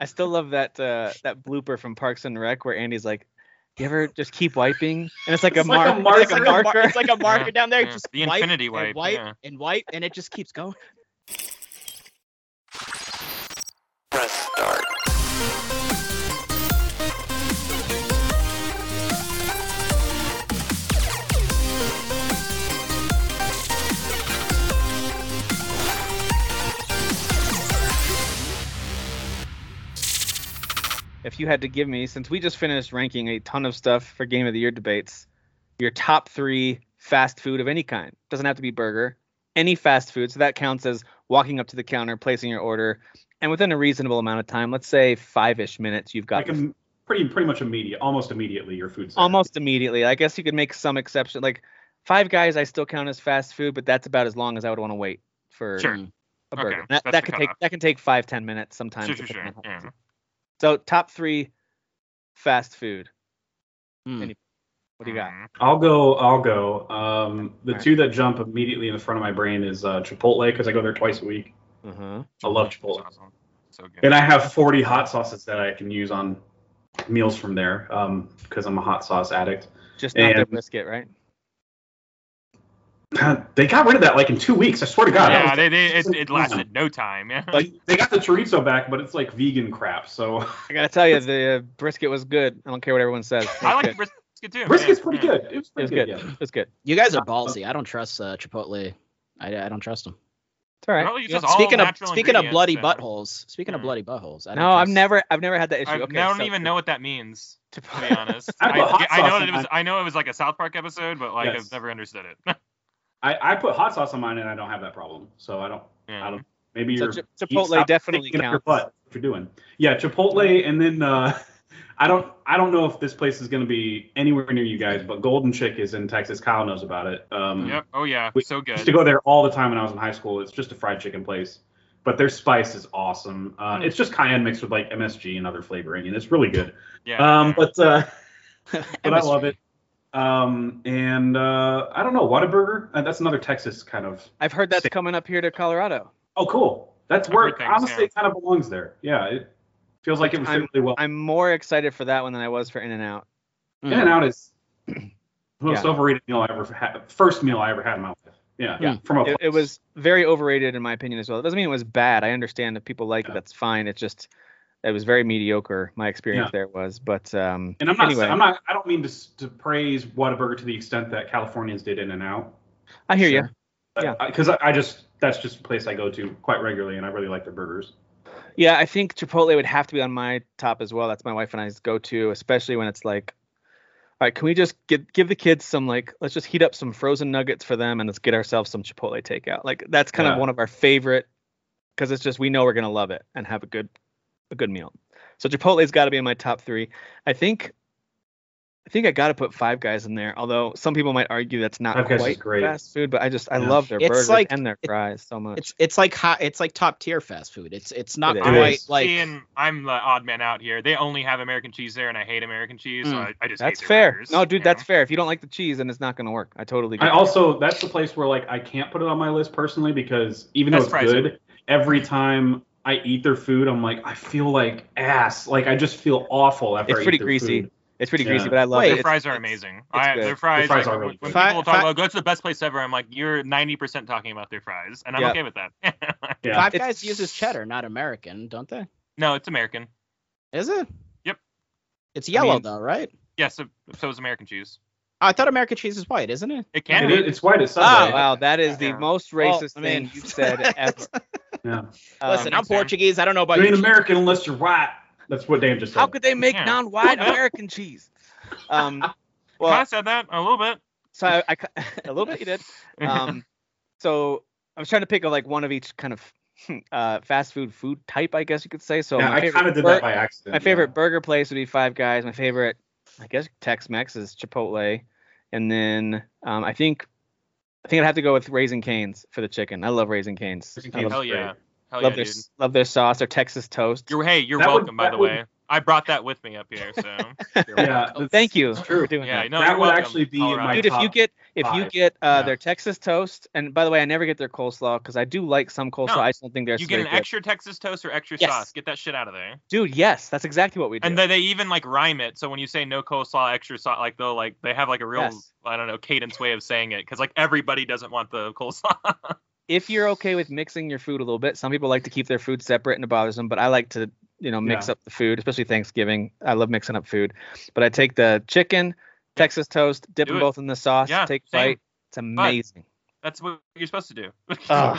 I still love that uh, that blooper from Parks and Rec where Andy's like, "Do you ever just keep wiping?" And it's like It's a, like a mark- it's marker. like a marker. It's like a marker down there. yeah. Just The wipe infinity and wipe, wipe yeah. and wipe, and it just keeps going. Press start. if you had to give me, since we just finished ranking a ton of stuff for Game of the Year debates, your top three fast food of any kind. Doesn't have to be burger, any fast food. So that counts as walking up to the counter, placing your order, and within a reasonable amount of time, let's say five ish minutes, you've got Like the im- pretty pretty much immediate, almost immediately your food's there. almost immediately. I guess you could make some exception. Like Five Guys, I still count as fast food, but that's about as long as I would want to wait for Sure. a Okay, burger. That, that's that the could take cutoff. that can take five ten minutes sometimes. Sure, sure, depending sure. on how Yeah. busy. So top three fast food. Hmm. Any- what do you got? Mhm. I'll go. I'll go. Um, the Alright. two that jump immediately in the front of my brain is uh, Chipotle because I go there twice a week. Mm-hmm. Uh-huh. I love That's Chipotle, awesome. So good. and I have 40 hot sauces that I can use on meals from there because I'm a hot sauce addict. Just not their And- brisket, right? they got rid of that like in two weeks. I swear to God. that yeah, was- they, they, it, it lasted no time. Yeah. like they got the chorizo back, but it's like vegan crap. So I gotta tell you, the uh, brisket was good. I don't care what everyone says. It was I like the good. brisket too. brisket's yeah, pretty yeah. good. It was It was pretty good. good. Yeah. It was good. You guys are ballsy. I don't trust uh, Chipotle. I, I don't trust them. It's all right. Probably You just don't- all speaking of natural speaking of ingredients bloody and- buttholes. Speaking of Mm. bloody buttholes. I don't no, I've trust- never, I've never had that issue. I, okay, now I don't so- even know what that means. To be Chipotle- honest, I put hot I, I know sauce that it in was. mine. I know it was like a South Park episode, but like Yes. I've never understood it. I, I put hot sauce on mine and I don't have that problem. So I don't. Yeah. I don't. Maybe So you're. Chi- you Chipotle stop definitely sticking up your counts. butt, what you're doing. Yeah, Chipotle, and then uh, I don't I don't know if this place is going to be anywhere near you guys, but Golden Chick is in Texas. Kyle knows about it. Um, Yep. Oh yeah. We- So I good. used to go there all the time when I was in high school. It's just a fried chicken place, but their spice is awesome. Uh, Hmm. It's just cayenne mixed with like MSG and other flavoring, and it's really good. Yeah. Um, but uh, but I MSG. love it. Um, and uh, I don't know Whataburger. Uh, that's another Texas kind of. I've heard that's coming up here to Colorado. Oh, cool. That's I've where heard things, honestly yeah. it kind of belongs there. Yeah, it feels like it would I'm- fit really well. I'm more excited for that one than I was for In and Out. Hmm. Mm. In and Out is the most Yeah. overrated meal I ever had. First meal I ever had in my life. Yeah. Yeah. From a It, it was very overrated in my opinion as well. It doesn't mean it was bad. I understand if people like it, Yeah. that's fine. It's just it was very mediocre. My experience there was, but um, And I'm not. anyway, I'm not. I don't mean to s- to praise Whataburger to the extent that Californians did In and Out. I hear you. Yeah. Because I, I just that's just a place I go to quite regularly, and I really like their burgers. Yeah, I think Chipotle would have to be on my top as well. That's my wife and I's go to, especially when it's like, all right, can we just get give the kids some like let's just heat up some frozen nuggets for them and let's get ourselves some Chipotle takeout. Like that's kind of Yeah. one of our favorite because it's just we know we're gonna love it and have a good a good meal. So Chipotle's got to be in my top three. I think I think I got to put Five Guys in there. Although some people might argue that's not Five Guys is quite great. fast food, but I just I Yeah. love their It's burgers like- and their it- fries so much. It's it's like hot. It's like top tier fast food. It's it's not It is. quite It is. like. Seeing, I'm the odd man out here. They only have American cheese there, and I hate American cheese. So Mm. I, I just Hmm. That's hate their fair. burgers, No, dude, you that's know? fair. If you don't like the cheese, then it's not going to work. I totally get I it. also that's the place where like I can't put it on my list personally because even though That's it's surprising. good, every time I eat their food, I'm like I feel like ass. Like I just feel awful after. It's I eat pretty their greasy. food. It's pretty Yeah. greasy, but I love Wait, it. Their It's- fries are it's- amazing. it's I, good. their fries, fries like, are really when good. people talk Fi- about go to the best place ever, I'm like, you're 90% talking about their fries, and I'm Yeah. okay with that. Yeah. Five It's- Guys uses cheddar, not American, don't they? no, it's American. Is it? Yep. It's yellow mean- though, right? Oh, Yes, so, so is American cheese. I thought American cheese is white, isn't it? It can It be. is, it's white at Oh, Subway. wow. That is the Yeah. most Well, racist I mean- thing you've said ever. Yeah. Um, Listen, I'm makes sense. Portuguese. I don't know about You're you. an American unless you're white. That's what Dan just said. how could they make Yeah. non-white American cheese? Um, kind well, of said that a little bit. so I, I ca- a little bit you did. Um, so I was trying to pick a, like one of each kind of uh, fast food food type, I guess you could say. So yeah, my I favorite kind of did bur- that by accident. My yeah. favorite burger place would be Five Guys. My favorite, I guess, Tex Mex is Chipotle, and then um, I think, I think I'd have to go with Raising Canes for the chicken. I love Raising Canes. Raising I Cane's love, Hell Oh, yeah. Hell love yeah, their dude. love their sauce, their Texas toast. You're hey, you're That would- welcome by that the would- way. I brought that with me up here. So Yeah, that's- Thank you It's true. for doing yeah, that. no, that you're would welcome, actually be in Colorado. my Dude, if you top get if you five. get uh, Yeah. their Texas toast, and by the way, I never get their coleslaw because I do like some coleslaw. No, I just don't think they're you get an extra Texas toast or extra Yes. sauce. Get that shit out of there. Dude, yes, that's exactly what we do. And then they even like rhyme it. So when you say no coleslaw, extra sauce, like they'll like they have like a real Yes. I don't know cadence way of saying it because like everybody doesn't want the coleslaw. if you're okay with mixing your food a little bit, some people like to keep their food separate and it bothers them, but I like to, you know, mix Yeah. up the food, especially Thanksgiving. I love mixing up food. But I take the chicken, Texas toast, dip Do them it. both in the sauce, Yeah, take a same. bite. It's amazing. That's what you're supposed to do. Ugh.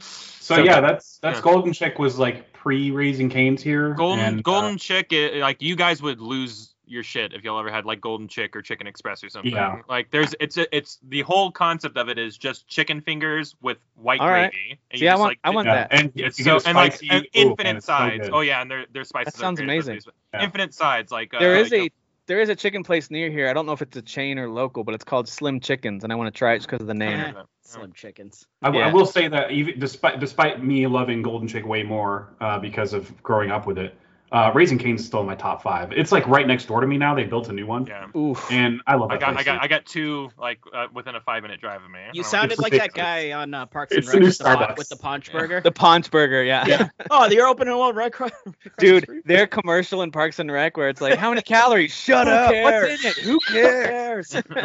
So, So- yeah, that's that's Yeah. Golden Chick was like pre Raising Canes here. golden and, uh, golden chick i- like you guys would lose your shit if y'all ever had like golden chick or chicken express or something Yeah. like there's it's a, it's the whole concept of it is just chicken fingers with white All right. gravy and See, I just, want- I want- yeah, that. and it's if you so get and like spicy, an ooh, man, infinite it's so sides good. oh yeah and their their spices That sounds are great, but amazing. Yeah. infinite sides like uh, there is you know, a there is a chicken place near here. I don't know if it's a chain or local, but it's called Slim Chickens, and I want to try it just because of the I name. don't know. Slim chickens. I, w- I Yeah. will say that even despite despite me loving Golden Chick way more uh, because of growing up with it, uh, Raising Cane's is still in my top five. It's like right next door to me now. They built a new one, yeah Oof. and I love. I that got, I place, got, dude. I got two like uh, within a five minute drive of me. I You don't sounded It's like that ridiculous. guy on uh, Parks and It's the Rec new with the, po- Starbucks. with the Punch Yeah. Burger. the Ponch Burger, yeah. oh, you're opening one right across. Dude, their commercial in Parks and Rec where it's like, how many calories? Shut Who up. cares? What's in it? Who cares? cares? I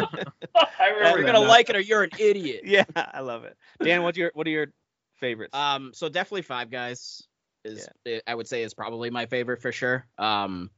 You're remember gonna that now. like it or you're an idiot. Yeah, I love it. Dan, what's your what are your favorites? Um, so definitely Five Guys is it- I would say is probably my favorite for sure. Um,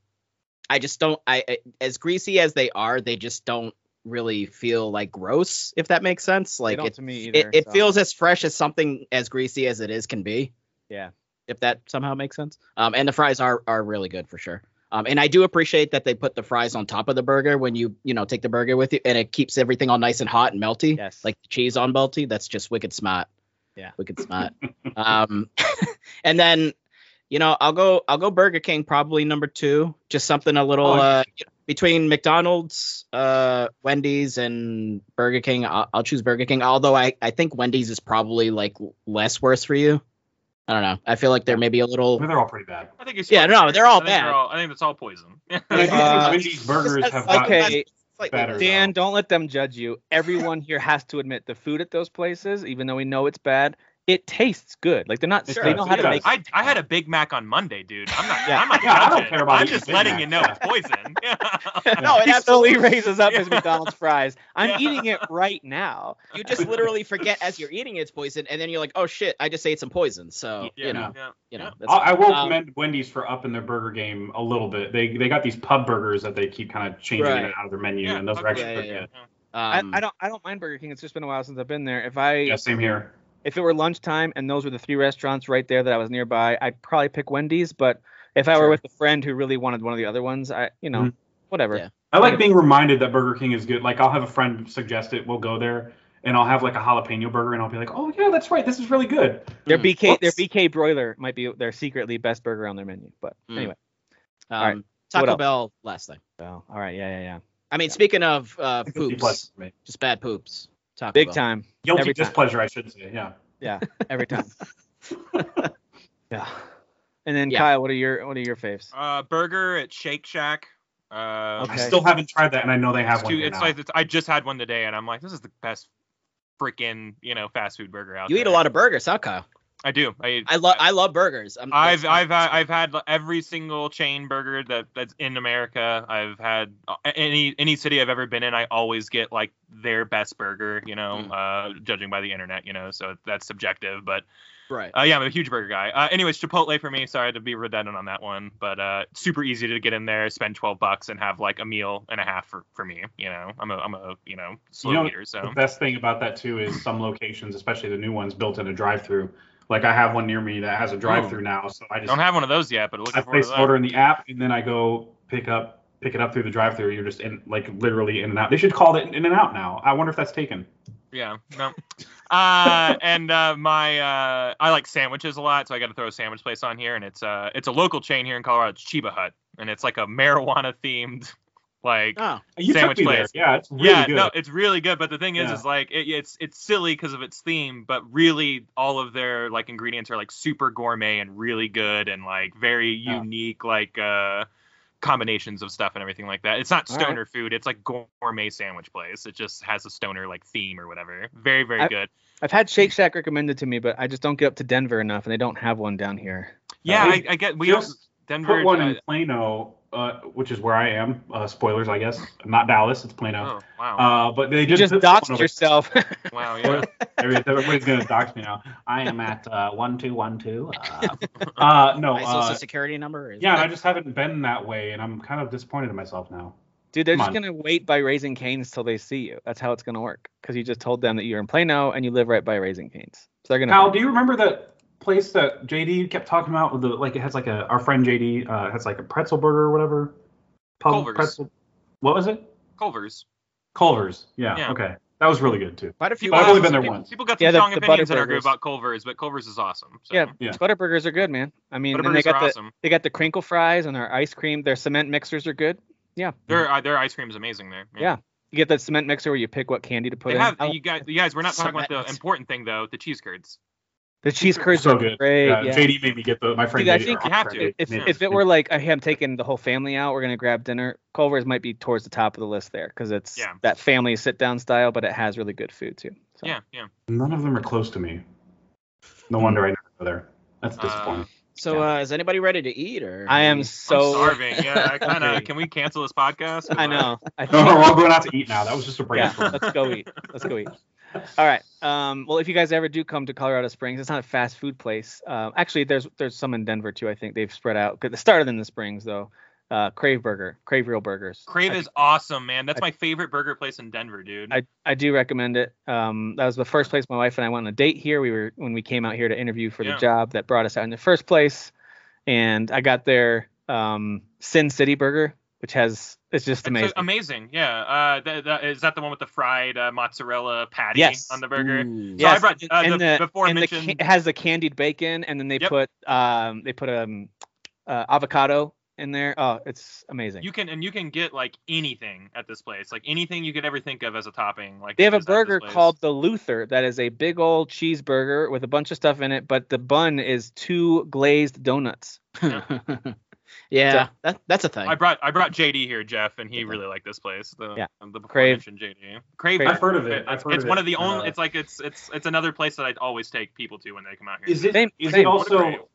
I just don't I I- as greasy as they are, they just don't really feel like gross if that makes sense. They Like don't it to me it, either. it so- feels as fresh as something as greasy as it is can be. Yeah. If that somehow makes sense. Um, and the fries are are really good for sure. Um, and I do appreciate that they put the fries on top of the burger when you you know take the burger with you, and it keeps everything all nice and hot and melty. Yes. Like the cheese on melty. That's just wicked smart. Yeah. Wicked smart. um, and then, you know, I'll go I'll go Burger King probably number two. Just something a little Oh, uh, between McDonald's, uh, Wendy's, and Burger King, I'll, I'll choose Burger King. Although I, I think Wendy's is probably like less worse for you. I don't know. I feel like they're maybe a I mean, little. they're all pretty bad. I think you're Yeah, smart. no, they're all I think bad. I think that's all poison. And I do Uh, think Wendy's burgers have gotten okay. Slightly better. less. Dan, don't let them judge you. Everyone here has to admit the food at those places, even though we know it's bad, it tastes good. Like they're not It they does, know it how to does. make I, I had a Big Mac on Monday, dude. I'm not. Yeah. I'm not Yeah, I don't judging. care about I'm eating just Big letting Mac. you know it's poison. it. No, it he slowly absolutely- raises up his Yeah. McDonald's fries. I'm Yeah. eating it right now. You just literally forget as you're eating it's poison, and then you're like, oh shit, I just ate some poison. So Yeah, you know, yeah. you know. Yeah. that's I, I fine. will Um, commend Wendy's for upping their burger game a little bit. They they got these pub burgers that they keep kind of changing in Right. and out of their menu, Yeah, and those fuck are actually yeah, pretty yeah. good. um, I, I don't I don't mind Burger King. It's just been a while since I've been there. If I Yeah, same here. if it were lunchtime and those were the three restaurants right there that I was nearby, I'd probably pick Wendy's. But if I were Sure. with a friend who really wanted one of the other ones, I you know Mhm. whatever. Yeah. I like being reminded that Burger King is good. Like I'll have a friend suggest it. We'll go there, and I'll have like a jalapeno burger, and I'll be like, "Oh yeah, that's right. This is really good." Their Mm. BK their Whoops. BK broiler might be their secretly best burger on their menu. But Mm. anyway, um, right. What Taco else? Bell last thing. so all right, yeah, yeah, yeah, I mean, speaking of uh, Guilty pleasure poops, for me. just bad poops. Taco big Bell. time Guilty Every time. displeasure, I should say. Yeah. every time. yeah. And then Yeah. Kyle, what are your what are your faves? Uh, burger at Shake Shack. Uh, Okay. I still haven't tried that, and I know they have it's, one. too, here it's now. like it's, I just had one today, and I'm like, this is the best freaking you know fast food burger out You there. eat a lot of burgers, huh, Kyle? I do. I. I love I love burgers. I'm, I've that's- I've had, I've had every single chain burger that that's in America. I've had uh, any any city I've ever been in. I always get like their best burger, you Mm. know, uh, judging by the internet, you know. So that's subjective, but right. uh, yeah, I'm a huge burger guy. Uh, anyways, Chipotle for me. Sorry to be redundant on that one, but uh, super easy to get in there, spend 12 bucks, and have like a meal and a half for, for me. You know, I'm a I'm a you know slow You know, eater, so The best thing about that too is some locations, especially the new ones, built in a drive-through. Like I have one near me that has a drive-through now, so I just Oh. don't have one of those yet. But looking I forward place to an that. order in the app, and then I go pick up pick it up through the drive-through. You're just in like literally in and out. They should call it in and out now. I wonder if that's taken. Yeah, no. Uh, and uh, my uh, I like sandwiches a lot, so I got to throw a sandwich place on here, and it's uh it's a local chain here in Colorado. It's Chiba Hut, and it's like a marijuana themed like Oh, You Sandwich took me place. there. Yeah, it's Ah, really yeah, good. no, it's really good. But the thing is, Yeah. is like it, it's it's silly because of its theme, but really all of their like ingredients are like super gourmet and really good and like very Yeah. unique, like uh combinations of stuff and everything like that. It's not All right. stoner food. It's like gourmet sandwich place. It just has a stoner like theme or whatever. Very very I- good. I've had Shake Shack recommended to me, but I just don't get up to Denver enough, and they don't have one down here. Yeah, Uh, we I, I get we just also Denver. Put one uh, in Plano, uh, which is where I am. Uh, spoilers, I guess. Not Dallas. It's Plano. oh wow Uh, but they You just, just put one doxed over- yourself. wow yeah. Everybody- Everybody's gonna dox me now. I am at uh, one two one two. Uh, uh, no. My social Uh, security number is yeah, and I just haven't been that way, and I'm kind of disappointed in myself now. Dude, they're Come just on. gonna wait by raising canes till they see you. That's how it's gonna work. Because you just told them that you're in Plano and you live right by raising canes. So they're gonna. Kyle, do you remember that place that JD kept talking about? With the like, it has like a our friend JD uh, has like a pretzel burger or whatever. Culver's. pretzel. What was it? Culver's. Culver's. Yeah, Yeah. Okay, that was really good too. quite a few. I've only been there people- once. People got some Yeah, the- strong the opinions in our Butterburgers. group about Culver's, but Culver's is awesome. So. Yeah, Yeah. Butterburgers are good, man. I mean, and Butterburgers they are got the awesome. they got the crinkle fries and their ice cream. Their cement mixers are good. Yeah, Their uh, their ice cream is amazing there. Mm. Yeah, you get that cement mixer where you pick what candy to put They in. have I like- you guys. You guys, we're not talking about the Sometimes. important thing though. The cheese curds. the cheese curds so are good. great. Yeah, Yeah, JD made me get the my friend. Dude, I JD, think our you have friend to. JD If, made if it were like hey, I'm taking the whole family out, we're gonna grab dinner. Culver's might be towards the top of the list there because it's Yeah. that family sit down style, but it has really good food too. So. Yeah, yeah. None of them are close to me. No wonder I never go there. That's Uh, disappointing. So uh, is anybody ready to eat or? I am I'm so. starving. Yeah, I kind of. Can we cancel this podcast? I know. I no, think- no, we're all going out to eat now. That was just a break. yeah, let's go eat. Let's go eat. All right. Um, well, if you guys ever do come to Colorado Springs, it's not a fast food place. Um, actually, there's there's some in Denver too. I think they've spread out. 'Cause It started in the Springs though. Uh, Crave Burger, Crave Real Burgers. Crave I- is awesome, man. That's I- my favorite burger place in Denver, dude. I, I do recommend it. Um, that was the first place my wife and I went on a date here. We were when we came out here to interview for Yeah. the job that brought us out in the first place, and I got their um, Sin City Burger, which has it's just It's, uh, amazing. amazing. Yeah. Uh, th- th- is that the one with the fried uh, mozzarella patty Yes. on the burger? Ooh. So I brought uh, and the, the- before and the ca- mentioned. it has the candied bacon, and then they Yep. put um they put um uh, avocado in there. Oh, it's amazing. you can and you can get like anything at this place, like anything you could ever think of as a topping. Like they have a there's at this burger place. called the Luther that is a big old cheeseburger with a bunch of stuff in it, but the bun is two glazed donuts. yeah, that, that's a thing. I brought I brought JD here, Jeff, and he really liked this place. The, Yeah. the before Crave. mentioned JD. Crave. Crave. I've heard of it. I've heard it's of one it. of the only. Uh, it's like it's it's it's another place that I'd always take people to when they come out here. is it Same- is same. it What a also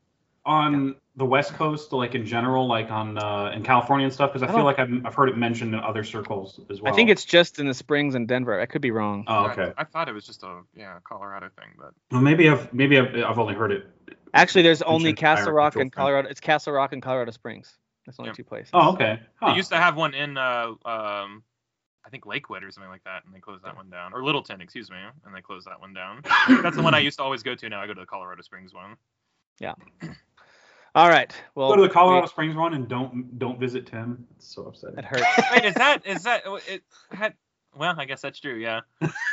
on the West Coast, like in general, like on uh, in California and stuff? Because I, I feel don't- like I've, I've heard it mentioned in other circles as well. I think it's just in the Springs and Denver. I could be wrong. Oh, okay. I, I thought it was just a yeah Colorado thing, but Well, maybe I've maybe I've, I've only heard it. Actually, there's Mentioned only Castle Iron Rock Control and Friend. Colorado. It's Castle Rock and Colorado Springs. That's the only Yeah. two places. Oh, okay. Huh. they used to have one in uh um I think Lakewood or something like that, and they closed that one down. Or Littleton, excuse me, and they closed that one down. That's the one I used to always go to. Now I go to the Colorado Springs one. All right. Well, Go to the Colorado Springs one and don't don't visit Tim. It's so upsetting. That hurts. Wait, is that is that oh, it? Had, well, I guess that's true. Yeah,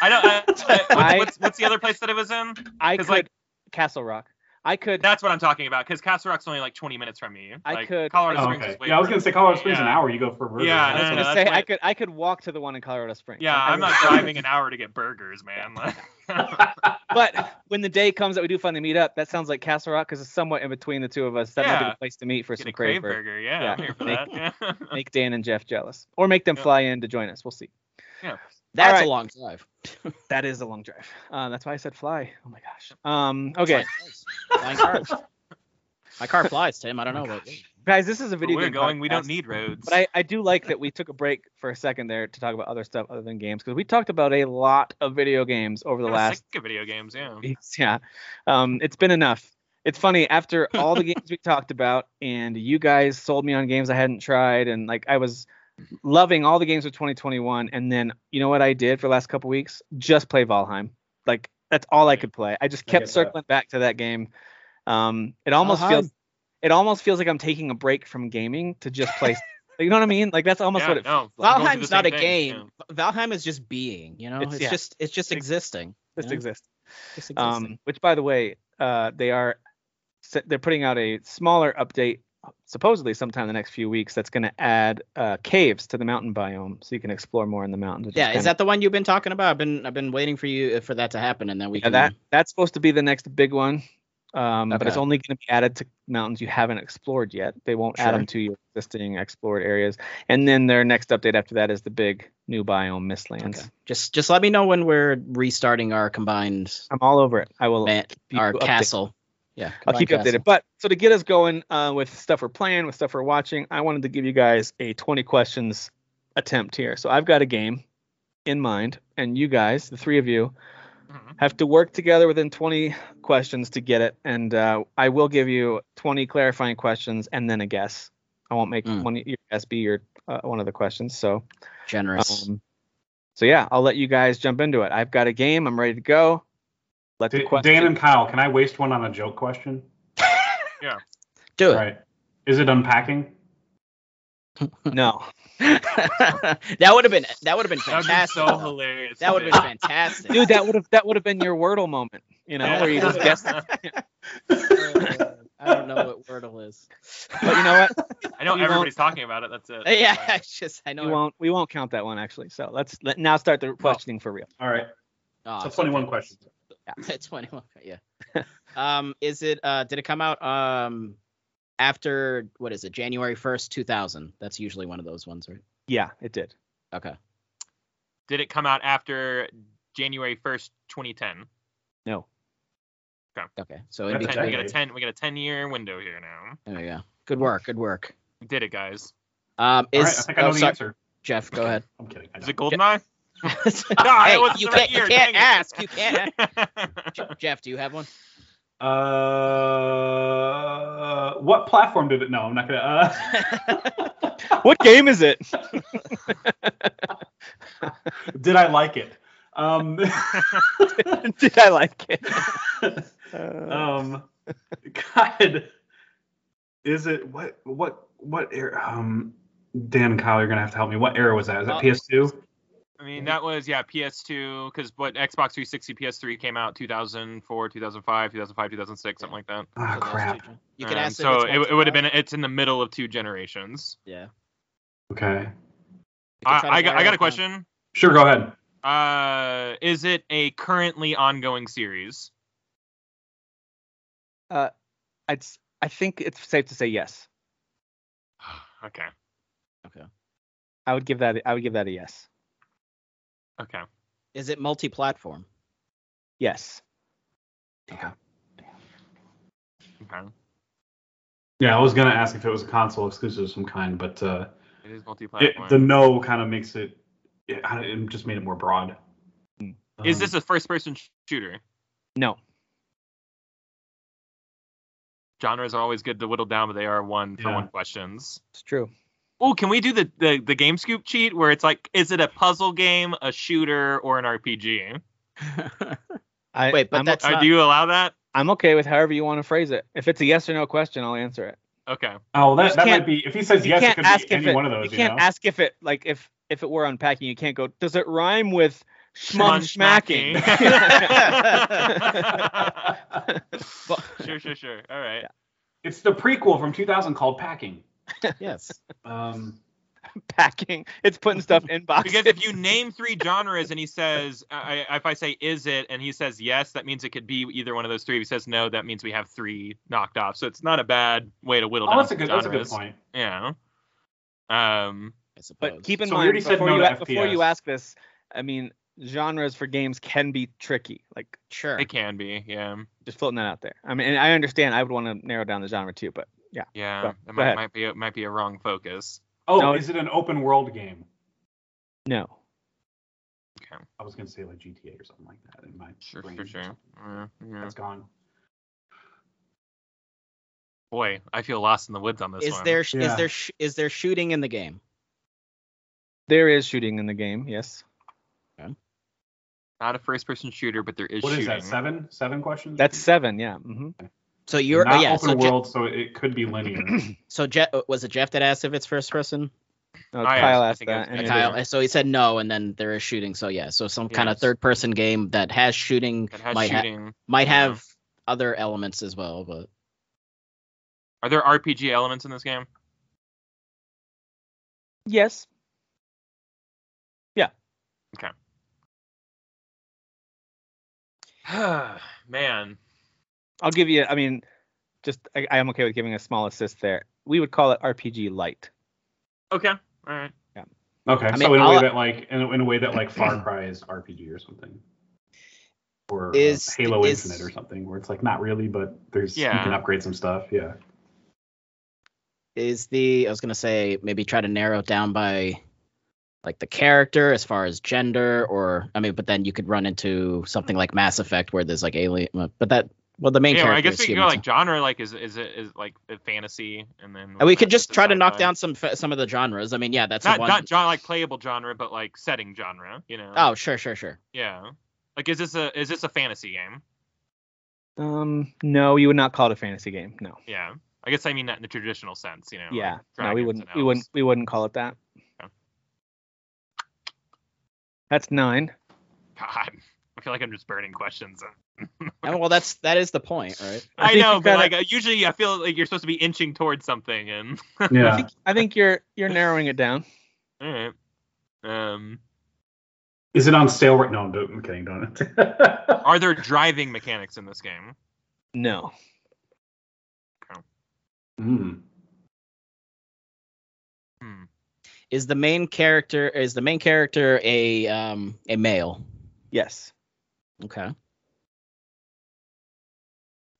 I don't. I, what's, I- what's, what's the other place that it was in? I 'Cause, could like- Castle Rock. I could That's what I'm talking about. Because Castle Rock's only like 20 minutes from me. I Like, could- Colorado Oh, Springs okay. is way Yeah, I was further. gonna say Colorado Springs an Yeah. hour. You go for a burger. Yeah, I was no, gonna that's say why- I could I could walk to the one in Colorado Springs. Yeah, I I'm would. not driving an hour to get burgers, man. Like, But when the day comes that we do finally meet up, that sounds like Castle Rock because it's somewhat in between the two of us. That might be Yeah. the place to meet for get some a crave crave burger. burger. Yeah, Yeah, I'm here for make- that. Yeah. Make Dan and Jeff jealous, or make them Yeah. fly in to join us. We'll see. that's Alright. a long drive. That is a long drive. Uh, that's why I said fly. Oh my gosh. Um. Okay, My car, my car flies, Tim. I don't know. But, guys, this is a Where video we're game going. We don't podcast, need roads. But I, I do like that we took a break for a second there to talk about other stuff other than games because we talked about a lot of video games over the Kinda last sick of video games. Yeah. movies, Yeah. Um, it's been enough. It's funny after all the games we talked about, and you guys sold me on games I hadn't tried, and like I was loving all the games of 2021, and then you know what I did for the last couple weeks? Just play Valheim. Like that's all I could play. I just I kept get that. circling back to that game. Um, it almost Valheim. feels, it almost feels like I'm taking a break from gaming to just play. you know what I mean? Like that's almost yeah, what it. no, I'm going through the Valheim's not a same thing, game. Valheim is just being. You know, It's- it's, yeah. just it's just Ex- existing. you Just know? exists. Just existing. um, which by the way uh, they are s- they're putting out a smaller update supposedly sometime in the next few weeks that's going to add uh, caves to the mountain biome so you can explore more in the mountains which yeah, kinda- is that the one you've been uh, talking about? I've been I've been waiting for you for that to happen, and then we yeah, can. that that's supposed to be the next big one Um, But it's Mm-hmm. Okay. only going to be added to mountains you haven't explored yet. They won't add Sure. them to your existing explored areas. And then their next update after that is the big new biome mistlands. Okay. Just just let me know when we're restarting our combined I'm all over it. I will. man, keep our you updated. castle. Yeah. I'll combined keep you castle. updated. But so to get us going uh, with stuff we're playing, with stuff we're watching, I wanted to give you guys a 20 questions attempt here. So I've got a game in mind, and you guys, the three of you, Mhm. have to work together within 20 questions to get it. And uh, I will give you 20 clarifying questions and then a guess. I won't make Mm. one your guess be your uh, one of the questions. So, Generous. um, so yeah, I'll let you guys jump into it. I've got a game. I'm ready to go. Let the D- question. Dan and Kyle, can I waste one on a joke question? Do All it. right. Is it unpacking? no. that would have been that would have been That would fantastic. be so though. hilarious. That would have been fantastic. dude that would have that would have been your wordle moment you know where you just guessed Uh, I don't know what Wordle is. but you know what I know You won't- everybody's talking about it. That's it. yeah, I just I know. we won't we won't count that one actually so let's let now start the questioning for real All right. Oh, So 21 questions. That's 21. Yeah. um, is it? Uh, did it come out? Um, after what is it? January 1st, 2000. That's usually one of those ones, right? yeah it did Okay. Did it come out after January 1st, 2010? no Okay. So in That's We got a a between. decade. 10 we got a 10 year window here now. There you go. Good work. Good work. We did it, guys. Um, All is right. I think I oh, know the sorry, answer. Jeff? Go ahead. I'm kidding. I Is don't. it Goldeneye? No, hey, it was you the right can't, you year, can't dang it. ask. You can't. ask. Jeff, do you have one? Uh, what platform did it? No, I'm not gonna. Uh, what game is it did I like it? Um, did i like it Uh, um, God, is it what? What? What era? Um, Dan and Kyle, you're gonna have to help me. What era was that? Is that Uh, PS2? I mean, that was yeah, PS2 because what Xbox 360, PS3 came out 2004, 2005, 2005, 2006, something like that. Ah, So those crap. two, Jeff. You can Um, ask. if So it's it, one it would have tomorrow. been it's in the middle of two generations. Yeah. We Okay. can I, try to I, got, I narrow it got a down. question. Sure. Go ahead. Uh, is it a currently ongoing series? it's i think it's safe to say yes okay. i would give that i would give that a yes Okay. Is it multi-platform? yes Okay. Yeah, I was gonna ask if it was a console exclusive of some kind, but uh, It is it, multi-platform. the no kind of makes it. It, I- it just made it more broad. is Um, this a first-person sh- shooter? no Genres are always good to whittle down, but they are one for Yeah. one questions. it's true Oh, can we do the, the the game scoop cheat where it's like, is it a puzzle game, a shooter, or an RPG? I, Wait, but I'm, that's Uh, not, do you allow that? I'm okay with however you want to phrase it. If it's a yes or no question, I'll answer it. Okay. Oh, that, You that can't- might be. If he says you yes, it can't could ask be if any it- one of those. you You, can't know? ask if it like if if it were unpacking, you can't go. Does it rhyme with schmum Schmuck-smacking. smacking? sure, sure, sure. All right. It's the prequel from 2000 called Packing. yes. Um, packing. It's putting stuff in boxes. Because if you name three genres and he says, I, I- if I say is it, and he says yes, that means it could be either one of those three. If he says no, that means we have three knocked off. So it's not a bad way to whittle oh, down that's a good. genres. That's a good point. Yeah. Um. I suppose. but keep in So we mind already said before, no you, to a- before FPS. you ask this, I mean genres for games can be tricky. Like sure. It can be, yeah, just floating that out there. I mean, and I understand. I would want to narrow down the genre too, but yeah, yeah. Go- that go might, ahead. might be a, might be a wrong focus. Oh, No. is it an open world game? no. Okay, I was gonna say like GTA or something like that in my sure, brain. sure, sure. Yeah, yeah. That's gone. Boy, I feel lost in the woods on this is one. there sh Yeah. is there sh- is there shooting in the game? There is shooting in the game. Yes, not a first-person shooter, but there is What is shooting. that? Seven? Seven questions? that's seven. Yeah. hmm So you're oh, not yeah. open so Je- world, so it could be linear. so Je- uh, was it Jeff that asked if it's first person? No, I Kyle asked- I asked think I was- that. and Yeah, it Kyle. is. So he said no, and then there is shooting. So yeah. So some kind of Yes. third person game that has shooting That has might ha- shooting. might Yeah. have other elements as well, but Are there RPG elements in this game? Yes. Man, I'll give you. I mean, just I, I am okay with giving a small assist there. We would call it RPG light. Okay. All right. Okay, I mean, so in a way I'll- that like in a, in a way that like Far Cry is RPG or something, or uh, Is- Halo is- Infinite or something, where it's like not really, but there's you Yeah. can upgrade some stuff. Yeah, is the I was gonna say maybe try to narrow it down by like the character as far as gender or I mean, but then you could run into something like Mass Effect where there's like alien, uh, but that well the main Yeah, well, character I guess is we can human, go so- like genre, like is is it is like a fantasy, and then and we like, could just it's a try to knock sci-fi. down some fa- some of the genres. I mean, yeah, that's not the one. not genre like playable genre, but like setting genre. You know. oh, sure, sure, sure. Yeah. Like is this a is this a fantasy game? Um, no, you would not call it a fantasy game. No. Yeah. I guess I mean that in the traditional sense. You know. yeah. no, Like we dragons wouldn't. and We elves. wouldn't. We wouldn't call it that. Okay. That's nine. God, I feel like I'm just burning questions. And, well, that's that is the point, right? I I, think know, you've but gotta- like uh, usually I feel like you're supposed to be inching towards something, and I yeah. think I think you're you're narrowing it down. all right. Um, is it on sale right? No, I'm, I'm kidding. Don't. are there driving mechanics in this game? No. Mm. Hmm. Is the main character is the main character a um a male? Yes. Okay.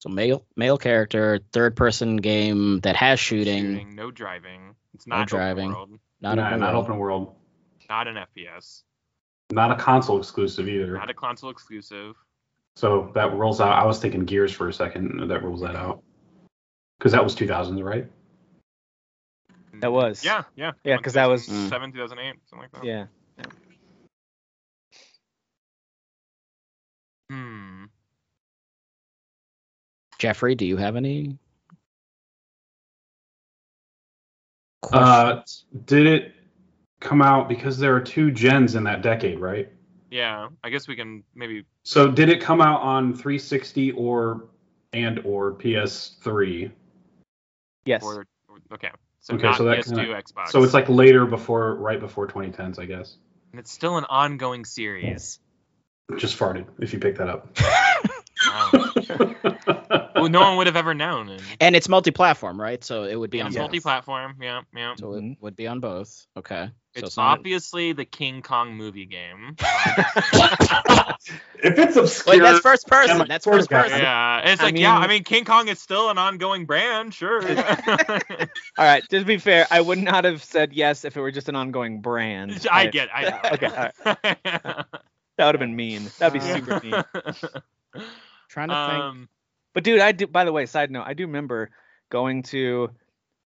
So male male character, third person game that has shooting, Shooting, no driving. It's not open driving. world. not Nah, open not world. open world. Not an FPS. Not a console exclusive either. Not a console exclusive. So that rolls out. I was thinking Gears for a second. That rules that out. Because that was 2000s, right? That was. Yeah, yeah. Yeah, 'cause that was- seven, two thousand eight, something like that. Yeah. Hmm. Jeffrey, do you have any Uh, questions? Did it come out because there are two gens in that decade, right? Yeah. I guess we can maybe. So did it come out on 360 or and or PS3? Yes. Or, or- okay. So Okay, not so that PS2, Xbox. So it's like later before right before 2010s, I guess. And it's still an ongoing series. Just farted if you pick that up. Wow. well, no one would have ever known. And and it's multi-platform, right? So it would be on it's Yes. both. multi-platform. Yeah, yeah. So Mhm. it would be on both. Okay. It's, so it's not- obviously the King Kong movie game. if it's obscure, Wait, that's first person. Yeah, my that's swear to first God. person. yeah, it's I like yeah. mean- I mean, King Kong is still an ongoing brand, sure. All right. Just to be fair, I would not have said yes if it were just an ongoing brand. I get. I know. Okay, That would have been mean. That'd be Uh, super mean. Trying to think. um, But dude, I do. By the way, side note, I do remember going to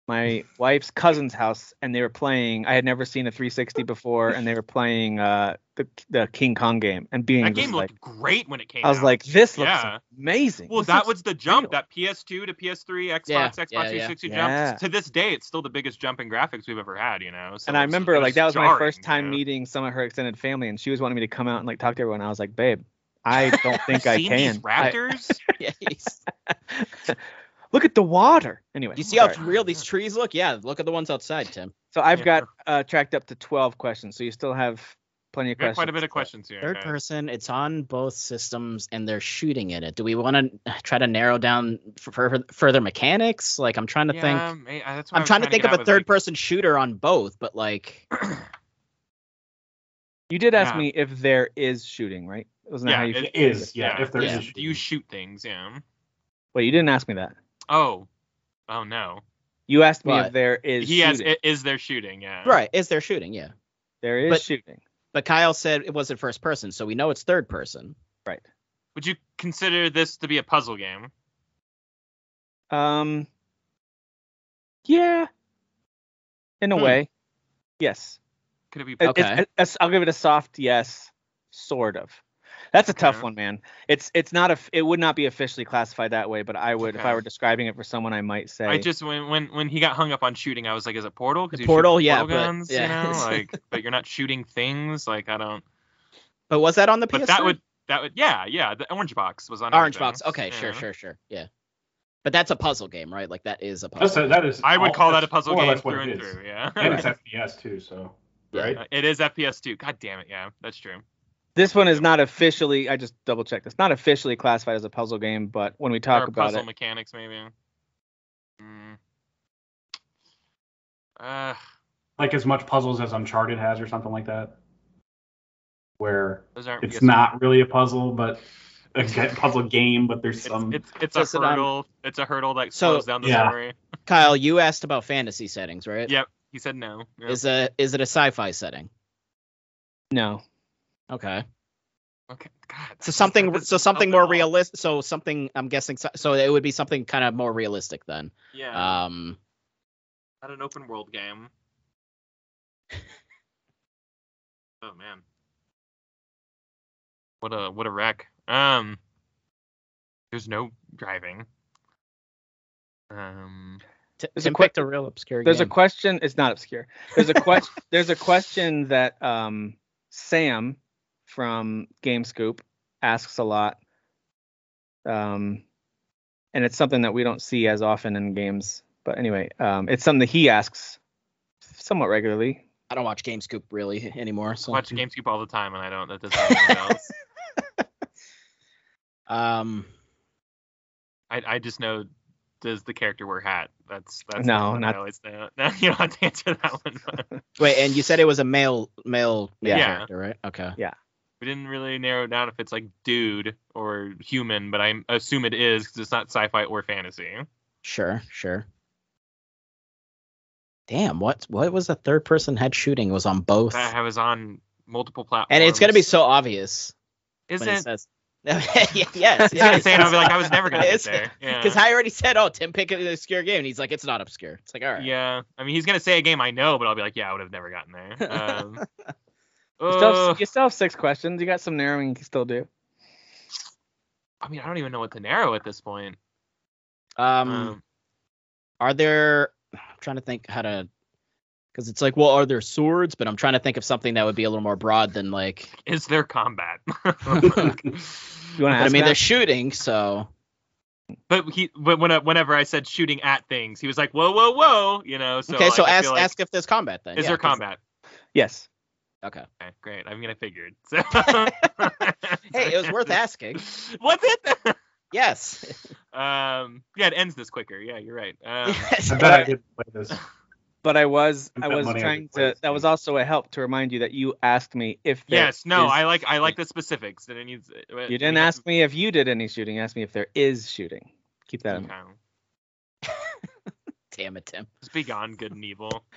my wife's cousin's house, and they were playing. I had never seen a 360 before, and they were playing uh, the the King Kong game, and being that just game like, looked great when it came. I was out. like, this looks Yeah. amazing. Well, This that looks- was the jump, real. that PS2 to PS3, Xbox, Yeah, Xbox yeah, yeah. 360 Yeah. jump. To this day, it's still the biggest jump in graphics we've ever had, you know. So and I it's- remember it's like that was my jarring, first time you know? meeting some of her extended family, and she was wanting me to come out and like talk to everyone. I was like, babe, I don't think I Seen these can. I- raptors? Yeah, he's- look at the water. Anyway, you see how sorry. real these trees look? Yeah, look at the ones outside, Tim. so I've Yeah. got uh, tracked up to 12 questions, so you still have plenty of We got questions. quite a bit of but- questions here. Third guys. person, it's on both systems, and they're shooting at it. Do we want to try to narrow down f- fur- further mechanics? Like, I'm trying to Yeah, think. may- uh, that's what I I'm was trying to get think of at a with, third like, person shooter on both, but like, You did ask Yeah. me if there is shooting, right? Wasn't that Yeah, how you? it is. Yeah, if there is, Yeah. a Do you shooting. shoot things? Yeah. Wait, you didn't ask me that. Oh. Oh no. You asked me if What? there is. he has. shooting. i- Is there shooting? Yeah. right? Is there shooting? Yeah. There is but- shooting. But Kyle said it wasn't first person, so we know it's third person. Right. Would you consider this to be a puzzle game? Um. Yeah. In a Hmm. way. Yes. Could it be? It- it's- Okay. it's- I'll give it a soft yes, sort of. That's a tough Okay. one, man. It's it's not a. It would not be officially classified that way, but I would if I Okay. were describing it for someone, I might say. I just when when when he got hung up on shooting, I was like, is it Portal? 'Cause The you shoot Portal, yeah, but- guns, yeah. You know, like, but you're not shooting things. Like, I don't. But was that on the PS? But that would that would yeah yeah the orange box was on Orange everything. Box. Okay, sure, Yeah. sure, sure. Yeah. But that's a puzzle game, right? Like that is a puzzle. That's a, that is. I would all- call that Oh, a that's puzzle more or game less what through it and is. through. Yeah. And it's FPS too, so right. it is FPS two. God damn it. Yeah, that's true. This one is not officially. I just double checked. It's not officially classified as a puzzle game, but when we talk or about puzzle it, mechanics maybe. Mm. Uh, Like as much puzzles as Uncharted has, or something like that. Where those aren't. it's yes, not really a puzzle, but a g- puzzle game, but there's It's, some. it's, it's Listen, a I'm- hurdle. It's a hurdle that um, So- slows down the Yeah. story. Kyle, you asked about fantasy settings, right? Yep. He said no. Yep. Is a is it a sci-fi setting? no, Okay. okay. God. So something this is so something more all- realistic. So something I'm guessing. so- So it would be something kind of more realistic then. Yeah. Um. not an open world game. oh man. What a what a wreck. Um there's no driving. Um T- There's a Tim que- picked a real obscure there's a game. question. It's not obscure. There's a question. there's a question that um, Sam from Game Scoop asks a lot, um, and it's something that we don't see as often in games. But anyway, um, it's something that he asks somewhat regularly. I don't watch GameScoop really anymore. I So watch GameScoop all the time and I don't that doesn't mean anything else. um. I I just know does the character wear hat? That's that's No, what not- I always know. you don't have to answer that one. but Wait, and you said it was a male male, male Yeah. character, right? Okay. we didn't really narrow it down if it's like dude or human, but I assume it is because it's not sci-fi or fantasy. Sure. Sure. Damn. What what was the third person head shooting? It was on both. that I was on multiple platforms. And it's gonna be so obvious. Is when he it? says- yes. yes. It's insane. I'll be like, I was never gonna get It's- there. Because Yeah. I already said, oh, Tim picked an obscure game, and he's like, it's not obscure. It's like, all right. yeah. I mean, he's gonna say a game I know, but I'll be like, yeah, I would have never gotten there. Um, You still, uh, have, you still have six questions. You got some narrowing you can still do. I mean, I don't even know what to narrow at this point. Um, Um, are there? I'm trying to think how to, because it's like, well, are there swords? But I'm trying to think of something that would be a little more broad than like. is there combat? You want to But, ask? I mean, that? they're shooting, so but he, but when, uh, whenever I said shooting at things, he was like, whoa, whoa, whoa, you know. So okay. like, so I ask feel like, ask if there's combat then. Is Yeah, there 'cause- combat? yes. Okay. Okay, great. I mean, I figured. So. Hey, it was worth asking. Was it? Yes. um, yeah, it ends this quicker. Yeah, you're right. Um, I bet I but- did play this. But I was Spend I that was money on trying the to. place. That was also a help to remind you that you asked me if. there Yes, no, is- I like I like the specifics. That it needs. You didn't ask me if you did any shooting. You asked me if there is shooting. Keep that in mind. Okay. Damn it, Tim. Just be gone, good and evil.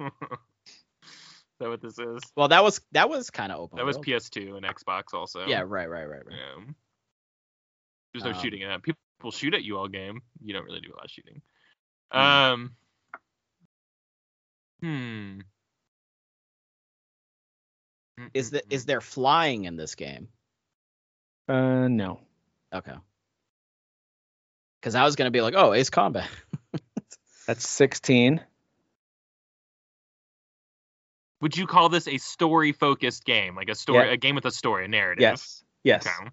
is that what this is? Well, that was that was kind of open. That was world. PS2 and Xbox also. Yeah. Right. Right. Right. Right. Yeah. There's no Um, shooting in that. People shoot at you all game. You don't really do a lot of shooting. Hmm. Um. Hmm. Is the is there flying in this game? Uh, no. Okay. Because I was gonna be like, oh, Ace Combat. That's 16. Would you call this a story focused game? Like a story, Yeah. a game with a story, a narrative? Yes. Yes. Okay.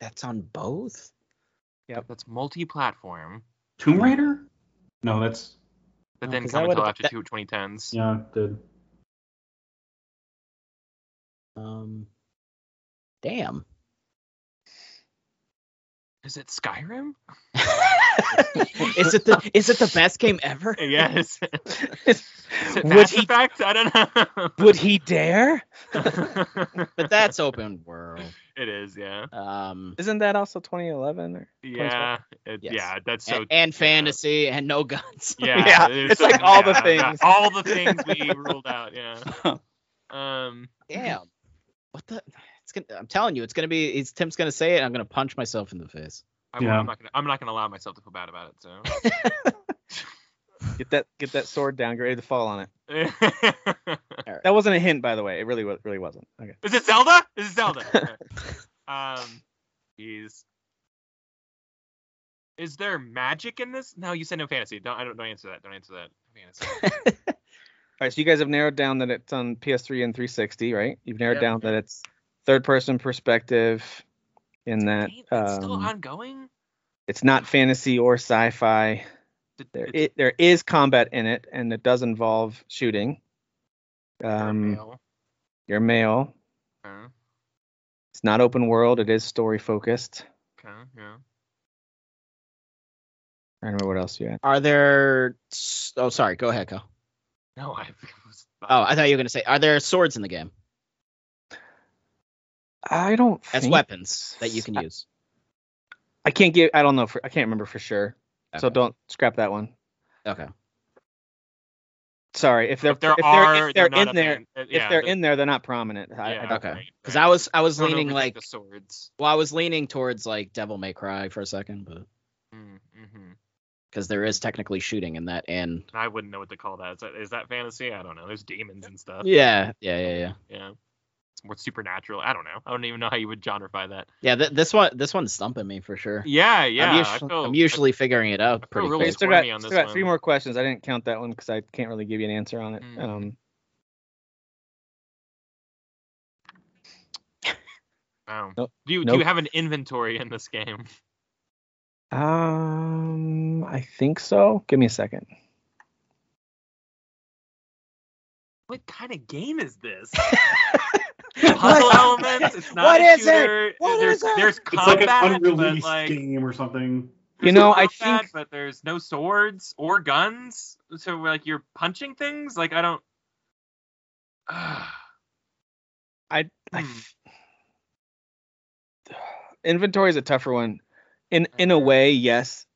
That's on both. That's multi platform. Tomb Raider? No, that's But No, then 'cause come that until would've- after that- two, 2010s. yeah, the Um, damn. Is it Skyrim? is it the is it the best game ever? yes. Is it Would Mass he- Effect? I don't Would he dare? know. But that's open world. it is, yeah. Um, Isn't that also 2011? Or Yeah. it- Yes. Yeah, that's a- so. and, fantasy and no guns. Yeah, Yeah, there's it's so like many- all the yeah, yeah, things. All the things we ruled out, yeah. Um, Damn. What the? It's gonna, I'm telling you, it's gonna be. It's, Tim's gonna say it. and I'm gonna punch myself in the face. I, won't- Yeah. I'm, not gonna, I'm not gonna allow myself to feel bad about it, so. Get that get that sword down. Get ready to fall on it. That wasn't a hint, by the way. It really wa- really wasn't. Okay. is it Zelda? Is it Zelda? Okay. um, jeez. Is there magic in this? No, you said no fantasy. Don't I don't don't answer that. Don't answer that. Fantasy. All right. So you guys have narrowed down that it's on PS3 and 360, right? You've narrowed Yep. down that it's third person perspective. In that Damn, it's still um, ongoing. it's not fantasy or sci-fi. Did- There, did- it, there is combat in it, and it does involve shooting. or Um, male? you're male. Uh, It's not open world. It is story focused. Okay, yeah. I don't remember what else you had. Are there? s- Oh, sorry. Go ahead, Kyle. No, I was. Oh, I thought you were gonna say, are there swords in the game I don't. as think- weapons that you can use? I can't give. I don't know. For, I can't remember for sure. So Okay. don't scrap that one. Okay. Sorry. If they're if there if are, they're, if they're, not in up there, uh, if yeah, they're the- in there, they're not prominent. I, I yeah, don't, okay. right, Because right. I was I was Don't leaning overthink like the swords. well, I was leaning towards like Devil May Cry for a second, but Mm-hmm. because there is technically shooting in that, and I wouldn't know what to call that. Is, that. is that fantasy? I don't know. There's demons and stuff. yeah, yeah, yeah, yeah. Yeah. It's more supernatural. I don't know. I don't even know how you would genreify that. Yeah, th- this one this one's stumping me for sure. Yeah, yeah. I'm I usually, feel, I'm usually figuring it out pretty Okay, quick. really you still squirmy got, on still this got three one. more questions. I didn't count that one because I can't really give you an answer on it. Mm. Um, Wow. Nope. um, Do you do Nope. you have an inventory in this game? um, I think so. Give me a second. What kind of game is this? Puzzle What? elements. It's not What a is it? shooter. What there's, is it? There's It's like combat, an unreleased but like game or something. You there's know, I combat, think but there's no swords or guns. So like you're punching things. Like I don't. I Hmm. th- inventory is a tougher one. In in Uh-huh. a way, yes.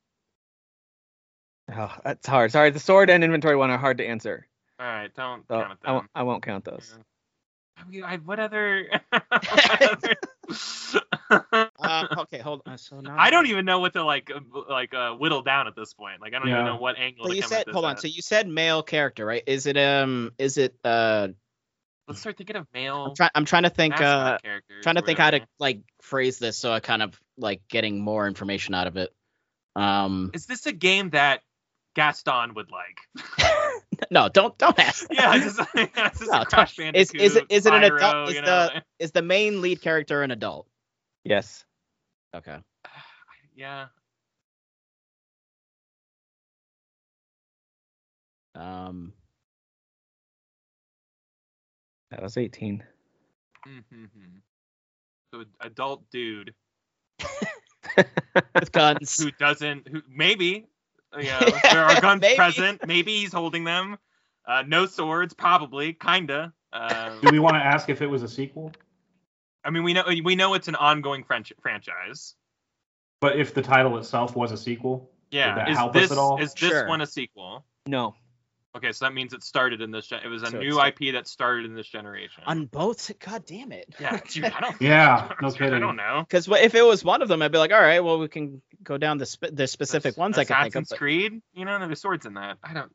Oh, that's hard. Sorry, the sword and inventory one are hard to answer. All right, don't So count I them. won't, I won't count those. Yeah. I mean, I, what other? what other- Uh, okay, hold on. So now I don't even know what to like, uh, like uh, whittle down at this point. Like I don't even Yeah. know what angle. So to you come said at this hold on. at. So you said male character, right? Is it um is it uh Let's start thinking of male. I'm, try- I'm trying to think mascot uh characters trying to or think how to whatever. like phrase this so I kind of like getting more information out of it. Um Is this a game that Gaston would like? no, don't don't ask. that. yeah, just, it's just No, a Crash Bandicoot. is it- is it an adult- Spyro, is you the- know? Is the main lead character an adult? Yes. Okay. Yeah. Um That was 18. Mhm. So adult dude with guns. who doesn't who maybe you know, there are guns Maybe. present. Maybe he's holding them. Uh, no swords, probably, kinda. Uh, Do we want to ask if it was a sequel? I mean, we know we know it's an ongoing French franchise. But if the title itself was a sequel, Yeah. that is help us this at all? is this Sure. one a sequel? No. Okay, so that means it started in this. Gen- it was a So new it's- IP that started in this generation. On both? God damn it. yeah, dude, I don't. yeah, no dude, I kidding. don't know. Because if it was one of them, I'd be like, all right, well, we can go down the, sp- the specific That's- ones I can think of. Assassin's Creed. You know, there's swords in that. I don't.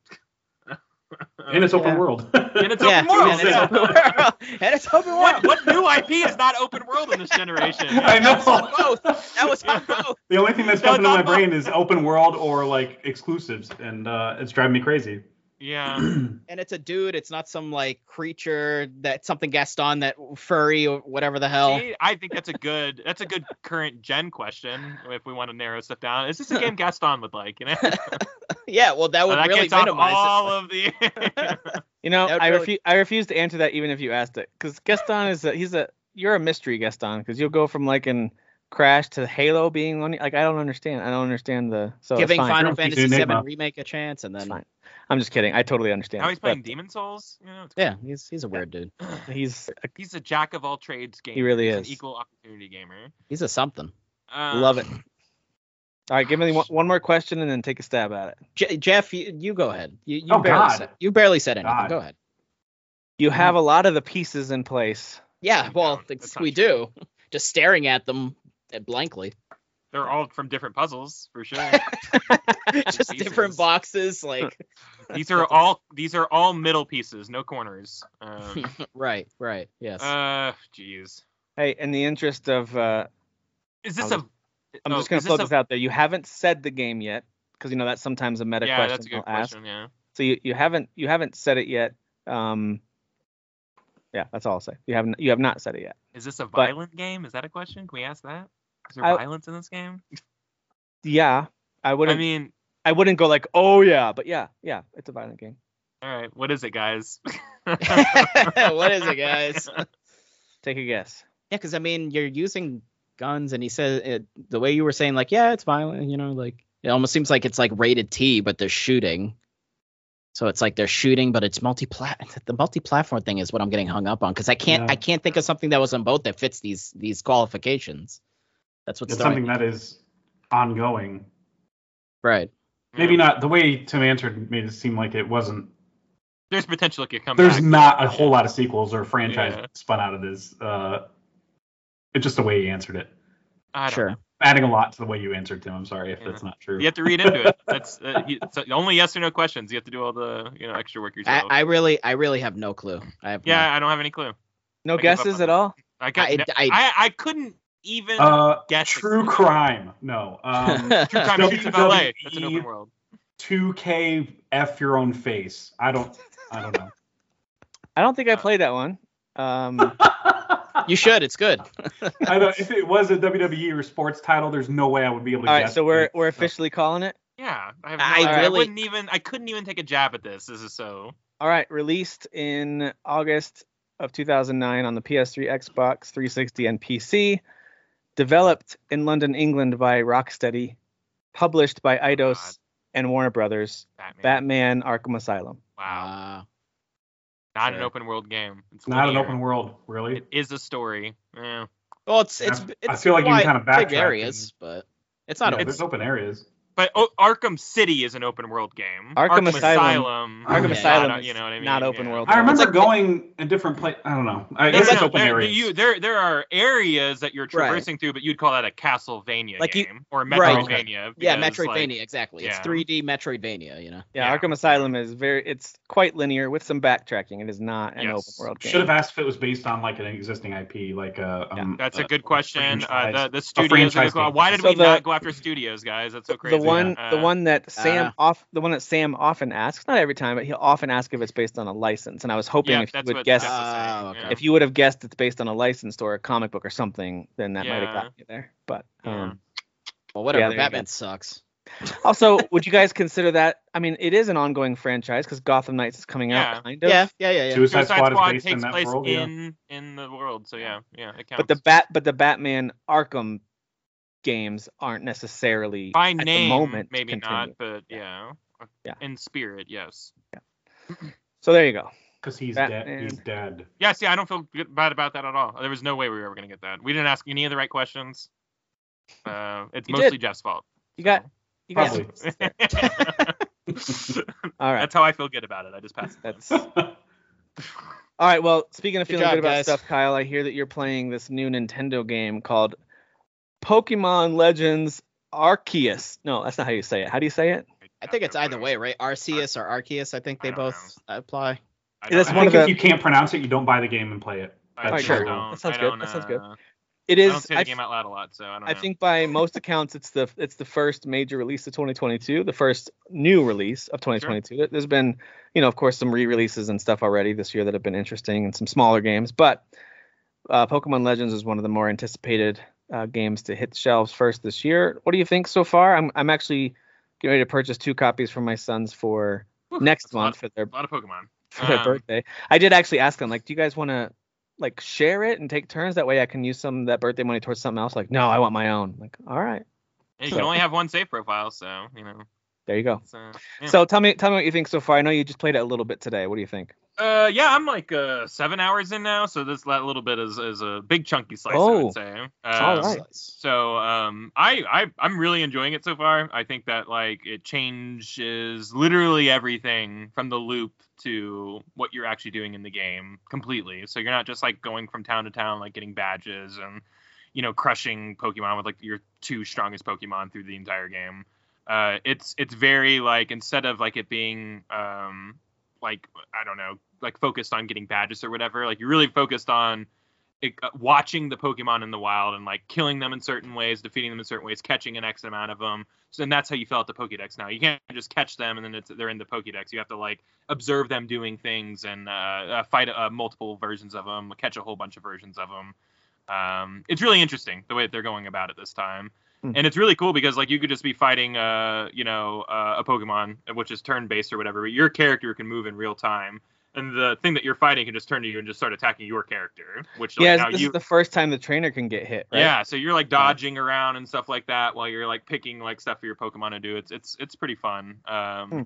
And it's open Yeah. world. And it's but- Yeah, open world. and it's yeah. open world. And it's open world. what, what new IP is not open world in this generation? I know. That was on both. That was on both. the only thing that's No, jumping in no, my no. brain is open world or like exclusives, and uh, it's driving me crazy. Yeah. And it's a dude. It's not some like creature that something Gaston that furry or whatever the hell. See, I think that's a good that's a good current gen question if we want to narrow stuff down. Is this a game Gaston would like? You know, that, Yeah, well, that would that really gets off minimize it. all of the. You know, That would I really- refu- I refuse to answer that even if you asked it, because Gaston is a, he's a you're a mystery Gaston, because you'll go from like in Crash to Halo being on like I don't understand. I don't understand the so it's Giving fine. Final Sure, Fantasy Enigma. VII remake a chance, and It's then fine. I'm just kidding. I totally understand. now he's it, playing but Demon Souls. You know, it's yeah, he's he's a weird dude. He's a He's a jack of all trades gamer. really He's an is. equal opportunity gamer. He's a something. Um, Love it. All right, give me one, one more question and then take a stab at it. J- Jeff, you, you go ahead. You, you Oh, barely God. said you barely said anything. God. Go ahead. You have a lot of the pieces in place. Yeah, You well, don't. That's it's- not we do. Just staring at them uh, blankly. They're all from different puzzles for sure. Just different Jesus. boxes, like these are all these are all middle pieces, no corners. Um, right, right, yes. uh, jeez. Hey, in the interest of, uh, Is this I'll a? I'm oh, just gonna is float a- this out there. You haven't said the game yet, because you know that's sometimes a meta Yeah, question that's a good I'll ask. question. Yeah. So you, you haven't you haven't said it yet. Um, yeah, that's all I'll say. You haven't you have not said it yet. Is this a violent game? Is that a question? Can we ask that? Is there I- violence in this game? Yeah, I I wouldn't I, mean, wouldn't go like oh yeah, but yeah yeah it's a violent game. all right. What is it, guys? what is it, guys? Take a guess. Yeah, because I mean, you're using guns, and he said it, the way you were saying, like, yeah, it's violent. You know, like it almost seems like it's like rated T, but they're shooting. So it's like they're shooting, but it's multi The multi-platform thing is what I'm getting hung up on because I can't Yeah. I can't think of something that was on both that fits these these qualifications. That's what's It's throwing something me- that is ongoing. right. Maybe not the way Tim answered made it seem like it wasn't. There's potential it could come There's back. not a whole lot of sequels or franchise Yeah. spun out of this. Uh, it's just the way he answered it. I don't Sure. know. Adding a lot to the way you answered, Tim. I'm sorry if Yeah. that's not true. You have to read into it. That's uh, you, it's only yes or no questions. You have to do all the you know extra work I, yourself. I really I really have no clue. I have yeah, I don't have any clue. No I give up guesses on at that. all. I no, got. I, no- I, I, I couldn't even Uh, guess. true crime. E. No. Um, True crime shoots in LA. That's an WWE. open world. 2K F your own face. I don't. I don't know. I don't Uh, think I played that one. Um, you should. It's good. I don't. If it was a WWE or sports title, there's no way I would be able to. all right, guess so we're it. we're officially calling it. Yeah, I have. No, I idea. I, really- wouldn't even. I couldn't even take a jab at this. This is so. All right, released in August of 2009 on the PS3, Xbox 360, and PC. Developed in London, England by Rocksteady. Published by Eidos Oh God. and Warner Brothers. Batman. Batman: Arkham Asylum. Wow. Uh, Not an sure. open world game. It's not an linear. open world, really. It is a story. Yeah. well, it's it's I- it's I feel like you can wide- kinda big backtrack areas, but it's not No, a there's open areas. But o- Arkham City is an open world game. Arkham Asylum. Arkham Yeah. Asylum Not, is you know what I mean? not open Yeah. world. I remember It's like- going a different place. I don't know. No, I guess no, it's no, open there, areas. You, there, there are areas that you're Right. traversing through, but you'd call that a Castlevania Like you- game or Right. Metroidvania. yeah because, like, Metroidvania exactly. It's yeah. 3D Metroidvania. You know. Yeah, Yeah. Arkham Asylum is very it's quite linear with some backtracking. It is not an Yes. open world game. Should have asked if it was based on like an existing IP, like uh, um, That's a uh, good question. Uh, franchise. the, the studios. Are franchise go, game. why did So we the- not go after studios, guys? That's so crazy. the one the Uh, one that Sam Uh. off the one that Sam often asks, not every time, but he'll often ask if it's based on a license. And I was hoping Yeah, if you that's would what. guess that's what I'm Oh, saying, okay. yeah. if you would have guessed it's based on a license or a comic book or something, then that might have Yeah. gotten you there. But Yeah. um, Well, whatever. there you go. Batman sucks. also, would you guys consider that? I mean, it is an ongoing franchise because Gotham Knights is coming Yeah. out, kind of. Yeah, yeah, yeah, yeah. Suicide, Suicide Squad, Squad is based in takes that place world. yeah. in in the world, so yeah, yeah, it counts. But the bat, but the Batman Arkham games aren't necessarily by at name, the moment maybe continued. not, but yeah. Yeah. in spirit, yes. So there you go. Because he's Batman. dead. He's dead. Yes, yeah, I don't feel good, bad about that at all. There was no way we were ever gonna get that. We didn't ask any of the right questions. Uh, it's You mostly did. Jeff's fault. You got so. you got Probably. all right. That's how I feel good about it. I just passed. That's all right. Well, speaking of Good feeling job, good about guys. stuff, Kyle, I hear that you're playing this new Nintendo game called Pokemon Legends Arceus. No, that's not how you say it. How do you say it? I think it's either way, right? Arceus or Arceus. I think I they don't both apply. I That's I don't- one think of if the- you can't pronounce it, you don't buy the game and play it. I Alright, don't- sure. I don't- That sounds I good. don't, That sounds good. uh, It I is. don't say the I- game out loud a lot, so I don't know. I think by most accounts, it's the it's the first major release of 2022, the first new release of 2022. There- There's been, you know, of course, some re-releases and stuff already this year that have been interesting and some smaller games, but uh, Pokemon Legends is one of the more anticipated uh, games to hit shelves first this year. What do you think so far? I'm I'm actually getting ready to purchase two copies for my sons for Whew, next that's a lot month of- for their a lot of Pokemon. for their Um, birthday. I did actually ask them, like, do you guys want to like share it and take turns? That way I can use some of that birthday money towards something else. Like, no, I want my own. Like, all right, And you can only have one save profile, so you know. there you go. It's, uh, yeah. So tell me, tell me what you think so far. I know you just played it a little bit today. What do you think? Uh, yeah, I'm like uh seven hours in now, so this that little bit is is a big chunky slice. I Oh. would say. Um, All right. So um, I, I I'm really enjoying it so far. I think that like it changes literally everything from the loop to what you're actually doing in the game completely. So you're not just like going from town to town, like getting badges and you know crushing Pokemon with like your two strongest Pokemon through the entire game. Uh, it's it's very like instead of like it being um like I don't know like focused on getting badges or whatever, like you're really focused on it, uh, watching the Pokemon in the wild and like killing them in certain ways, defeating them in certain ways, catching an X amount of them. So then that's how you fill out the Pokedex. Now you can't just catch them and then it's, they're in the Pokedex. You have to like observe them doing things and uh, uh, fight uh, multiple versions of them, catch a whole bunch of versions of them. Um, it's really interesting the way that they're going about it this time. Hmm. And it's really cool because like you could just be fighting, uh, you know, uh, a Pokemon, which is turn-based or whatever, but your character can move in real time and the thing that you're fighting can just turn to you and just start attacking your character, which like, yeah, now this you is the first time the trainer can get hit. Right? yeah, so you're like dodging around and stuff like that while you're like picking like stuff for your Pokemon to do. It's it's it's pretty fun. Um, Hmm.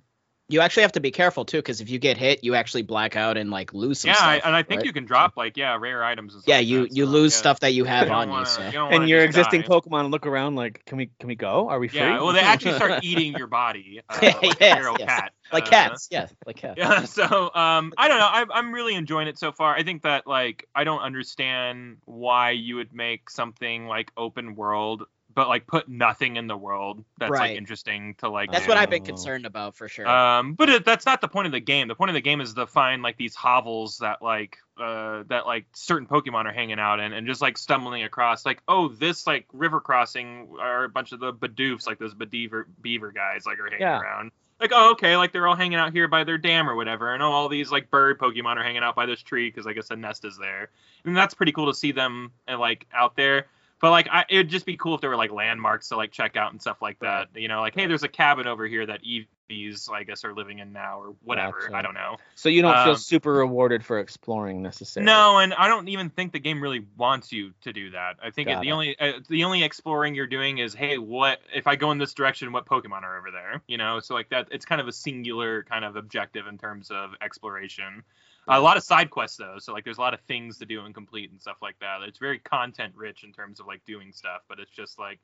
You actually have to be careful too, because if you get hit, you actually black out and like lose some yeah, stuff. I, and I think right? you can drop like yeah rare items and stuff. Yeah, like you that, you so, lose yeah. stuff that you have don't on wanna- you. So. don't wanna And your just existing die. Pokemon look around like, can we can we go? Are we free? Yeah, well, they actually start eating your body. Uh, like a Yes, feral yes. cat. Like Uh, cats, yeah, like cats. yeah so um i don't know I, i'm really enjoying it so far i think that like i don't understand why you would make something like open world but like put nothing in the world that's Right. like interesting to like That's do. what I've been Oh. concerned about for sure. um but it, that's not the point of the game the point of the game is to find like these hovels that like uh that like certain pokemon are hanging out in and just like stumbling across like oh this like river crossing are a bunch of the badoofs like those bedeaver beaver guys like are hanging Yeah. around like oh okay like they're all hanging out here by their dam or whatever and oh all these like bird pokemon are hanging out by this tree because i guess the nest is there and that's pretty cool to see them and like out there but like, I, it'd just be cool if there were like landmarks to like check out and stuff like that. You know, like, hey, there's a cabin over here that Eevees, I guess, are living in now or whatever. Gotcha. I don't know. so you don't feel um, super rewarded for exploring necessarily. No, and I don't even think the game really wants you to do that. I think Got the it. only uh, the only exploring you're doing is, hey, what if I go in this direction? What Pokemon are over there? You know, so like that, it's kind of a singular kind of objective in terms of exploration. A lot of side quests though, so like there's a lot of things to do and complete and stuff like that. It's very content rich in terms of like doing stuff, but it's just like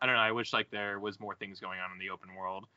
I don't know. I wish like there was more things going on in the open world.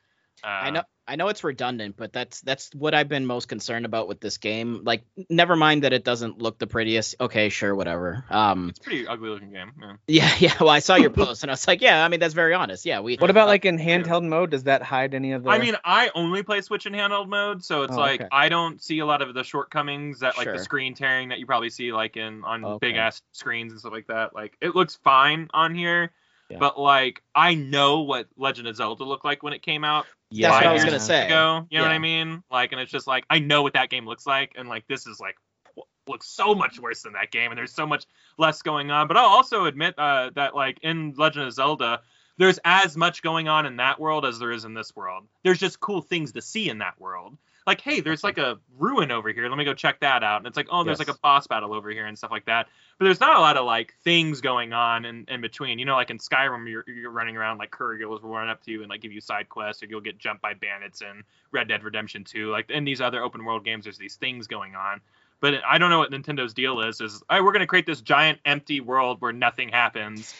Uh, I know I know it's redundant, but that's that's what I've been most concerned about with this game. Like, never mind that it doesn't look the prettiest. Okay, sure, whatever. Um, it's a pretty ugly looking game. Yeah. yeah, yeah. Well, I saw your post and I was like, yeah. I mean, that's very honest. Yeah, we. What about like in handheld mode? Does that hide any of the? I mean, I only play Switch in handheld mode, so it's Oh, like okay. I don't see a lot of the shortcomings that like Sure. the screen tearing that you probably see like in on Okay. big ass screens and stuff like that. Like it looks fine on here, Yeah. but like I know what Legend of Zelda looked like when it came out yeah, that's what I five was years gonna say. ago. You know what Yeah. I mean? Like, and it's just like I know what that game looks like, and like this is like w- looks so much worse than that game, and there's so much less going on. But I'll also admit uh, that like in Legend of Zelda, there's as much going on in that world as there is in this world. There's just cool things to see in that world. Like, hey, there's like a ruin over here. Let me go check that out. And it's like, oh, there's Yes. like a boss battle over here and stuff like that. But there's not a lot of like things going on in, in between. You know, like in Skyrim, you're, you're running around like couriers will run up to you and like give you side quests, or you'll get jumped by bandits in Red Dead Redemption 2. Like in these other open world games, there's these things going on. But I don't know what Nintendo's deal is. Is all right, we're gonna create this giant empty world where nothing happens.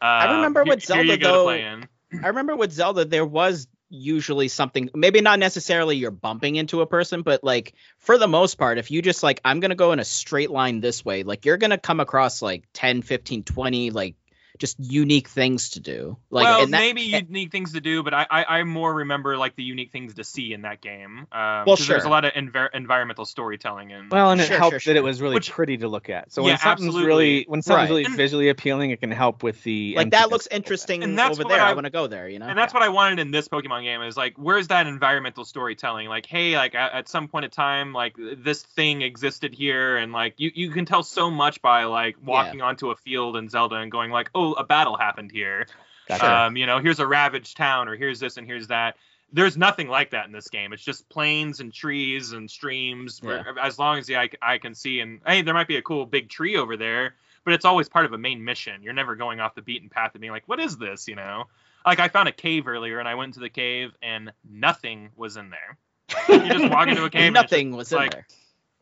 Uh, I remember here- with here you Zelda, go to though, play in. I remember with Zelda, there was usually something, maybe not necessarily you're bumping into a person, but like for the most part, if you just like, I'm going to go in a straight line this way, like you're going to come across like 10, 15, 20, like just unique things to do. Like, well, and that, e- maybe unique things to do, but I, I I more remember like the unique things to see in that game. Um, Well, 'cause There's a sure. lot of envir- environmental storytelling in. well, and it Sure, helped sure, sure. that it was really Which- pretty to look at. So Yeah, when something's absolutely. really when something's Right. really And- visually appealing, it can help with the like that emptiness a looks little bit. interesting And that's over what there. I, I- want to go there, you know? And that's what I wanted in this Pokemon game is like, where's that environmental storytelling? Like, hey, like at, at some point in time, like this thing existed here, and like you you can tell so much by like walking onto a field in Zelda and going like, oh, a battle happened here. Gotcha. Sure. Um, you know, here's a ravaged town, or here's this and here's that. There's nothing like that in this game. It's just plains and trees and streams. Where, As long as the eye, eye can see, and hey, there might be a cool big tree over there, but it's always part of a main mission. You're never going off the beaten path and being like, "What is this?" You know, like I found a cave earlier, and I went into the cave, and nothing was in there. You just walk into a cave, and it's Nothing was in like- there.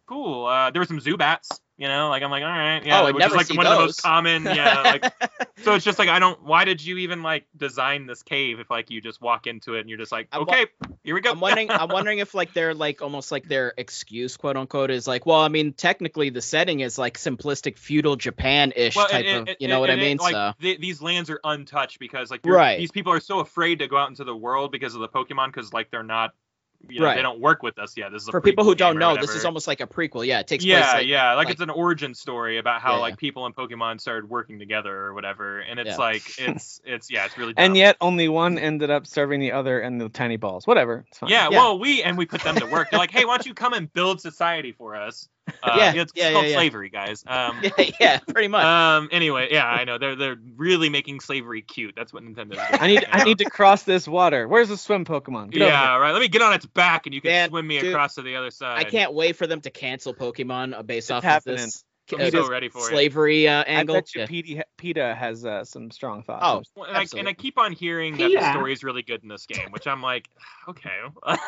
cool. Uh, there were some Zubats, you know, like I'm like, all right, yeah, Oh, I'd which never is like see one of the those. most common, yeah. Like, so it's just like I don't. Why did you even like design this cave if like you just walk into it and you're just like, I'm wa- okay, here we go. I'm wondering. I'm wondering if like their like almost like their excuse, quote unquote, is like, well, I mean, technically the setting is like simplistic feudal Japan-ish Well, type and- of, and- you know and- what I and it, mean? like, so th- these lands are untouched because like you're- Right. these people are so afraid to go out into the world because of the Pokemon because like they're not, you know, Right. they don't work with us yet. This is a for people who prequel game don't or know, this whatever. is almost like a prequel. Yeah, it takes yeah, place. Like, yeah, like, like- it's an origin story about how Yeah, like people and Pokemon started working together or whatever, and it's Yeah. like it's it's yeah, it's really dumb. and yet only one ended up serving the other and the tiny balls. Whatever. It's fine. Yeah, Yeah. well, we and we put them to work. They're like, hey, why don't you come and build society for us? Uh, Yeah, it's yeah, called yeah, yeah. slavery, guys. Um, yeah, yeah, pretty much. um. Anyway, yeah, I know they're they're really making slavery cute. That's what Nintendo. is doing I need right I now. need to cross this water. Where's the swim Pokemon? Get over yeah, right. Let me get on its back, and you can Dan, swim me dude, across to the other side. I can't wait for them to cancel Pokemon uh, based off happening. of this I'm uh, so this ready for it. slavery uh, here. I angle. bet you Yeah. Pete- PETA has uh, some strong thoughts. Oh, Well, And I, and I Absolutely. keep on hearing that the Yeah. story's really good in this game, which I'm like, okay.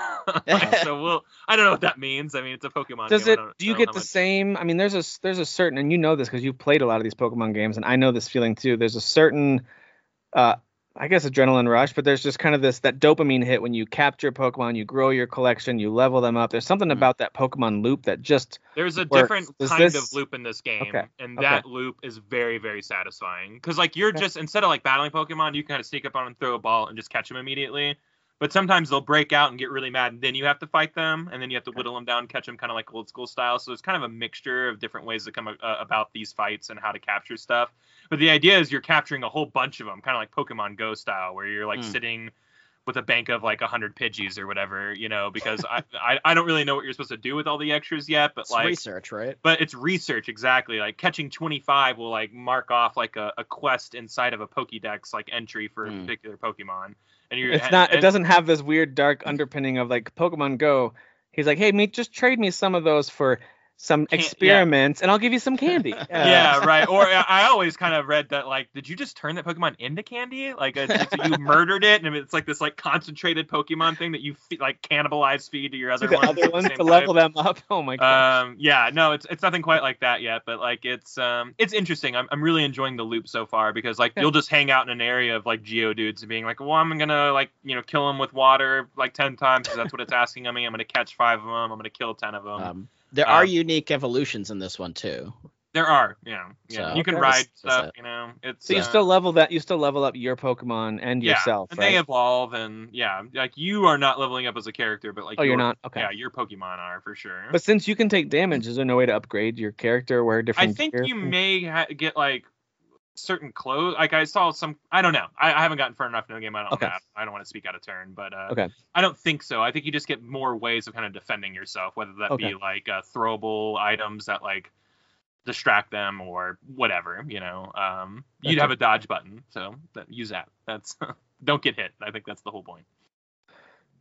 Like, so we'll. I don't know what that means. I mean, it's a Pokemon. Does game. I it? don't- Do I you don't get know the much- same? I mean, there's a there's a certain, and you know this because you've played a lot of these Pokemon games, and I know this feeling too. There's a certain, uh, I guess adrenaline rush, but there's just kind of this that dopamine hit when you capture Pokemon, you grow your collection, you level them up. There's something Hmm. Mhm. about that Pokemon loop that just There's a works? different Does kind this- of loop in this game, Okay, and okay. that loop is very, very satisfying. Because like you're Okay. just instead of like battling Pokemon, you kind of sneak up on them, throw a ball, and just catch them immediately. But sometimes they'll break out and get really mad, and then you have to fight them, and then you have to whittle them down, catch them kind of like old school style. So it's kind of a mixture of different ways to come a- uh, about these fights and how to capture stuff. But the idea is you're capturing a whole bunch of them, kind of like Pokemon Go style, where you're Hmm. like Mm. sitting with a bank of like 100 Pidgeys or whatever, you know, because I, I I don't really know what you're supposed to do with all the extras yet, but It's like research, right? but it's research exactly like catching 25 will like mark off like a, a quest inside of a pokédex like entry for a Hmm. particular pokemon and you're it's not. It and- doesn't have this weird dark underpinning of like Pokemon Go. He's like, hey, mate, just trade me some of those for some Can't- yeah. experiments, and I'll give you some candy. yeah right or I- i always kind of read that like did you just turn that pokemon into candy like it's, it's- you murdered it and it's like this like concentrated pokemon thing that you fe- like cannibalize feed to your other Uh, the other ones at the ones to same time. level them up. Oh my god. um yeah no it's it's nothing quite like that yet but like it's um it's interesting i'm, I'm really enjoying the loop so far because like Yeah. you'll just hang out in an area of like geo dudes and being like well i'm gonna like you know kill them with water like 10 times because that's what it's asking of me i'm gonna catch five of them i'm gonna kill 10 of them Um, there uh, are unique evolutions in this one too. there are yeah yeah So, you can okay, ride that's- that's stuff it. you know it's so you uh, still level that. You still level up your Pokemon and yeah, yourself, and right? they evolve and yeah like you are not leveling up as a character but like oh, you're your- not. Okay. yeah your pokemon are for sure But since you can take damage, is there no way to upgrade your character? Wear different. I think gear? you may ha- get like certain clothes. Like I saw some. I don't know. I, I haven't gotten far enough in the game. I don't. Okay. know. I don't want to speak out of turn, but uh, Okay. I don't think so. I think you just get more ways of kind of defending yourself, whether that Okay. be like uh, throwable items that like distract them or whatever. You know, um, you'd Gotcha. have a dodge button, so that, use that. That's don't get hit. I think that's the whole point.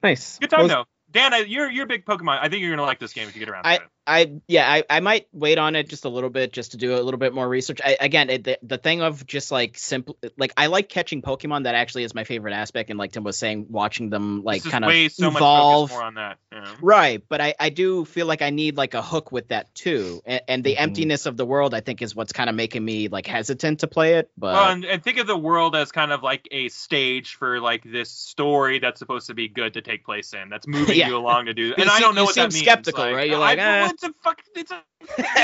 Nice. Good time Well, though. Dan, I, you're you're a big Pokemon. I think you're gonna like this game if you get around to it. I yeah, I, I might wait on it just a little bit just to do a little bit more research. I, again, it, the, the thing of just like simple like I like catching Pokemon. That actually is my favorite aspect. And like Tim was saying, watching them like This is kind of way so much focus evolve. more on that. yeah. Right, but I, I do feel like I need like a hook with that too, and, and the Mm-hmm. Mhm. emptiness of the world I think is what's kind of making me like hesitant to play it. But well, and, and think of the world as kind of like a stage for like this story that's supposed to be good to take place in. That's moving Yeah. you along to do. You And I seem- don't know you what that seem means. skeptical, right? You're like, I, eh. well, it's a fuck, it's a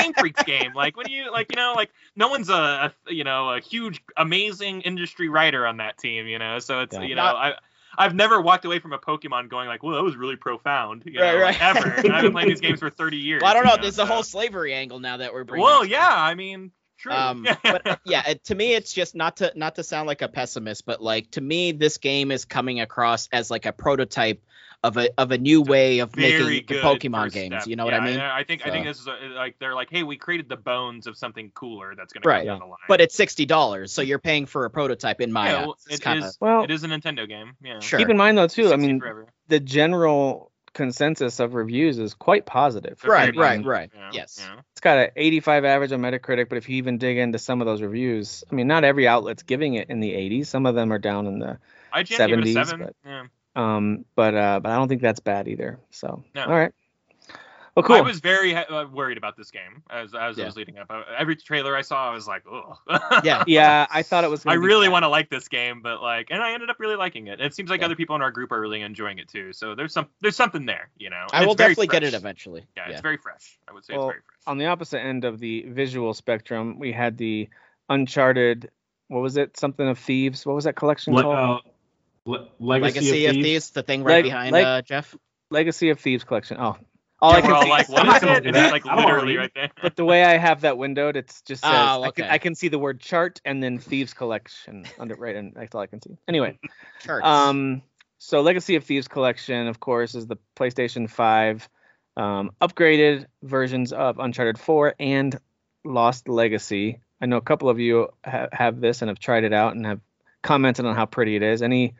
Game Freaks game. Like when you like, you know, like no one's a, a you know a huge amazing industry writer on that team. You know, so it's Yeah. you know Not- I. I've never walked away from a Pokemon going like, "Well, that was really profound," you Right, know, right. ever. And I've been playing these games for 30 years. Well, I don't you know. There's the so- whole slavery angle now that we're bringing. Well, up. yeah, I mean, true. Um, but uh, yeah, it, to me, it's just not to not to sound like a pessimist, but like to me, this game is coming across as like a prototype of a of a new way of very making the good Pokemon first games. step. You know Yeah, what I mean? and I think I think So- this is a, like they're like, hey, we created the bones of something cooler that's gonna Right. come down the line. But it's sixty dollars, so you're paying for a prototype in my yeah, eyes. well, It's it kinda- is- Well, it is a Nintendo game. Yeah. sure. keep in mind though too. I 60 mean, forever. the general consensus of reviews is quite positive. They're Right, pretty right, decent, right. you know, Yes. you know. It's got an 85 average on Metacritic, but if you even dig into some of those reviews, I mean, not every outlet's giving it in the 80s. Some of them are down in the, IGN gave it a 70s, seven. but- yeah. um, but uh, but I don't think that's bad either. So No. all right, well, cool. I was very uh, worried about this game as as Yeah. I was leading up. I, every trailer I saw, I was like, oh. Yeah. yeah, I thought it was. I gonna be really bad. want to like this game, but like, and I ended up really liking it. And it seems like Yeah. other people in our group are really enjoying it too. So there's some there's something there, you know. And I will it's very definitely get fresh. it eventually. Yeah, Yeah. it's very fresh. I would say Well, it's very fresh. on the opposite end of the visual spectrum, we had the Uncharted. What was it? Something of Thieves. What was that collection Le- called? uh, Le- Legacy, Legacy of of Thieves. Thieves, the thing right Like- behind like- uh, Jeff. Legacy of Thieves collection. Oh, all I yeah, we're can all see. like, I'm what not is gonna it? do And that. it's like I don't wanna literally read. right there. But the way I have that windowed, it just says Oh, I, can, okay. I can see the word chart and then Thieves collection under right, and that's all I can see. Anyway, Church. Um, so Legacy of Thieves collection, of course, is the PlayStation 5 um, upgraded versions of Uncharted 4 and Lost Legacy. I know a couple of you ha- have this and have tried it out and have commented on how pretty it is. Any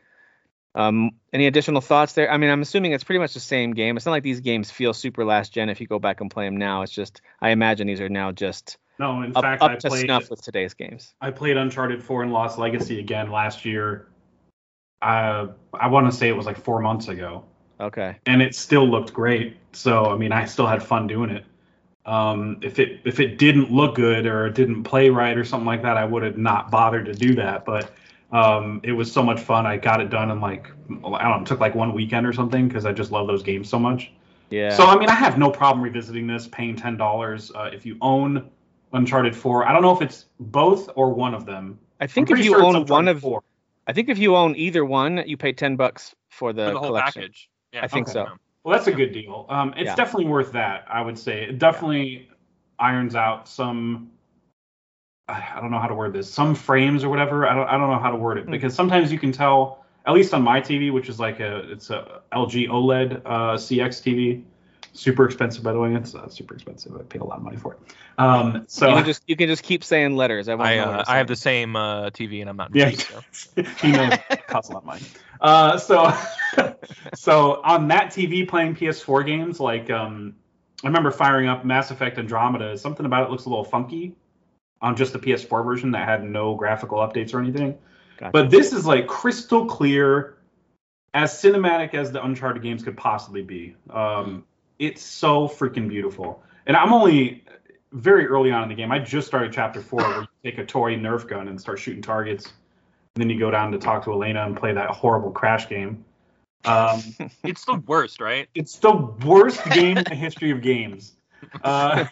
um, any additional thoughts there? I mean, I'm assuming it's pretty much the same game. It's not like these games feel super last gen if you go back and play them now. It's just I imagine these are now just No, in up, fact, up I to played snuff with today's games. I played Uncharted 4 and Lost Legacy again last year. Uh, I want to say it was like four months ago, Okay. and it still looked great. So I mean, I still had fun doing it. Um, if it if it didn't look good or it didn't play right or something like that, I would have not bothered to do that. But um, it was so much fun. I got it done in like I don't know, it took like one weekend or something because I just love those games so much. Yeah. So I mean, I have no problem revisiting this, paying ten dollars uh, if you own Uncharted Four. I don't know if it's both or one of them. I I'm think if pretty you sure it's own Uncharted one of four. I think if you own either one, you pay 10 bucks for the, for the whole collection. package. Yeah, I think Okay. so. Well, that's a good deal. Um, it's Yeah. definitely worth that. I would say it definitely irons out some. I I don't know how to word this. Some frames or whatever. I don't. I don't know how to word it Hmm. because sometimes you can tell. At least on my TV, which is like a it's a LG OLED uh, CX TV, super expensive by the way. It's uh, super expensive. I paid a lot of money for it. Um, so you can just you can just keep saying letters. I won't I know what uh, you're I saying. have the same uh, TV and I'm not. in Yeah. shape, so. he knows it costs a lot of money. Uh, so, so on that TV playing PS4 games, like um, I remember firing up Mass Effect Andromeda. Something about it looks a little funky on just the PS4 version that had no graphical updates or anything. Gotcha. But this is like crystal clear, as cinematic as the Uncharted games could possibly be. Um, it's so freaking beautiful. And I'm only very early on in the game. I just started chapter four, where you take a toy Nerf gun and start shooting targets, and then you go down to talk to Elena and play that horrible crash game. Um, It's the worst, right? it's the worst game in the history of games. Uh,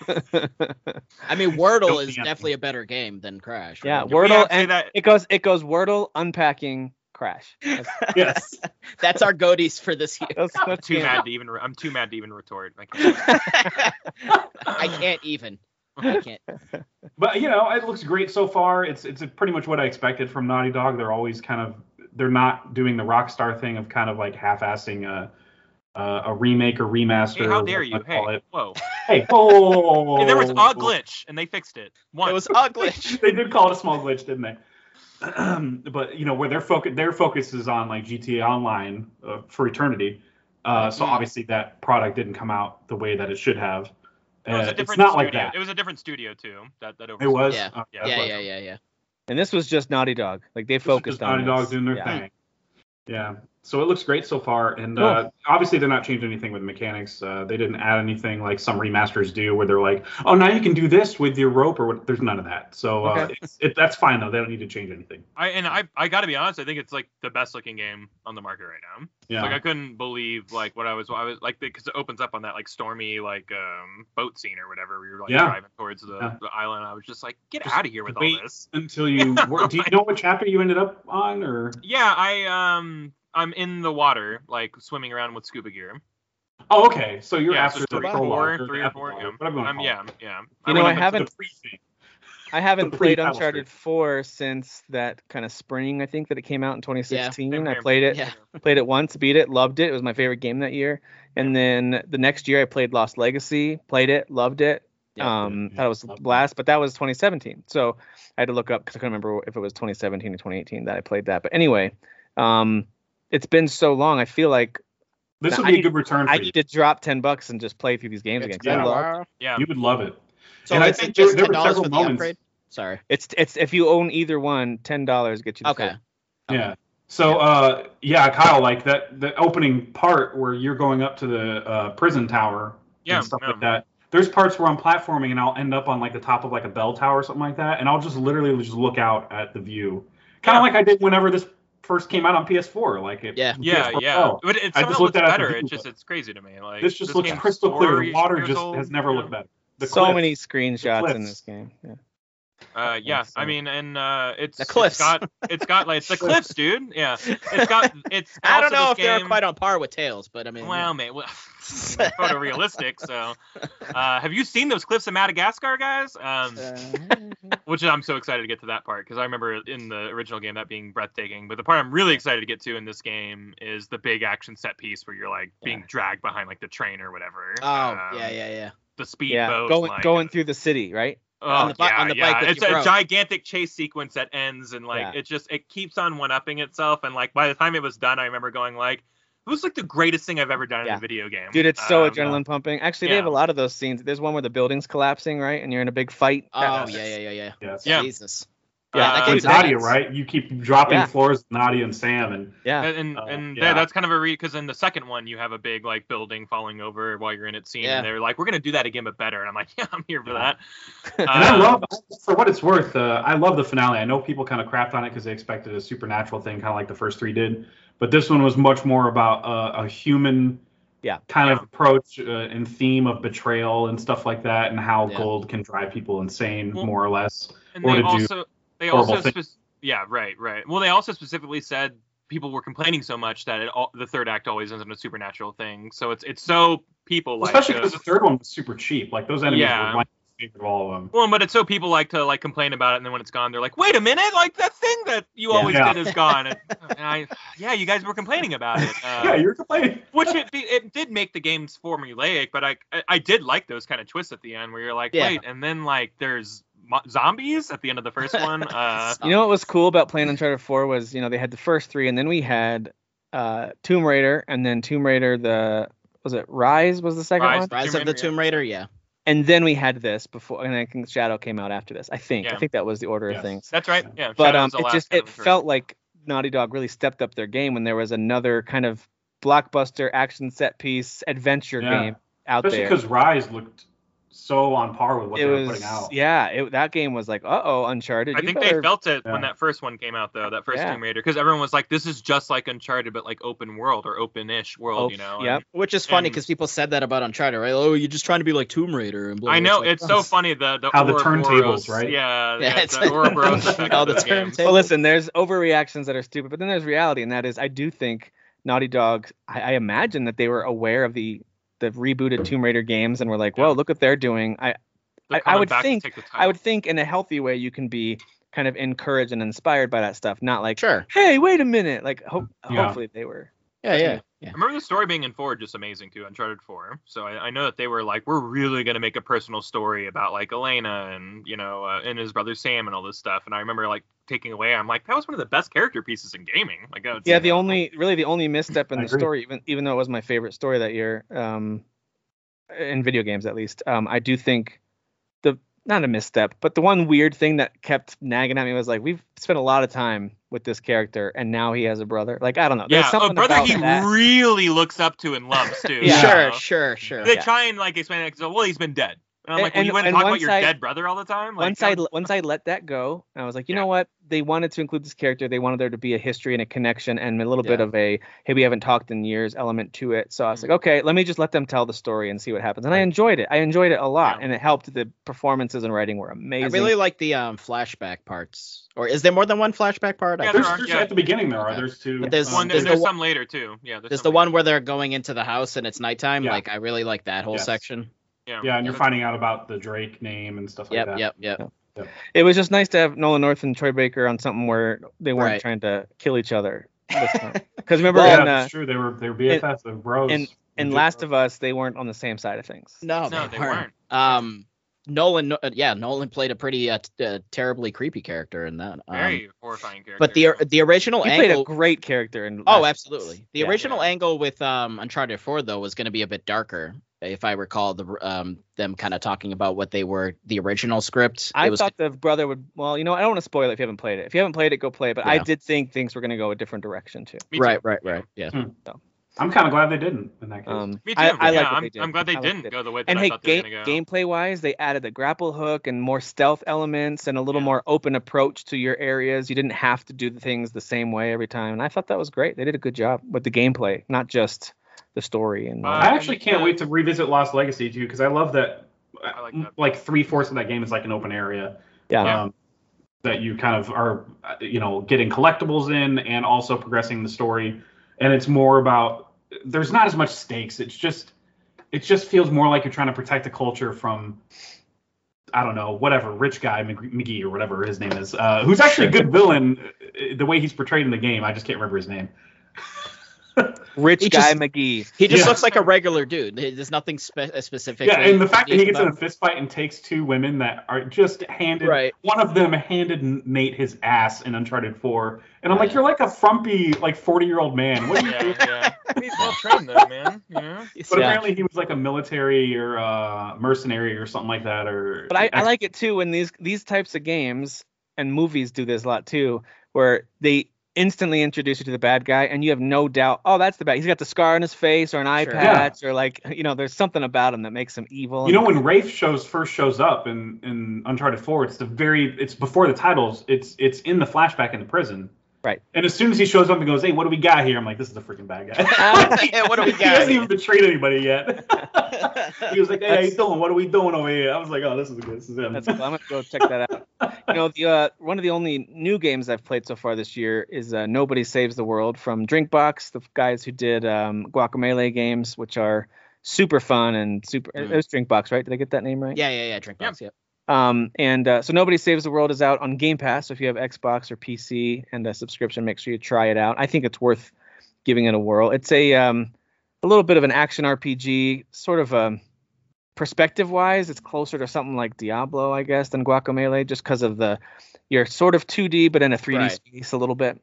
I mean, Wordle Don't is be happy. definitely a better game than Crash. yeah, right? We have Wordle to say and that it goes it goes Wordle unpacking crash. That's, yes. that's our goatees for this year. that's, I'm that's too yeah. mad to even. re- I'm too mad to even retort. I can't. I can't even. I can't. but you know, it looks great so far. It's it's pretty much what I expected from Naughty Dog. They're always kind of they're not doing the Rockstar thing of kind of like half-assing a a, a remake or remaster. Hey, or how dare you? whatnot call Hey, it. whoa! hey, oh, Hey, there was a glitch and they fixed it. One. It was ugly. they did call it a small glitch, didn't they? but you know where their focus their focus is on like GTA Online uh, for eternity. Uh, so Mm-hmm. Mhm. obviously that product didn't come out the way that it should have. It was Uh, a different it's not studio. like that. It was a different studio too. That that It was. Yeah. Uh, Yeah, it Yeah, was. yeah, yeah, yeah. And this was just Naughty Dog. Like they This is focused just on Naughty Dog this. doing their yeah. thing. Yeah. So it looks great so far, and Cool. uh, obviously they're not changing anything with mechanics. Uh, they didn't add anything like some remasters do, where they're like, "Oh, now you can do this with your rope," or what. There's none of that. So uh, Okay. it's, it, that's fine though. They don't need to change anything. I and I I gotta be honest. I think it's like the best looking game on the market right now. Yeah. Like I couldn't believe like what I was I was like because it opens up on that like stormy like um boat scene or whatever. We were like Yeah. driving towards the, Yeah. the island. I was just like, get Just out of here with wait. all this. Until you, were, do you know what chapter you ended up on, or Yeah, I um I'm in the water like swimming around with scuba gear. oh, okay, so you're yeah, after so the three, prologue, four, the three or four. epilogue, yeah. whatever you want to Um, call it. yeah, yeah. You know, went I up to- haven't- The pre-thing. I haven't The played pre-Battle Uncharted 4 since that kind of spring, I think, that it came out in 2016. Same I here. played it, Yeah. played it once, beat it, loved it. It was my favorite game that year. And then the next year, I played Lost Legacy, played it, loved it. Yeah. um, Yeah. thought it was Loved it. last, but that was 2017. So I had to look up because I couldn't remember if it was 2017 or 2018 that I played that. But anyway, um, it's been so long. I feel like This Now, would I be a need- good return for I you. need to drop 10 bucks and just play through these games again. 'cause I been a love- Yeah. You would love it. So And I is think it just there- there ten were dollars several for the moments- upgrade? Sorry. it's it's if you own either one, ten dollars gets you. The Okay. full- Yeah. Um, So uh yeah, Kyle, like that the opening part where you're going up to the uh prison tower Yeah, and stuff yeah. like that. There's parts where I'm platforming and I'll end up on like the top of like a bell tower or something like that, and I'll just literally just look out at the view. Kind Yeah. of like I did whenever this first came out on PS4. Like it Yeah. Yeah, PS4 yeah. Pro. But it I somehow just looks looked at it at the better. It Google. just it's crazy to me. Like This just looks game's crystal clear. four Water years just old, has never you looked know? better. The so cliffs. many screenshots in cliffs. this game. Yeah. Uh, yeah, so- I mean, and uh, it's The cliffs. It's got it's got like it's the cliffs, dude. Yeah, it's got it's. I don't also know this if they're game- quite on par with Tails, but I mean, Well, mate, well, it's Oh, photorealistic. So, uh, have you seen those cliffs of Madagascar, guys? Um, uh, Which I'm so excited to get to that part because I remember in the original game that being breathtaking. But the part I'm really excited to get to in this game is the big action set piece where you're like being Yeah. dragged behind like the train or whatever. Oh, Um, yeah, yeah, yeah. The speedboat. yeah, going like, going through the city, right? Oh, on the bi- yeah, on the yeah. bike with it's your a bro. gigantic chase sequence that ends, and like Yeah. it just it keeps on one upping itself. And like by the time it was done, I remember going like, "It was like the greatest thing I've ever done in Yeah. a video game." Dude, it's so Um, adrenaline pumping. Actually, they have a yeah. lot of those scenes. There's one where the building's collapsing, right? And you're in a big fight. Oh, That- yeah, yeah, yeah, yeah. Yes. Yeah. Jesus. Yeah, uh, that With game's Nadia, badass. right? You keep dropping Yeah. floors, with Nadia and Sam, and yeah. and and, Uh, and yeah. yeah. that's kind of a re because in the second one you have a big like building falling over while you're in it scene Yeah. and they're like we're gonna do that again but better and I'm like yeah I'm here for Yeah. that. And I Uh, Um, love, for what it's worth, uh, I love the finale. I know people kind of crapped on it because they expected a supernatural thing, kind of like the first three did. But this one was much more about uh, a human Yeah. kind of Yeah. approach uh, and theme of betrayal and stuff like that, and how Yeah. gold can drive people insane, Well, more or less. and or they to do also they horrible also things. spec- yeah right right well they also specifically said people were complaining so much that it all, the third act always ends in a supernatural thing so it's it's so people like Especially to- because the third one was super cheap. Like those enemies Yeah. were my favorite of all of them. well but it's so people like to like complain about it and then when it's gone they're like wait a minute like that thing that you Yeah. always Yeah. did is gone and, and I, yeah you guys were complaining about it uh, yeah, you're complaining. which it, be- it did make the games formulaic but I, I i did like those kind of twists at the end where you're like Yeah. wait and then like there's mo- zombies at the end of the first one uh You know what was cool about playing Uncharted 4 was, you know, they had the first three, and then we had uh, Tomb Raider, and then Tomb Raider the was it Rise was the second Rise. one, Rise Tomb of the Raider, yeah. Tomb Raider, yeah. and then we had this before, and I think Shadow came out after this. I think I Yeah. think that was the order Yes. of things. that's right yeah But um, Shadow's the it last just kind it of version. felt like Naughty Dog really stepped up their game when there was another kind of blockbuster action set piece adventure Yeah. game out Especially there. because Rise looked so on par with what it they was were putting out. yeah, it, that game was like uh oh Uncharted. I you think better- they felt it when Yeah. that first one came out, though. That first Yeah. Tomb Raider, because everyone was like, "This is just like Uncharted, but like open world or open-ish world," Oh, you know. yep. Which is funny And- because people said that about Uncharted, right? Oh, you're just trying to be like Tomb Raider and And blah. I blah, know like, it's so "Oh." funny the the How the Ouroboros- turntables, right? Yeah, Yeah, yeah, it's- it's the Ouroboros effect All of the those games. Well, table. listen, there's overreactions that are stupid, but then there's reality, and that is, I do think Naughty Dog. I, I imagine that they were aware of the the rebooted Tomb Raider games, and were like, "Well, look what they're doing." I I- They're I coming would back to think- take the I title. would think in a healthy way you can be kind of encouraged and inspired by that stuff, not like, Sure. "Hey, wait a minute!" Like, ho- Yeah. hopefully they were. Yeah, yeah, yeah. I remember the story being in four just amazing too, Uncharted Four. So I, I know that they were like, "We're really gonna make a personal story about like Elena and you know uh, and his brother Sam and all this stuff." And I remember like taking away, I'm like, "That was one of the best character pieces in gaming." Like, oh, it's- Yeah, the only really the only misstep in I the agree. story, even even though it was my favorite story that year, um, in video games at least, um, I do think the not a misstep, but the one weird thing that kept nagging at me was like we've spent a lot of time with this character, and now he has a brother. Like I don't know, Yeah, there's a something brother about he that. really looks up to and loves too. Yeah. you know? Sure, sure, sure. They Yeah. try and like explain it 'cause, well, he's been dead. And I'm like, well, And- you went and and talk about once your I- dead brother all the time. Like, once I once I let that go, and I was like, you Yeah. know what? They wanted to include this character. They wanted there to be a history and a connection and a little bit Yeah. Mm-hmm. of a hey, we haven't talked in years element to it. So I was like, okay, let me just let them tell the story and see what happens. And I enjoyed it. I enjoyed it a lot, Yeah. and it helped. The performances and writing were I amazing. really like the um flashback parts. Or is there more than one flashback part? I Yeah, forget. There's, are, there's yeah. at the beginning there are Okay. there's two. um, But there's one, there's there's, the there's one- some later too. Yeah, There's the some one where they're going into the house and it's nighttime. Yeah. Like I really like that whole Yes. section. later. yeah, and you're But- finding out about the Drake name and stuff like Yep, that. yep, yep. it was just nice to have Nolan North and Troy Baker on something where they weren't Right. trying to kill each other. Because remember Yeah, in, uh, that's true. They were they were BFFs, they were bros. in Legit Last bros. of Us, they weren't on the same side of things. No, No, they weren't. Um, Nolan, uh, yeah, Nolan played a pretty uh, t- uh, terribly creepy character in that. Um, Very horrifying character. but the the original He played angle. a great character in. Last oh, of Us. absolutely. The Yeah. original Yeah. angle with um Uncharted Four though was going to be a bit darker, if I recall the um them kind of talking about what they were the original script. I it was, thought the brother would. Well, you know, I don't want to spoil it if you haven't played it. If you haven't played it, go play it. But I Yeah. did think things were going to go a different direction too. Me too. right, right, right. Yeah. I'm kind of glad they didn't in that case. Um, Me too. I, I yeah, like what I'm, they did. I'm glad I they like what didn't did. go the way that And I hey, thought they game, were gonna go. gameplay wise, they added the grapple hook and more stealth elements and a little Yeah. more open approach to your areas. You didn't have to do the things the same way every time, and I thought that was great. They did a good job with the gameplay, not just the story. And all Uh, that. I actually can't wait to revisit Lost Legacy too because I love that. I like that. Like three fourths of that game is like an open area. Yeah. Um, that you kind of are, uh, you know, getting collectibles in and also progressing the story, and it's more about there's not as much stakes. It's just, it just feels more like you're trying to protect the culture from. I don't know, whatever, rich guy McG- McGee or whatever his name is, uh, who's actually a good villain. uh, The way he's portrayed in the game, I just can't remember his name. Rich He guy just- McGee. He just Yeah. looks like a regular dude. There- There's nothing spe- uh, specific. Yeah, and the fact that he gets in a fist fight and takes two women that are just handed Right. one of them handed Nate his ass in Uncharted 4. And I'm like, Yeah. you're like a frumpy like 40 year old man. What are you yeah, doing? yeah. He's well trained though, man. You know. But Yeah. apparently he was like a military or uh, mercenary or something like that. Or But I, I like it too when these these types of games and movies do this a lot too, where they instantly introduce you to the bad guy and you have no doubt, oh, that's the bad. He's got the scar on his face or an eye Sure. patch or like you know, there's something about him that makes him evil. you know and- when Rafe shows first shows up in, in Uncharted 4, it's the very it's before the titles. It's it's in the flashback in the prison. Right. And as soon as he shows up and goes, "Hey, what do we got here?" I'm like, "This is a freaking bad guy." Yeah, what do we he hasn't even got? betrayed anybody yet. he was like, "Hey, how you doing? What are we doing over here?" I was like, "Oh, this is good. This is him." That's cool. I'm gonna go check that out. You know, the uh, one of the only new games I've played so far this year is uh, Nobody Saves the World from Drinkbox, the guys who did um, Guacamelee games, which are super fun and super. Mm. It was Drinkbox, right? Did I get that name right? yeah, yeah, yeah. Drink box. Yep. Um, and uh, so Nobody Saves the World is out on Game Pass. So if you have Xbox or PC and a subscription, make sure you try it out. I think it's worth giving it a whirl. It's a um, a little bit of an action RPG, sort of um perspective wise, it's closer to something like Diablo, I guess, than Guacamelee, just because of the you're sort of 2D but in a 3D Right. space a little bit.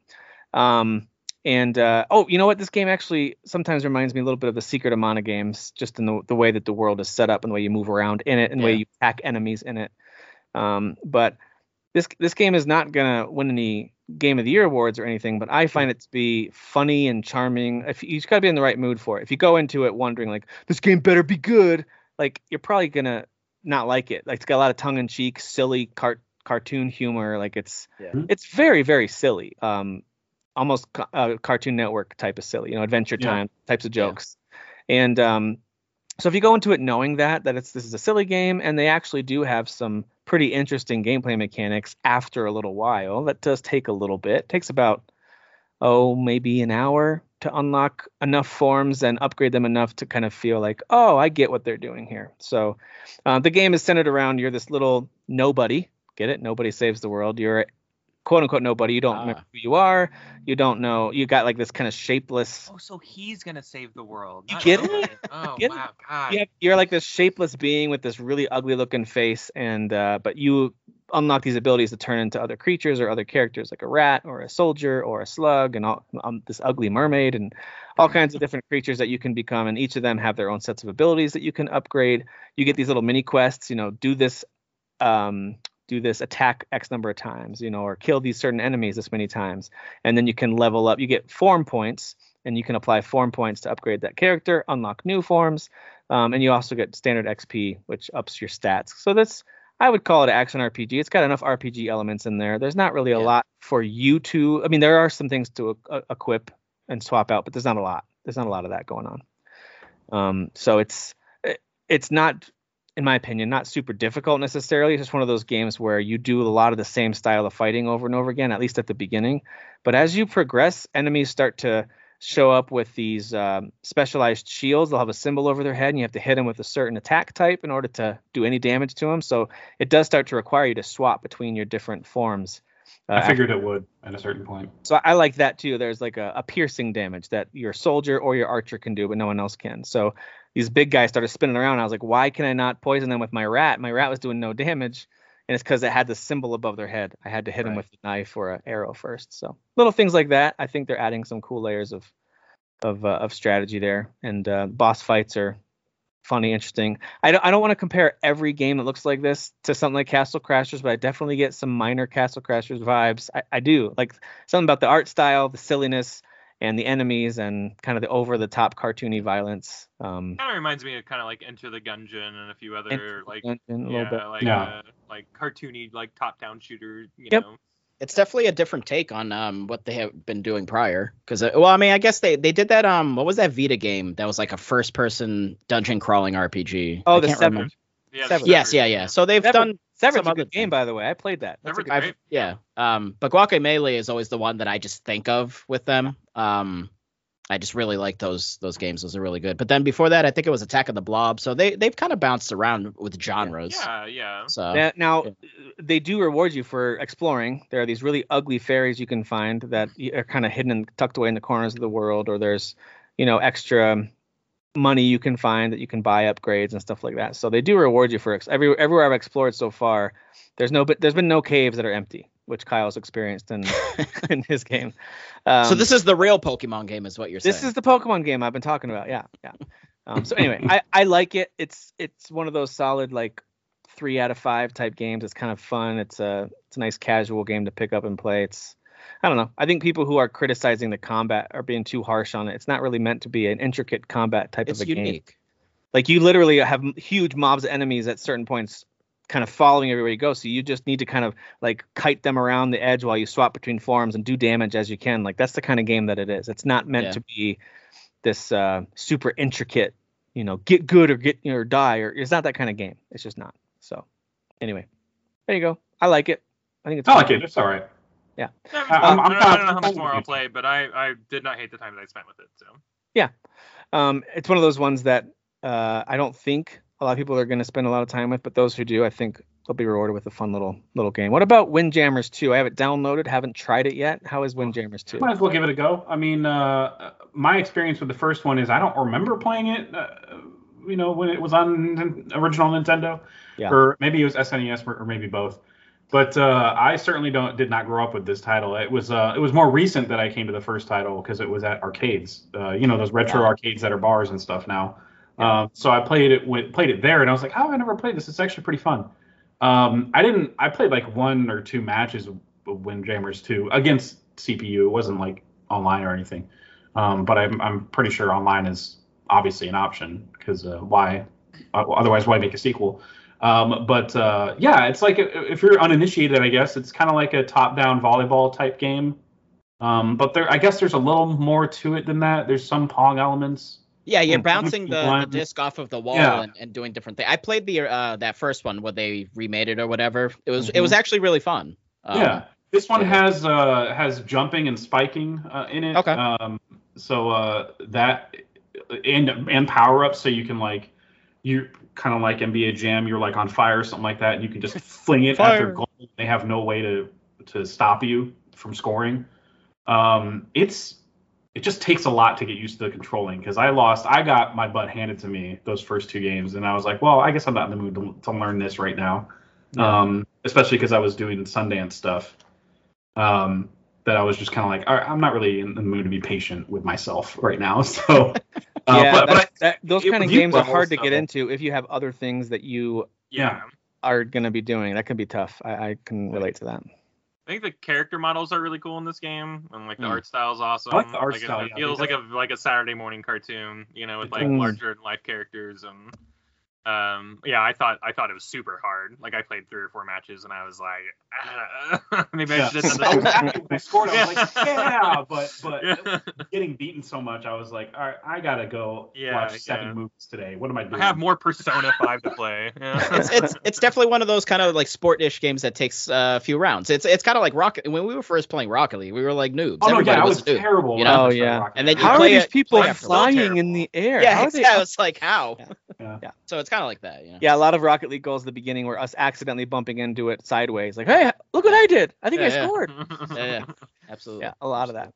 Um, and uh, oh, you know what? This game actually sometimes reminds me a little bit of the Secret of Mana games, just in the, the way that the world is set up and the way you move around in it and the way Yeah. you attack enemies in it. Um, but this this game is not gonna win any Game of the Year awards or anything, but I find it to be funny and charming. If you just gotta be in the right mood for it. If you go into it wondering like this game better be good, like you're probably gonna not like it. Like it's got a lot of tongue in cheek, silly cart cartoon humor. Like it's Yeah. it's very very silly. Um, almost ca- uh, Cartoon Network type of silly. You know, Adventure Yeah. Time types of Yeah. jokes. And um, so if you go into it knowing that that it's this is a silly game, and they actually do have some pretty interesting gameplay mechanics after a little while. That does take a little bit. takes about oh maybe an hour to unlock enough forms and upgrade them enough to kind of feel like oh I get what they're doing here. So uh, the game is centered around you're this little nobody. Get it? Nobody saves the world. You're a quote unquote nobody. You don't remember Ah. who you are. You don't know. You got like this kind of shapeless Oh, so he's gonna save the world. You not get it? nobody. Oh Get it? wow, God. you have- you're like this shapeless being with this really ugly looking face and uh, but you unlock these abilities to turn into other creatures or other characters like a rat or a soldier or a slug and all, um, this ugly mermaid and all kinds of different creatures that you can become and each of them have their own sets of abilities that you can upgrade you get these little mini quests you know do this um, do this attack x number of times you know or kill these certain enemies this many times and then you can level up you get form points and you can apply form points to upgrade that character unlock new forms um, and you also get standard XP, which ups your stats. So that's I would call it an action RPG. It's got enough RPG elements in there. There's not really a Yeah. lot for you to. I mean, there are some things to uh, equip and swap out, but there's not a lot. There's not a lot of that going on. Um, so it's it- it's not, in my opinion, not super difficult necessarily. It's just one of those games where you do a lot of the same style of fighting over and over again, at least at the beginning. But as you progress, enemies start to show up with these um, specialized shields. They'll have a symbol over their head, and you have to hit them with a certain attack type in order to do any damage to them. So it does start to require you to swap between your different forms. uh, I figured it would at a certain point. so I like that too. There's like a, a piercing damage that your soldier or your archer can do, but no one else can. So these big guys started spinning around. I was like, why can I not poison them with my rat? My rat was doing no damage, and it's because it had the symbol above their head. I had to hit them Right. with a knife or an arrow first. So little things like that. I think they're adding some cool layers of of uh, of strategy there, and uh, boss fights are funny, interesting. I don't, I don't want to compare every game that looks like this to something like Castle Crashers, but I definitely get some minor Castle Crashers vibes. I, I do like something about the art style, the silliness, and the enemies, and kind of the over the top cartoony violence. Um, Kind of reminds me of kind of like Enter the Gungeon and a few other Enter like and- and a little yeah, bit. like Yeah. Uh, like cartoony like top down shooter. You Yep. know. It's definitely a different take on um what they have been doing prior. Because well, I mean, I guess they they did that um what was that Vita game that was like a first person dungeon crawling RPG. Oh, I the can't Severed. remember. Yeah. Severed. Yes, yeah, yeah. So they've Severed. done Severed's some a good other game, by the way. I played that. That's a Severed's good, great. I've, yeah. Um, but Guacamelee is always the one that I just think of with them. Um, I just really like those those games. Those are really good. But then before that, I think it was Attack of the Blob. So they they've kind of bounced around with genres. Yeah, yeah. So now, now, they do reward you for exploring. There are these really ugly fairies you can find that are kind of hidden and tucked away in the corners of the world, or there's, you know, extra money you can find that you can buy upgrades and stuff like that. So they do reward you for ex- every everywhere I've explored so far. There's no, but there's been no caves that are empty, which Kyle's experienced in in his game. Um, so this is the real Pokemon game, is what you're saying. this is the Pokemon game I've been talking about. Yeah, yeah. Um, so anyway, I, I like it. It's it's one of those solid like three out of five type games. It's kind of fun. It's a it's a nice casual game to pick up and play. It's I don't know. I think people who are criticizing the combat are being too harsh on it. It's not really meant to be an intricate combat type it's of a game. unique. Like you literally have m- huge mobs of enemies at certain points, kind of following everywhere you go. So you just need to kind of like kite them around the edge while you swap between forms and do damage as you can. Like that's the kind of game that it is. It's not meant Yeah. to be this uh, super intricate, you know, get good or get or die. Or it's not that kind of game. It's just not. So anyway, there you go. I like it. I think it's. I fun. like it. It's Oh, all right. I, Um, I'm- I, I'm don't, I don't know how not- much more I'll play, but I, I did not hate the time that I spent with it. So Um, it's one of those ones that uh, I don't think a lot of people are going to spend a lot of time with, but those who do, I think they'll be rewarded with a fun little little game. What about Windjammers 2? I have it downloaded, haven't tried it yet. How is Windjammers 2? Might as well give it a go. I mean, uh, my experience with the first one is I don't remember playing it. Uh, you know, when it was on Nin- original Nintendo, Yeah. or maybe it was SNES, or or maybe both. But uh, I certainly don't did not grow up with this title. It was uh, it was more recent that I came to the first title because it was at arcades. Uh, you know, those retro arcades that are bars and stuff now. Um, so I played it with, played it there, and I was like, "How have I never played this? It's actually pretty fun." Um, I didn't. I played like one or two matches of Windjammers two against CPU. It wasn't like online or anything, um, but I'm I'm pretty sure online is obviously an option because uh, why? Uh, otherwise, why make a sequel? Um, but uh, yeah, it's like i- if you're uninitiated, I guess it's kind of like a top-down volleyball type game. Um, but there, I guess there's a little more to it than that. There's some Pong elements. Yeah, you're Mm. bouncing the, the Blind. disc off of the wall Yeah. and, and doing different things. I played the uh that first one where they remade it or whatever. It was it was actually really fun. Um, yeah, this one yeah. has uh, has jumping and spiking uh, in it. Okay. Um, so uh, that and and power ups, so you can like you kind of like NBA Jam, you're like on fire or something like that, and you can just fling it at Fire. their goal. They have no way to to stop you from scoring. Um, it's it just takes a lot to get used to the controlling because I lost. I got my butt handed to me those first two games, and I was like, well, I guess I'm not in the mood to, to learn this right now. Um, especially because I was doing Sundance stuff. Um, that I was just kind of like, all right, I'm not really in the mood to be patient with myself right now. So, uh, yeah, but, but I- that- that- those it kind of reviewed games are the whole hard to get stuff. into if you have other things that you yeah. Yeah. are going to be doing. That can be tough. I, I can relate to that. I think the character models are really cool in this game, and like the Mm. art style is awesome. I like the art it- style, It, yeah, feels like because- a like a Saturday morning cartoon, you know, with It like does. larger than life characters and. Um. Yeah, I thought I thought it was super hard. Like I played three or four matches, and I was like, ah, maybe I Yeah. should have I done was happy when I scored. I was like, Yeah. yeah, but but that. Yeah. getting beaten so much, I was like, all right, I gotta go Yeah, watch seven yeah. movies today. What am I doing? I have more Persona Five to play. Yeah. It's, it's it's definitely one of those kind of like sport-ish games that takes uh, a few rounds. It's it's kind of like Rocket. When we were first playing Rocket League, we were like noobs. oh no, Everybody yeah, I was, was a noob. terrible. you when I know? first Oh, started yeah. Rocket And then League. you How are play these it- people play it for flying terrible. in the air? Yeah, How are it's, they yeah, up it's like how. Yeah. Yeah. So it's kind of like that. You know? Yeah, a lot of Rocket League goals at the beginning were us accidentally bumping into it sideways. Like, hey, look what I did! I think Yeah, I yeah. scored. Yeah, yeah, absolutely. Yeah, a lot of that.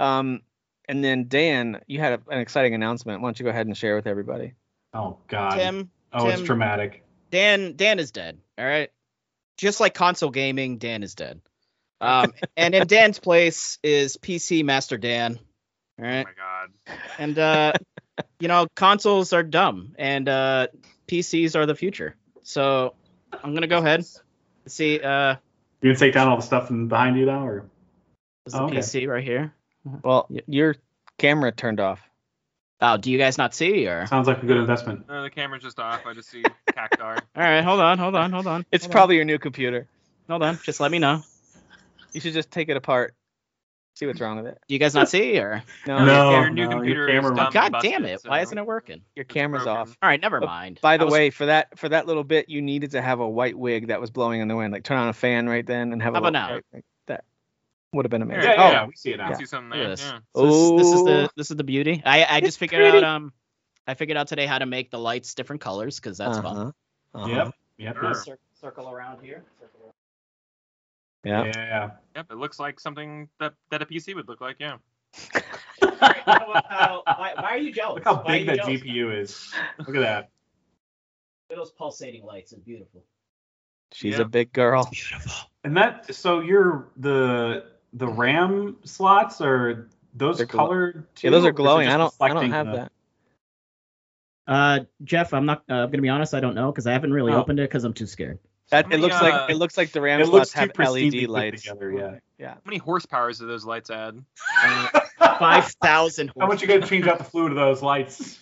Um, and then Dan, you had a, an exciting announcement. Why don't you go ahead and share with everybody? Oh god. Tim, oh, it's Tim. dramatic. Dan Dan is dead. All right. Just like console gaming, Dan is dead. Um, and in Dan's place is PC Master Dan. All oh my right. god. And uh, you know, consoles are dumb and uh, PCs are the future. So I'm gonna go ahead. See, uh, You gonna take down all the stuff in, behind you now, or is the Oh, okay. PC right here? Well, y- your camera turned off. Oh, do you guys not see or? sounds like a good investment. No, the camera's just off. I just see Cactar. All right, hold on, hold on, hold on. It's hold on, probably your new computer. hold on. Just let me know. You should just take it apart, see what's wrong with it. Do you guys not see or? No, No. your, your cam- new no, your computer camera- is dumb God and busted, damn it! Why so- isn't it working? your camera's broken. off. All right, never mind. Oh, By the I was- way, for that for that little bit, you needed to have a white wig that was blowing in the wind. Like turn on a fan right then and have a How about little now? white wig. that. Would have been Yeah, amazing. yeah, oh, yeah, we see it now. I see something Look there. at this. Yeah. So this, this is Oh. the this is the beauty. I I It's just figured out pretty. um I figured out today how to make the lights different colors because that's fun. uh-huh, uh-huh. Yep. Yep. Sure. Cir- circle around here. circle around- Yeah. Yeah. Yep, it looks like something that that a PC would look like. Yeah. why, why are you jealous? Look how Why are big you that jealous? GPU is. Look at that. Those pulsating lights are beautiful. She's Yeah. a big girl. Beautiful. And that so your the the RAM slots are those They're gl- colored too? Yeah, those or are is it glowing. I don't. just I don't reflecting have the- that. Uh, Jeff, I'm not. Uh, I'm gonna be honest. I don't know because I haven't really Oh. opened it because I'm too scared. That it Somebody, looks uh, like it looks like the RAM It looks slots too have pristinely LED put lights. together. Yeah. Yeah. How many horsepowers do those lights add? Five thousand. How much you gonna change out the fluid of those lights?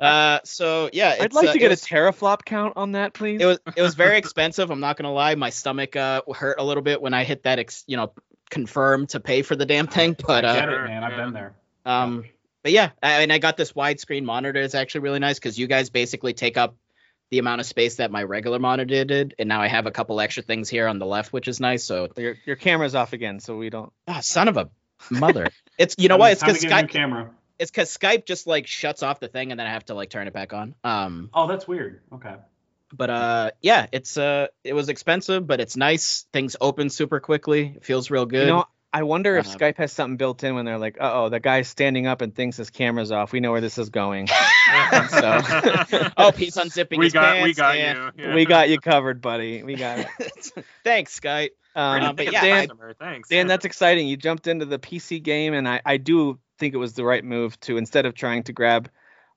Uh, so yeah, I'd it's, like uh, to it get was- a teraflop count on that, please. it was it was very expensive. I'm not gonna lie. My stomach uh hurt a little bit when I hit that ex, you know confirm to pay for the damn thing. But I uh, get it, man. I've been there. um, but yeah, I, and I got this widescreen monitor. It's actually really nice because you guys basically take up the amount of space that my regular monitor did, and now I have a couple extra things here on the left, which is nice. So your your camera's off again, so we don't. ah, son of a mother. It's you know what? It's Time because to get a new Skype. camera. It's because Skype just like shuts off the thing, and then I have to like turn it back on. Um, Oh, that's weird. Okay. but uh yeah it's uh it was expensive but it's nice things open super quickly it feels real good You know, I wonder if Uh, Skype has something built in when they're like, "Uh oh, the guy's standing up and thinks his camera's off. We know where this is going. So- oh he's unzipping we his got pants we got and- you. Yeah. We got you covered, buddy. We got it." thanks skype Um, Uh, but Good yeah, Dan, customer, thanks. Dan, that's exciting. You jumped into the PC game, and I, I do think it was the right move to instead of trying to grab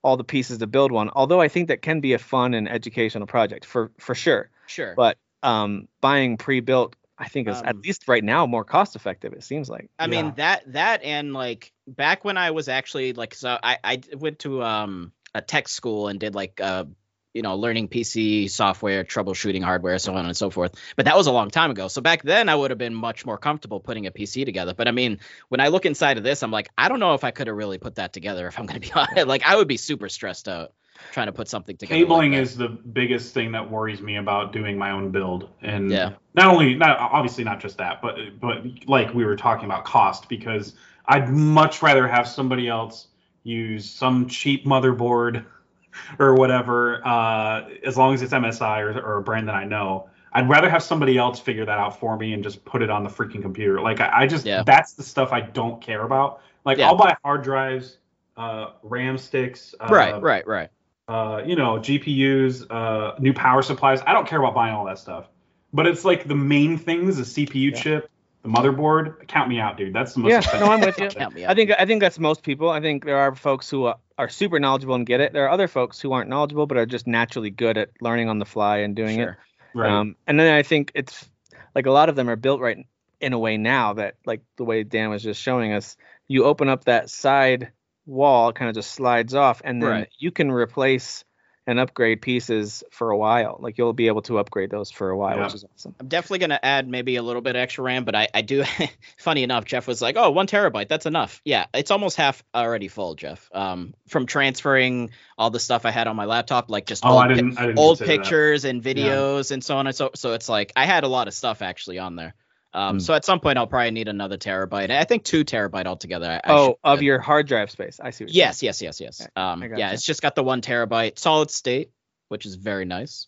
all the pieces to build one. Although I think that can be a fun and educational project for for sure. sure But um, buying pre-built, I think is at Um, least right now more cost effective. It seems like. i mean Yeah. that that and like back when i was actually like so i i d- went to um a tech school and did like uh you know learning pc software troubleshooting hardware so on and so forth but that was a long time ago so back then i would have been much more comfortable putting a pc together but i mean when i look inside of this i'm like i don't know if i could have really put that together if i'm going to be honest like i would be super stressed out trying to put something together Cabling like that. is the biggest thing that worries me about doing my own build, and Yeah. not only not obviously not just that, but but like we were talking about cost because I'd much rather have somebody else use some cheap motherboard or whatever, uh, as long as it's MSI or, or a brand that I know. I'd rather have somebody else figure that out for me and just put it on the freaking computer. Like I, I just Yeah. that's the stuff I don't care about. Like Yeah. I'll buy hard drives, uh, RAM sticks, uh, right right right uh, you know, GPUs, uh, new power supplies. I don't care about buying all that stuff. But it's like the main things, the CPU Yeah. chip, the motherboard. Count me out, dude. That's the most Yeah, expensive. no, I'm with you. stuff. Count me I out. think I think that's most people. I think there are folks who uh, are super knowledgeable and get it. There are other folks who aren't knowledgeable but are just naturally good at learning on the fly and doing it. sure. Right. Um, and then I think it's like a lot of them are built right in a way now that like the way Dan was just showing us, you open up that side wall, kind of just slides off, and then Right. you can replace and upgrade pieces for a while. Like you'll be able to upgrade those for a while, Yeah. which is awesome. I'm definitely gonna add maybe a little bit extra RAM, but I, I do. funny enough, Jeff was like, "Oh, one terabyte, that's enough." Yeah, it's almost half already full, Jeff. Um, from transferring all the stuff I had on my laptop, like just oh, old, I pi- didn't. I didn't old consider that. pictures and videos and so on and so. So it's like I had a lot of stuff actually on there. Um, Mm. Hmm. so at some point I'll probably need another terabyte. I think two terabyte altogether. I, I oh, should- of your hard drive space. I see. What you're Yes, yes, yes, yes. Um, I yeah, gotcha. it's just got the one terabyte solid state, which is very nice.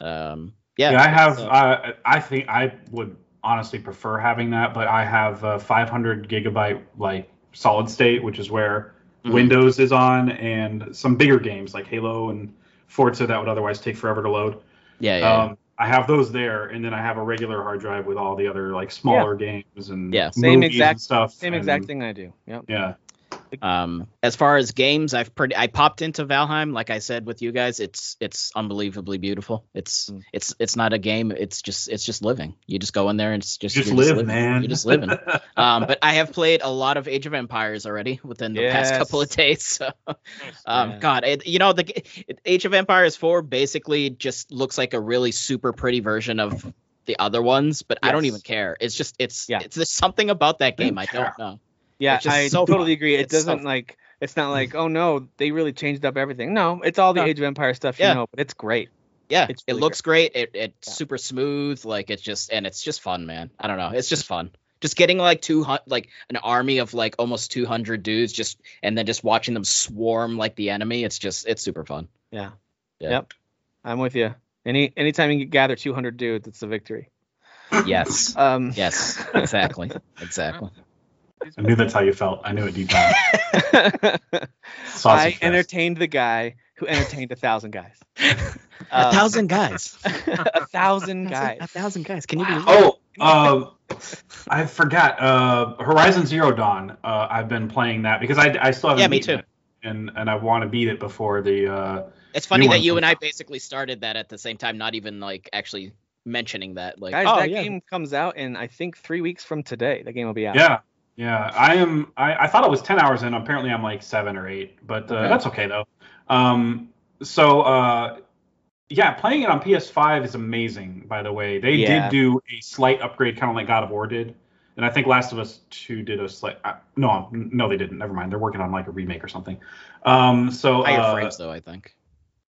Um, yeah, Yeah, I have. so- I I think I would honestly prefer having that, but I have a 500 gigabyte like solid state, which is where Mhm. Windows is on, and some bigger games like Halo and Forza that would otherwise take forever to load. yeah, yeah. Um, I have those there, and then I have a regular hard drive with all the other like smaller games and Yeah. Same movies exact- and stuff. Same and- exact thing I do. Yep. Yeah, Um, as far as games, I've pretty I popped into Valheim, like I said with you guys. It's it's unbelievably beautiful. It's Mm. it's it's not a game. It's just it's just living. You just go in there and it's just just you're live, living. man. You're just living. um, but I have played a lot of Age of Empires already within the past Yes. couple of days. So Nice. um, Yeah. God, it, you know the g- it- Age of Empires four basically just looks like a really super pretty version of the other ones, but I don't Yes. even care. It's just it's Yeah. it's there's something about that don't game I care. don't know. Yeah, It's just I so totally fun. agree. It It's so doesn't fun. like it's not like oh no, they really changed up everything. No, it's all the No. Age of Empire stuff Yeah. you know, but it's great. Yeah, It's it really looks great. It it's Yeah. super smooth. Like it's just and it's just fun, man. I don't know. It's just fun. Just getting like two hundred, like an army of like almost two hundred dudes, just and then just watching them swarm like the enemy. It's just it's super fun. Yeah. Yeah. Yep. I'm with you. Any anytime you can gather 200 dudes, it's a victory. Yes. Um, yes. Exactly. Exactly. I knew that's how you felt. I knew it deep down. Sausage I fest. entertained the guy who entertained a thousand guys. Uh, a thousand guys. a thousand guys. A thousand guys. Can you believe? Oh, um, I forgot. Uh, Horizon Zero Dawn. Uh, I've been playing that because I, I still haven't. Yeah, me beaten too. it, and and I want to beat it before the. Uh, It's funny New that one you comes and I basically started that at the same time, not even like actually mentioning that. Like, Guys, oh that yeah, game comes out in I think three weeks from today. That game will be out. yeah, yeah. I am. I, I thought it was ten hours in. Apparently, I'm like seven or eight. But uh, Okay. that's okay though. Um. So. Uh, yeah, playing it on PS5 is amazing. By the way, they Yeah. did do a slight upgrade, kind of like God of War did, and I think Last of Us Two did a slight. Uh, no, no, they didn't. Never mind. They're working on like a remake or something. Um. So. higher uh, frames though. I think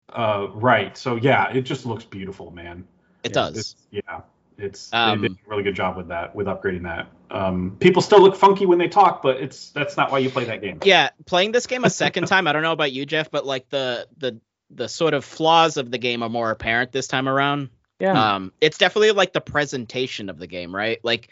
Uh, right. So yeah, it just looks beautiful, man. it It's, does. yeah, it's Um, they did a really good job with that, with upgrading that. Um, people still look funky when they talk, but it's that's not why you play that game. Yeah, playing this game a second time. I don't know about you, Jeff, but like the the the sort of flaws of the game are more apparent this time around. Yeah. Um, it's definitely like the presentation of the game, right? Like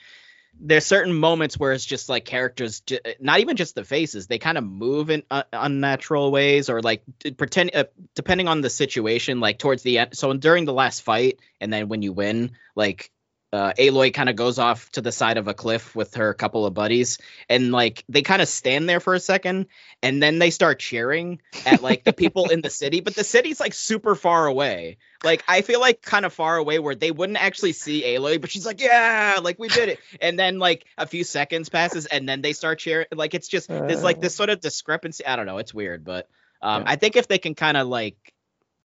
there's certain moments where it's just like characters, j- not even just the faces, they kind of move in uh, unnatural ways, or like d- pretend uh, depending on the situation. Like towards the end, so during the last fight, and then when you win, like uh, Aloy kind of goes off to the side of a cliff with her couple of buddies, and like they kind of stand there for a second, and then they start cheering at like the people in the city, but the city's like super far away. Like I feel like kind of far away where they wouldn't actually see Aloy, but she's like, yeah, like we did it. And then like a few seconds passes, and then they start cheering. Like it's just there's like this sort of discrepancy. I don't know. It's weird, but um, Yeah. I think if they can kind of like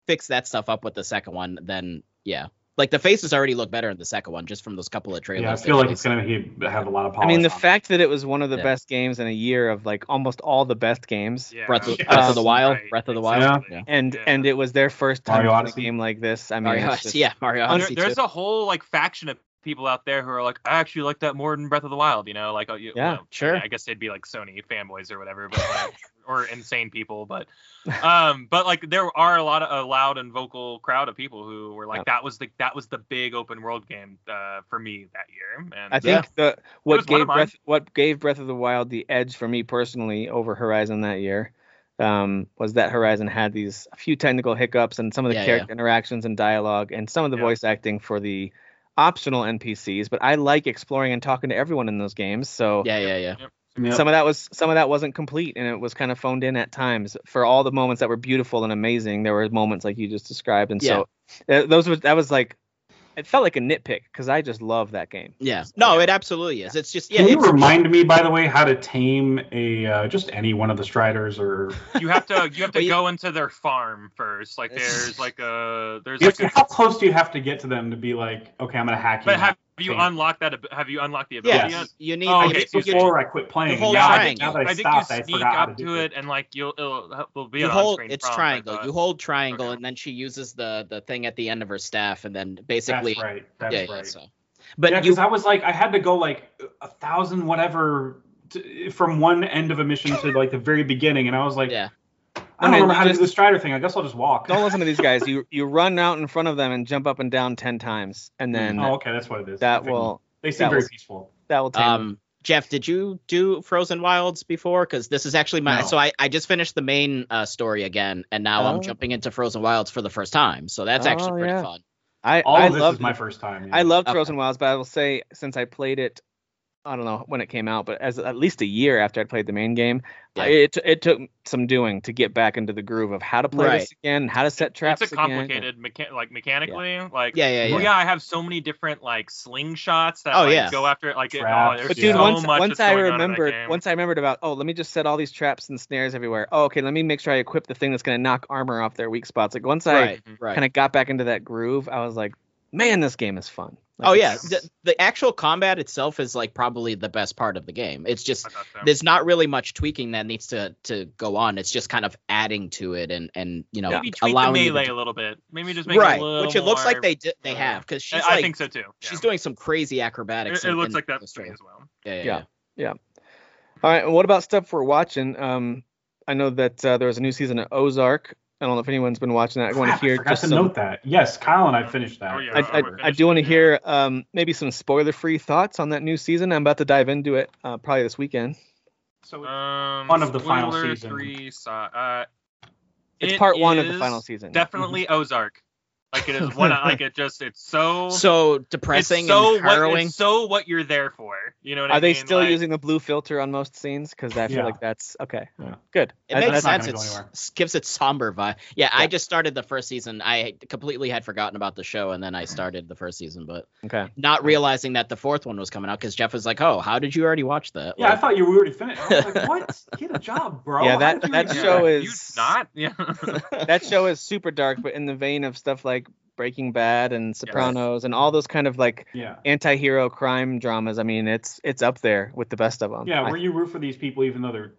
fix that stuff up with the second one, then yeah. Like the faces already look better in the second one, just from those couple of trailers. Yeah, I they feel like released. it's gonna be, have a lot of. I mean, the polish on it. fact that it was one of the Yeah. best games in a year of like almost all the best games, Yeah. Breath of, Yeah. Breath of the Wild. Right, Breath of the Wild. exactly. Yeah. and Yeah. and it was their first time Mario doing a Odyssey? game like this. I mean, Mario it's Odyssey. just- Yeah, Mario There- Odyssey. there's too. a whole like faction of people out there who are like, I actually like that more than Breath of the Wild. You know, like oh, you, Yeah, you know, sure. I guess they'd be like Sony fanboys or whatever, but like, or insane people. But um, but like there are a lot of a loud and vocal crowd of people who were like, Yeah. that was the that was the big open world game uh, for me that year. And I think the what was one gave of mine. Breath what gave Breath of the Wild the edge for me personally over Horizon that year um, was that Horizon had these a few technical hiccups and some of the Yeah, yeah. character interactions and dialogue and some of the Yeah. voice acting for the optional NPCs. But I like exploring and talking to everyone in those games, so yeah, yeah, yeah. Yep. some of that was some of that wasn't complete and it was kind of phoned in at times for all the moments that were beautiful and amazing there were moments like you just described and so uh, those were that was like it felt like a nitpick because i just love that game Yeah. No, it absolutely is. It's just yeah. Can you it's- remind me, by the way, how to tame a uh, just any one of the Striders, or you have to you have But to you- go into their farm first. Like there's like a there's You have like a, to- how close do you have to get to them to be like, okay, I'm gonna hack you? but have you Tame. unlocked that ab- have you unlocked the ability yeah. Yes. yet? You need. Oh, you okay, need- so you- before I quit playing. the whole now, I, triangle. now that I, I think stopped, you I sneak forgot how up to to do it, and like you'll it'll, it'll be you an hold. on-screen It's prompt, triangle. but- You hold triangle, Okay. and then she uses the the thing at the end of her staff, and then That's basically. right. That's yeah, right. yeah. So. But yeah, you. because I was like, I had to go like a thousand whatever t- from one end of a mission to like the very beginning, and I was like, Yeah. I don't Okay, remember how to just- do the Strider thing. I guess I'll just walk. don't listen to these guys you you run out in front of them and jump up and down 10 times and then oh, okay, that's what it is. I that figured. will They seem that very was- peaceful. that will tame them. Um. Jeff, did you do Frozen Wilds before? Because this is actually my. No. So I, I just finished the main uh, story again, and now Oh. I'm jumping into Frozen Wilds for the first time. So that's Oh, actually pretty yeah. fun. i All i of this love is my first time. yeah. I loved Okay. Frozen Wilds, but I will say since I played it, I don't know when it came out, but as at least a year after I played the main game, Yeah. I- it it took some doing to get back into the groove of how to play Right. this again, how to set traps. it's a again. complicated mecha- like mechanically like Yeah, yeah, well, yeah. yeah i have so many different like slingshots that Oh, like, yeah. go after it like it, oh, Traps, there's But Yeah. dude, so once much once that's I going on in that remembered game. once I remembered about oh let me just set all these traps and snares everywhere. Oh okay, let me make sure I equip the thing that's gonna knock armor off their weak spots. Like once I Right. Right. kind of got back into that groove, I was like, man, this game is fun. Like, oh yeah, it's- the, the actual combat itself is like probably the best part of the game. It's just I thought so. there's not really much tweaking that needs to to go on. It's just kind of adding to it and and you know Maybe tweak the allowing you to melee a little bit. Maybe just make right, it a little which it looks more- like they did, they uh, have because she's I, like I think so too. Yeah. she's doing some crazy acrobatics. It, it in- looks in like that this thing trailer. as well. Yeah, yeah, Yeah. yeah. All right. and What about stuff we're watching? Um, I know that uh, there was a new season of Ozark. I don't know if anyone's been watching that. I want to Crap, hear forgot just to some. note that. Yes, Kyle and I finished that. Oh, yeah, I, I, I would I finish do it, want to yeah. hear um, maybe some spoiler-free thoughts on that new season. I'm about to dive into it uh, probably this weekend. So it's- Um, One of the final spoiler season. Three, so- uh, It's it part one of the is final season. Definitely Ozark. Like it is one. like it just. It's so. So it's depressing so and what, harrowing. It's so what you're there for. You know what I Are they mean? still Like, using the blue filter on most scenes? Because I feel Yeah. like that's okay. Yeah. Good. It I- makes that's- not sense. gonna go It's- anywhere. It gives it somber vibe. Yeah, I Yeah. just started the first season. I completely had forgotten about the show, and then I started the first season, but Okay. not realizing that the fourth one was coming out because Jeff was like, "Oh, how did you already watch that?" yeah, I Like, thought you were already finished. I was like, what? Get a job, bro. Yeah, How that- did you that even- Yeah, show you is- not. Yeah. that show is super dark, but in the vein of stuff like Breaking Bad and Sopranos and all those kind of like Yeah. anti-hero crime dramas. I mean, it's it's up there with the best of them. Yeah, I- where you root for these people even though they're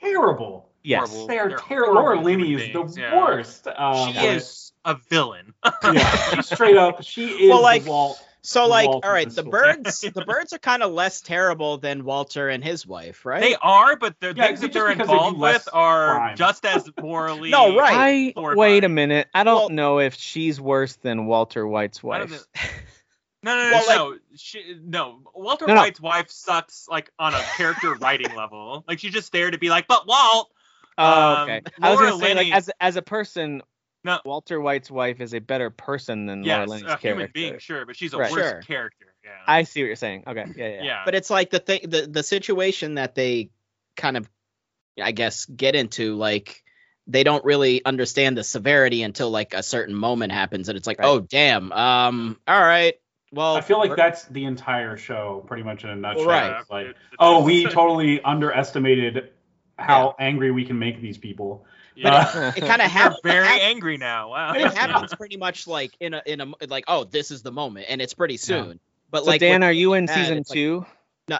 terrible. yes. Horrible. They are They're terrible. horrible Laura Linney is human the beings, yeah. worst. Uh, she but- is a villain. yeah, she straight up. She is Well, the like, Walt. so like, Walter all right, is the cool. birds, the birds are kind of less terrible than Walter and his wife, right? They are, but the Yeah, things that just they're because they do involved less with are crime. just as morally. No, right. I Horrifying. wait a minute. I don't Well- know if she's worse than Walter White's I wife. don't know. No, no, no, Well, no. She, no. Walter No, no. White's wife sucks, like on a character writing level. Like she's just there to be like, but Walt. Oh, okay. Um, I was Laura gonna say like Linney- as as a person, No. Walter White's wife is a better person than Laura yes, Linney's a character. human being, sure, but she's a Right. worse Sure. character. Yeah. I see what you're saying. Okay. Yeah. Yeah. yeah. yeah. but it's like the thing the, the situation that they kind of i guess get into like they don't really understand the severity until like a certain moment happens and it's like Right. oh damn um all right well I feel like we're- that's the entire show, pretty much in a nutshell. Right. It's like, It- it- oh, we totally underestimated how angry we can make these people. Yeah. it kind of They're happens very angry now. Wow. it happens pretty much like in a in a like oh this is the moment and it's pretty soon but So like Dan, are you in bad, season it's like- two? with-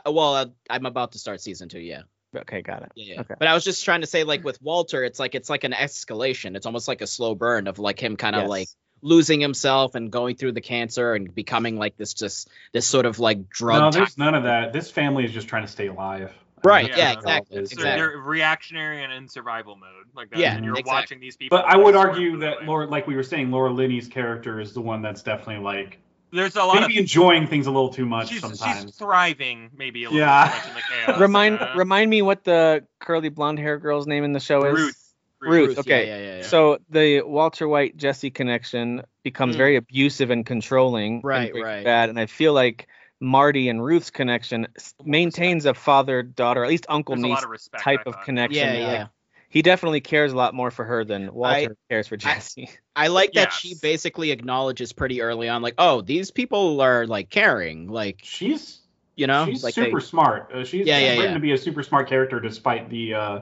no, well uh, i'm about to start season two yeah okay, got it. Yeah. yeah. Okay. But I was just trying to say, like with Walter, it's like it's like an escalation. It's almost like a slow burn of like him kind of Yes. like losing himself and going through the cancer and becoming like this just this sort of like drug. no, tox- there's none of that. This family is just trying to stay alive. I mean, Right, that's yeah, all it exactly, is. So exactly. they're reactionary and in survival mode. Like that. Yeah, and you're exactly. watching these people. But I would sort argue of that away. Laura, like we were saying, Laura Linney's character is the one that's definitely like There's a lot maybe enjoying things a little too of much she's, sometimes. she's thriving maybe a little Yeah. too much in the chaos. Remind uh, remind me what the curly blonde hair girl's name in the show is. Ruth. Ruth. okay. Yeah, yeah, yeah. yeah. So the Walter White Jesse connection becomes Mm. very abusive and controlling. in Right, Breaking right. Bad, and I feel like Marty and Ruth's connection s- maintains a father daughter, at least uncle There's a niece lot of respect. type I of thought. connection. yeah, Like, yeah. He definitely cares a lot more for her than Walter cares for Jesse. I like that Yes. she basically acknowledges pretty early on, like, oh, these people are like caring, like She's you know, she's like super smart. Uh, she's Yeah, yeah, written yeah. to be a super smart character, despite the, uh,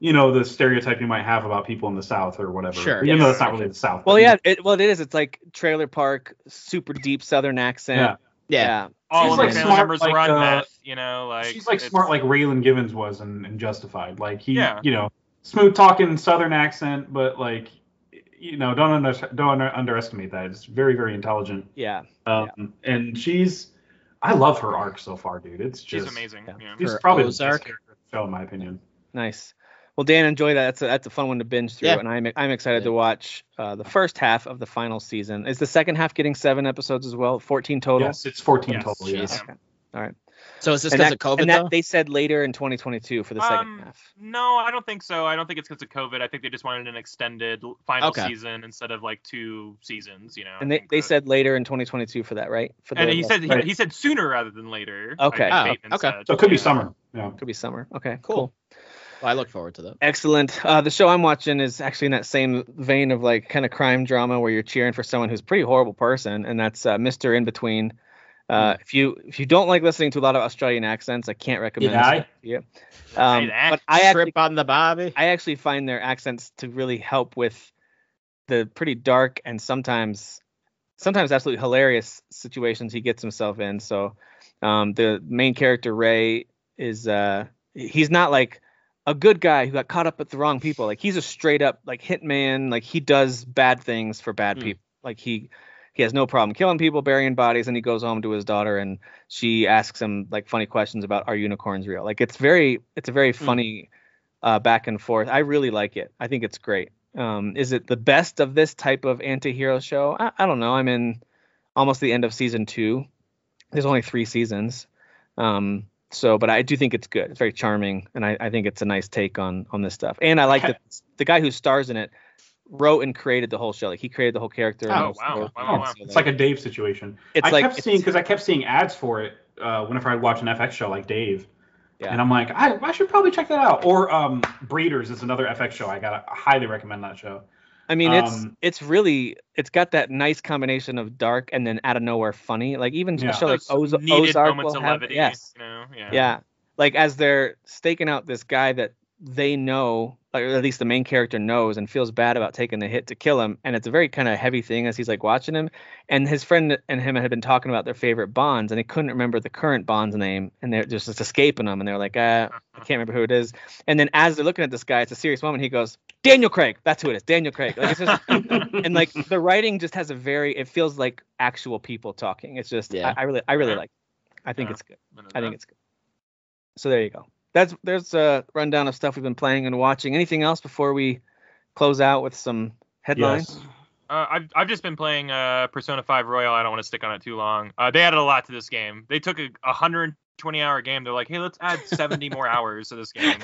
you know, the stereotype you might have about people in the South or whatever. Sure, Even yeah. though that's not really the South. well, but- yeah. It, well, it is. It's like trailer park, super deep Southern Yeah. accent. they, yeah, All She's of like her family smart, members like, were on uh, meth. You know, like she's like it's- smart like Raylan Givens was in, in Justified. Like he, Yeah. you know, smooth talking Southern accent, but like, you know, don't under, don't under, underestimate that. It's very very intelligent. Yeah. Um, and she's, I love her arc so far, dude. It's She's just amazing. yeah. Yeah. She's Her probably Ozark. the best character in the show in my opinion. Nice. Well, Dan, enjoy that. That's a, that's a fun one to binge through, Yeah. and I'm I'm excited Yeah. to watch uh, the first half of the final season. Is the second half getting seven episodes as well? Fourteen total. Yes, it's 14 Yes, total. she Yeah. is. Okay. All right. So is this And because that, of COVID and that though? they said later in 2022 for the Um, second half. No, I don't think so. I don't think it's because of COVID. I think they just wanted an extended l- final Okay. season instead of like two seasons. You know. And I they, think they that- said later in 2022 for that, right? For And the- he said he, Right. he said sooner rather than later. Okay. Oh, Bateman okay. said. So it could be Yeah. summer. Yeah. could be summer. Okay. Cool. cool. Well, I look forward to that. Excellent. Uh, the show I'm watching is actually in that same vein of like kind of crime drama where you're cheering for someone who's a pretty horrible person, and that's uh, Mister In Between. Hmm. Uh, if you if you don't like listening to a lot of Australian accents, I can't recommend. Yeah, this I- one to you. Um, Say that. but I Trip actually on the Bobby. I actually find their accents to really help with the pretty dark and sometimes sometimes absolutely hilarious situations he gets himself in. So um, the main character Ray is uh, he's not like a good guy who got caught up with the wrong people. Like he's a straight up like hitman. Like he does bad things for bad Hmm. people. Like he he has no problem killing people, burying bodies, and he goes home to his daughter and she asks him like funny questions about are unicorns real? Like it's very it's a very Hmm. funny uh, back and forth. I really like it. I think it's great. Um, is it the best of this type of anti-hero show? I, I don't know. I'm in almost the end of season two. There's only three seasons. Um, so, but I do think it's good. It's very charming, and I, I think it's a nice take on on this stuff. And I like that the guy who stars in it wrote and created the whole show. Like he created the whole character. and Oh, most of wow. the- Wow, wow, wow. so, It's like a Dave situation. it's I like kept seeing because I kept seeing ads for it uh, whenever I watch an FX show like Dave, Yeah. and I'm like, I, I should probably check that out. Or um, Breeders is another FX show. I gotta I highly recommend that show. I mean, it's Um, it's really it's got that nice combination of dark and then out of nowhere funny. Like even Yeah. a show like Those Oz- needed Ozark moments will of have levity. yes, You know? Yeah. yeah, like as they're staking out this guy that they know, like, or at least the main character knows and feels bad about taking the hit to kill him, and it's a very kind of heavy thing as he's like watching him, and his friend and him had been talking about their favorite Bonds, and he couldn't remember the current Bond's name, and they're just, just escaping him, and they're like, uh, I can't remember who it is. And then as they're looking at this guy, it's a serious moment. He goes, Daniel Craig. That's who it is. Daniel Craig. Like it's just, and like the writing just has a very. It feels like actual people talking. It's just. Yeah. I, I really, I really Yeah. like. It. I think Yeah. it's good. uh, I think it's good. So there you go. That's there's a rundown of stuff we've been playing and watching. Anything else before we close out with some headlines? Uh, I've I've just been playing uh, Persona 5 Royal. I don't want to stick on it too long. Uh, they added a lot to this game. They took a 120 hour game. They're like, hey, let's add 70 more hours to this game.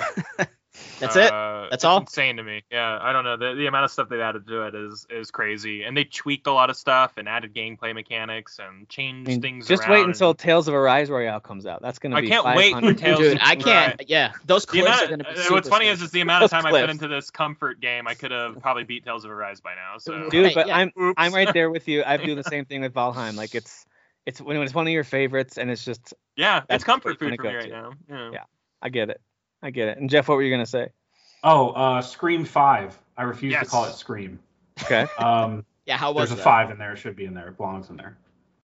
That's it. Uh, That's it's Oh. all? Insane to me. Yeah, I don't know. The, the amount of stuff they've added to it is is crazy, and they tweaked a lot of stuff and added gameplay mechanics and changed I mean, things. just around wait and- until Tales of Arise Royale comes out. That's gonna I be. can't wait for 500 Tales Dude, I Right. can't. Yeah, those The clips amount are gonna be. uh, Super what's funny sick. is, is the amount of Those time I put clips. into this comfort game. I could have probably beat Tales of Arise by now. So Dude, Right, but yeah. I'm Oops. I'm right there with you. I do the same thing with Valheim. Like it's it's when it's one of your favorites, and it's just yeah, That's it's what comfort you're food for me gonna right go now. Yeah. Yeah. I get it. I get it. And Jeff, what were you gonna say? Oh, uh, Scream Five. I refuse to Yes. call it Scream. Okay. Um, yeah, how was there's a that? five in there. It should be in there. It belongs in there.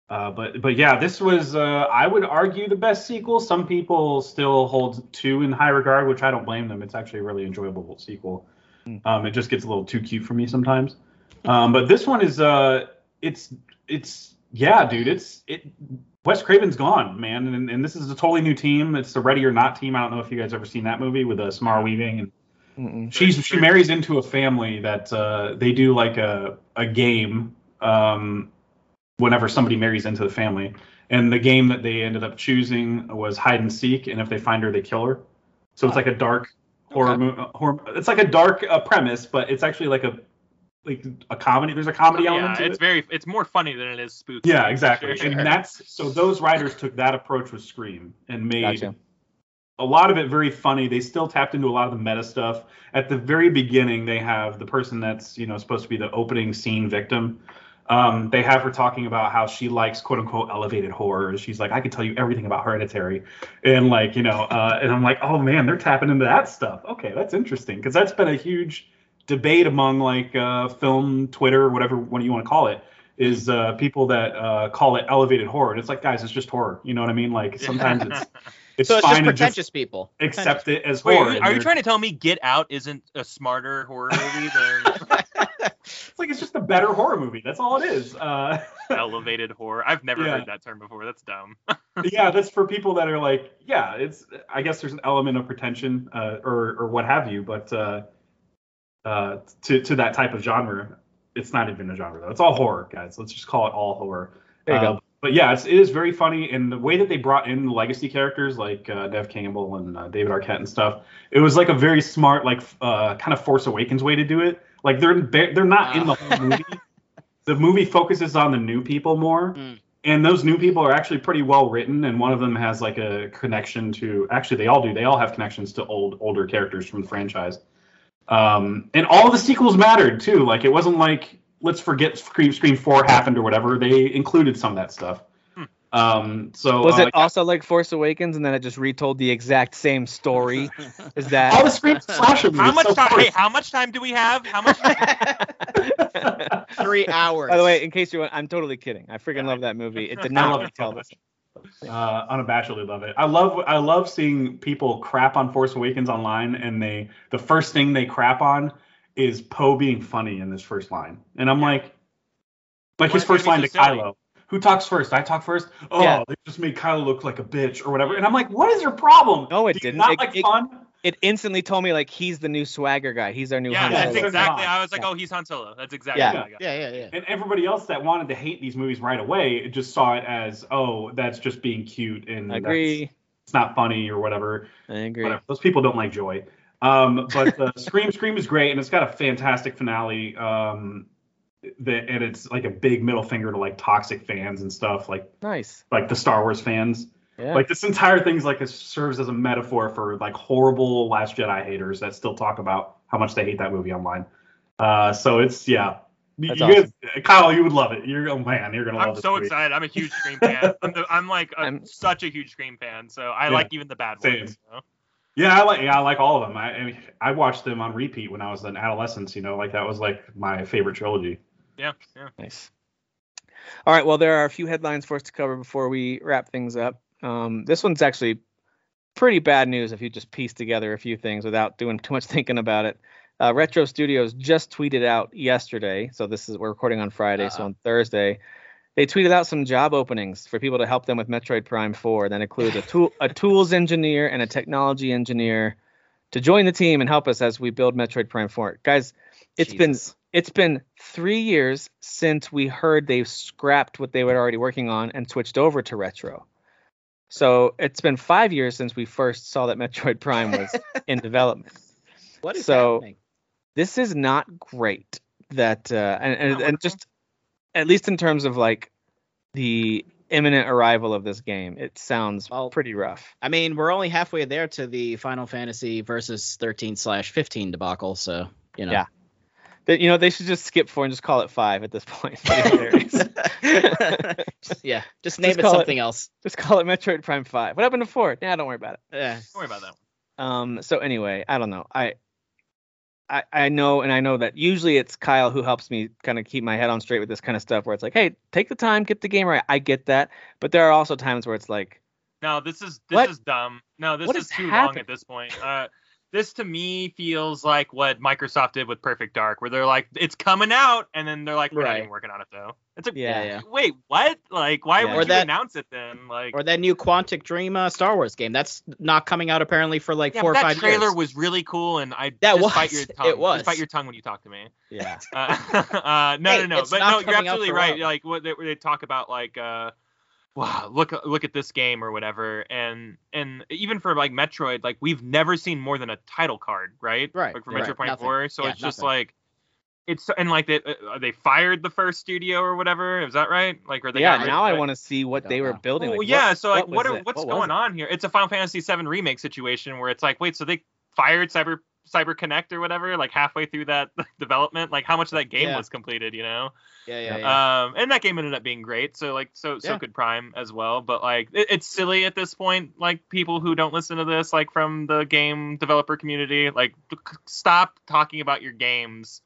Uh, but but yeah, this was uh, I would argue the best sequel. Some people still hold two in high regard, which I don't blame them. It's actually a really enjoyable sequel. Um, it just gets a little too cute for me sometimes. Um, but this one is uh, it's it's yeah, dude. It's it. Wes Craven's gone, man, and, and this is a totally new team. It's the Ready or Not team. I don't know if you guys ever seen that movie with uh, Samara Weaving and Mm-mm. she's Right, she right. marries into a family that uh, they do like a a game um, whenever somebody marries into the family, and the game that they ended up choosing was hide and seek, and if they find her, they kill her. So Oh. it's like a dark horror, Okay. mo- uh, horror. It's like a dark uh, premise, but it's actually like a like a comedy. There's a comedy element Oh, Yeah, to it. it's very it's more funny than it is spooky. Yeah, exactly. Sure. And that's so those writers took that approach with Scream and made Gotcha. a lot of it very funny. They still tapped into a lot of the meta stuff. At the very beginning, they have the person that's you know supposed to be the opening scene victim. Um, they have her talking about how she likes quote unquote elevated horrors. She's like, I could tell you everything about Hereditary, and like you know, uh, and I'm like, oh man, they're tapping into that stuff. Okay, that's interesting because that's been a huge debate among like uh, film Twitter, whatever one you want to call it is uh, people that uh, call it elevated horror. And it's like, guys, it's just horror. You know what I mean? Like sometimes it's it's so it's just fine to just pretentious people. accept it as Wait, horror. are you, and are you they're- trying to tell me Get Out isn't a smarter horror movie than It's like it's just a better horror movie. That's all it is. Uh, elevated horror? I've never Yeah. heard that term before. That's dumb. yeah, that's for people that are like, yeah, it's. I guess there's an element of pretension uh, or or what have you, but uh, uh, to to that type of genre, it's not even a genre though. It's all horror, guys. Let's just call it all horror. There you Uh, go. But yeah, it's, it is very funny, and the way that they brought in the legacy characters like uh, Dev Campbell and uh, David Arquette and stuff, it was like a very smart, like f- uh, kind of Force Awakens way to do it. Like they're they're they're not in the whole movie. The movie focuses on the new people more, Mm. and those new people are actually pretty well written. And one of them has like a connection to actually they all do. They all have connections to old older characters from the franchise. Um, and all the sequels mattered too. Like it wasn't like let's forget Scream, Scream Four happened or whatever. They included some of that stuff. Hmm. Um, so Was uh, it also like Force Awakens, and then it just retold the exact same story? Is that all the Scream slasher movies? How much so time? far- Hey, how much time do we have? How much? Three hours. By the way, in case you want, I'm totally kidding. I freaking love that movie. It did I not love love it so much. Uh, unabashedly love it. I love I love seeing people crap on Force Awakens online, and they the first thing they crap on is Poe being funny in this first line, and I'm like, like his Why first can't line he to just say it? Kylo. Who talks first? I talk first. Oh, Yeah. they just made Kylo look like a bitch or whatever. And I'm like, what is your problem? No, it Do you didn't. Not It- like it- fun. It instantly told me like he's the new swagger guy. He's our new yeah, Han Yeah, that's Solo. it's exactly. not. I was like, Yeah. oh, he's Han Solo. That's exactly. Yeah. what I got. yeah, yeah, yeah. And everybody else that wanted to hate these movies right away just saw it as, oh, that's just being cute and I that's- agree. it's not funny or whatever. I agree. Whatever. Those people don't like joy. Um, but uh, Scream Scream is great, and it's got a fantastic finale. Um, that and it's like a big middle finger to like toxic fans and stuff, like Nice. like the Star Wars fans. Yeah. Like this entire thing's like it serves as a metaphor for like horrible Last Jedi haters that still talk about how much they hate that movie online. Uh, so it's yeah. You- That's you guys- Kyle, you would love it. You're oh man, you're gonna love I'm this so movie. excited. I'm a huge Scream fan. I'm, the, I'm like a, I'm- such a huge Scream fan. So I Yeah. like even the bad Same. ones. You know? Yeah, I like yeah, I like all of them. I I, mean, I watched them on repeat when I was an adolescent. You know, like that was like my favorite trilogy. Yeah, yeah. Nice. All right. Well, there are a few headlines for us to cover before we wrap things up. Um, this one's actually pretty bad news if you just piece together a few things without doing too much thinking about it. Uh, Retro Studios just tweeted out yesterday, so this is we're recording on Friday, so Uh-uh. on Thursday, they tweeted out some job openings for people to help them with Metroid Prime 4. That includes a tool, a tools engineer, and a technology engineer to join the team and help us as we build Metroid Prime 4. Guys, it's been Jesus. it's been three years since we heard they've scrapped what they were already working on and switched over to retro. So it's been five years since we first saw that Metroid Prime was in development. What is so- happening? This is not great. That uh, and and, Not and just at least in terms of like the imminent arrival of this game, it sounds Well- pretty rough. I mean, we're only halfway there to the Final Fantasy versus 13 slash 15 debacle. So you know. Yeah. That you know they should just skip four and just call it five at this point. to be serious. yeah. Just name it call it- something else. just call it Metroid Prime Five. What happened to four? Nah, don't worry about it. Yeah. Don't worry about that one. Um. So anyway, I don't know. I, I, I know, and I know that usually it's Kyle who helps me kind of keep my head on straight with this kind of stuff, where it's like, hey, take the time, get the game right. I get that, but there are also times where it's like, No, this is this What? is dumb. No, this What is has too long happened? at this point. Uh, this to me feels like what Microsoft did with Perfect Dark, where they're like, it's coming out, and then they're like, we're not Right. even working on it though. It's like, Yeah. Yeah. yeah. wait, what? Like, why Yeah. would Or you that- announce it then? Like, Or that new Quantic Dream uh, Star Wars game. That's not coming out apparently for like yeah, four but or that five trailer years. was really cool, and I That just bite was. your It tongue. was. Just bite your tongue when you talk to me. yeah. uh, uh, no, Hey, no, no. it's But not no, you're coming out absolutely for right. us. Like what they, where they talk about, like, uh, wow, look, look at this game or whatever. And and even for like Metroid, like we've never seen more than a title card, right? Right, Like for right, Metroid Prime nothing. Four, so Yeah, it's just nothing. like. It's and like they uh, they fired the first studio or whatever. Is that right? Like, or they yeah, got rid now I of- want to see what I they don't were know. building. well, like, yeah, so like, was what, are, it? what's What was going it? on here? It's a Final Fantasy VII remake situation where it's like, wait, so they fired Cyber Cyber Connect or whatever, like halfway through that development, like how much of that game Yeah. was completed, you know? Yeah. Yeah. Yeah. Um, and that game ended up being great, so like, so so Yeah. could Prime as well, but like, it, it's silly at this point. Like people who don't listen to this, like from the game developer community, like c- stop talking about your games.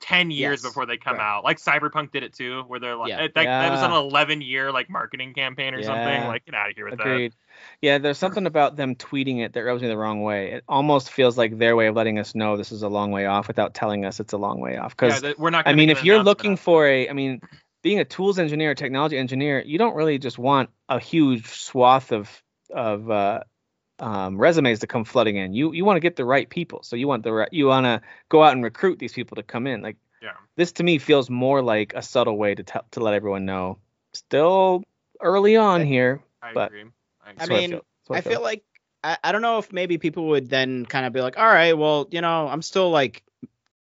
10 Yes, years before they come right. out like cyberpunk did it too where they're like Yeah. that, that was Yeah. an 11 year like marketing campaign or something Yeah. like get out of here with that Agreed. Yeah, there's something about them tweeting it that rubs me the wrong way. It almost feels like their way of letting us know this is a long way off without telling us it's a long way off. Because Yeah, that- we're not. I gonna mean, get if an you're announcement looking out. for a, I mean, being a tools engineer, technology engineer, you don't really just want a huge swath of of uh, um, resumes to come flooding in. You you want to get the right people, so you want the right, you want to go out and recruit these people to come in. Like Yeah. this to me feels more like a subtle way to tell to let everyone know. Still early on here. I but- agree. I I, That's agree. what mean, feel. That's what I feel like I, I don't know if maybe people would then kind of be like, all right, well, you know, I'm still like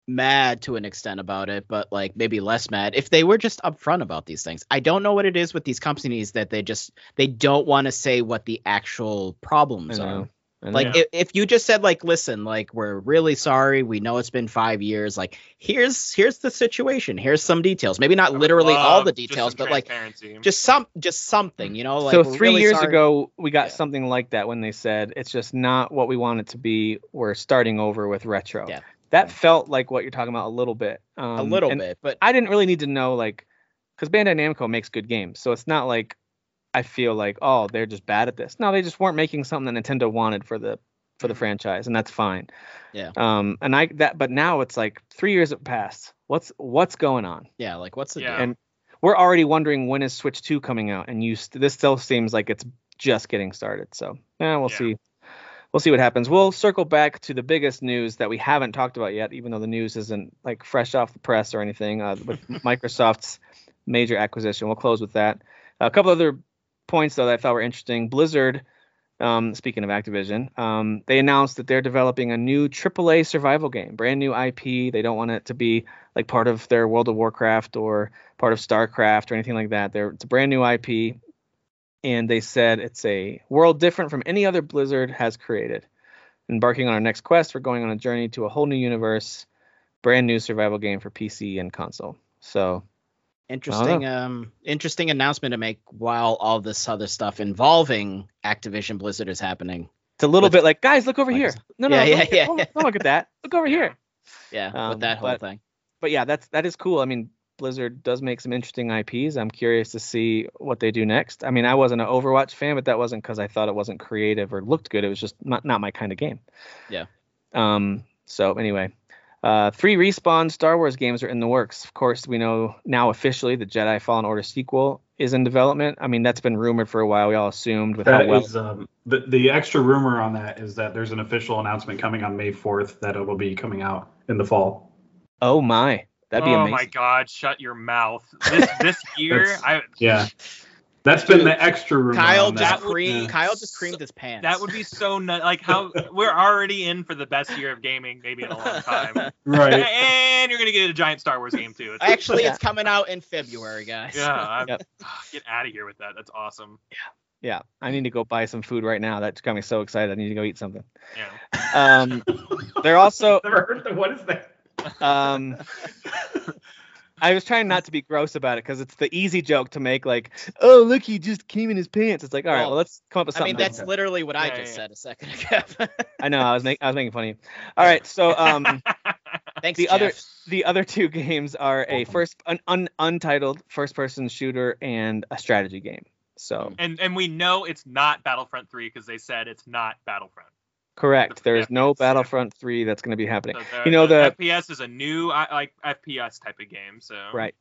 mad to an extent about it, but like maybe less mad if they were just upfront about these things. I don't know what it is with these companies that they just they don't want to say what the actual problems I are. know. I know. Like if, if you just said like listen like we're really sorry we know it's been 5 years like here's here's the situation here's some details maybe not I would literally all love the just details some but like transparency. just some just something you know Oh, like Mm. so we're three really years sorry. ago we got Yeah. something like that when they said it's just not what we want it to be we're starting over with retro Yeah. That felt like what you're talking about a little bit. Um, a little and bit, but I didn't really need to know like because Bandai Namco makes good games, so it's not like I feel like oh they're just bad at this. No, they just weren't making something that Nintendo wanted for the for the franchise, and that's fine. Mm-hmm. Yeah. Um, and I that but now it's like three years have passed. What's what's going on? yeah, like what's the Yeah. deal? And we're already wondering when is Switch Two coming out, and you st- this still seems like it's just getting started. So yeah, we'll Yeah. see. We'll see what happens. We'll circle back to the biggest news that we haven't talked about yet, even though the news isn't like fresh off the press or anything. Uh, with Microsoft's major acquisition, we'll close with that. A couple other points though that I thought were interesting. Blizzard, um, speaking of Activision, um, they announced that they're developing a new AAA survival game, brand new IP. They don't want it to be like part of their World of Warcraft or part of StarCraft or anything like that. They're, it's a brand new IP, and they said it's a world different from any other Blizzard has created. Embarking on our next quest, we're going on a journey to a whole new universe, brand new survival game for PC and console. So Interesting, um, interesting announcement to make while all this other stuff involving Activision Blizzard is happening. it's a little With- bit like, guys, look over like here. this- No, no, Yeah, no, yeah, look at- yeah. Don't, look- don't look at that. Look over here. Yeah, Um, with that whole but- thing. but yeah, that's that is cool. I mean, Blizzard does make some interesting IPs. I'm curious to see what they do next. I mean, I wasn't an Overwatch fan, but that wasn't because I thought it wasn't creative or looked good. It was just not not my kind of game. Yeah. Um. So anyway, uh, three respawn Star Wars games are in the works. Of course, we know now officially the Jedi Fallen Order sequel is in development. I mean, that's been rumored for a while. We all assumed with That how well. is, um, the the extra rumor on that is that there's an official announcement coming on May 4th that it will be coming out in the fall. oh my, that'd be oh amazing. my god, shut your mouth. This this year, That's- I Yeah, that's been the extra rumor. Kyle on just that. would creamed. Yeah. Kyle just creamed his pants. that would be so nu- like how we're already in for the best year of gaming maybe in a long time. right. and you're gonna get a giant Star Wars game too. It's- actually Yeah. it's coming out in February, guys. yeah, I'm- ah, Yep. get out of here with that. That's awesome. Yeah, I need to go buy some food right now. That got me so excited. I need to go eat something. Yeah. Um, they're also Never heard the, what is that? Um, I was trying not to be gross about it because it's the easy joke to make, like, "Oh, look, he just came in his pants." It's like, all right, well, Well, let's come up with I something. mean, I, that's Okay. literally what I Yeah, just yeah. said a second ago. know I was making I was making funny. All right, so um, Thanks, The the other- other. the other two games are a Welcome. first an un, untitled first person shooter and a strategy game. Mm. So And and we know it's not Battlefront 3 because they said it's not Battlefront. correct, there is no Yes, yeah. Battlefront three that's going to be happening, So the, You know, the- FPS is a new I- like FPS type of game. So right?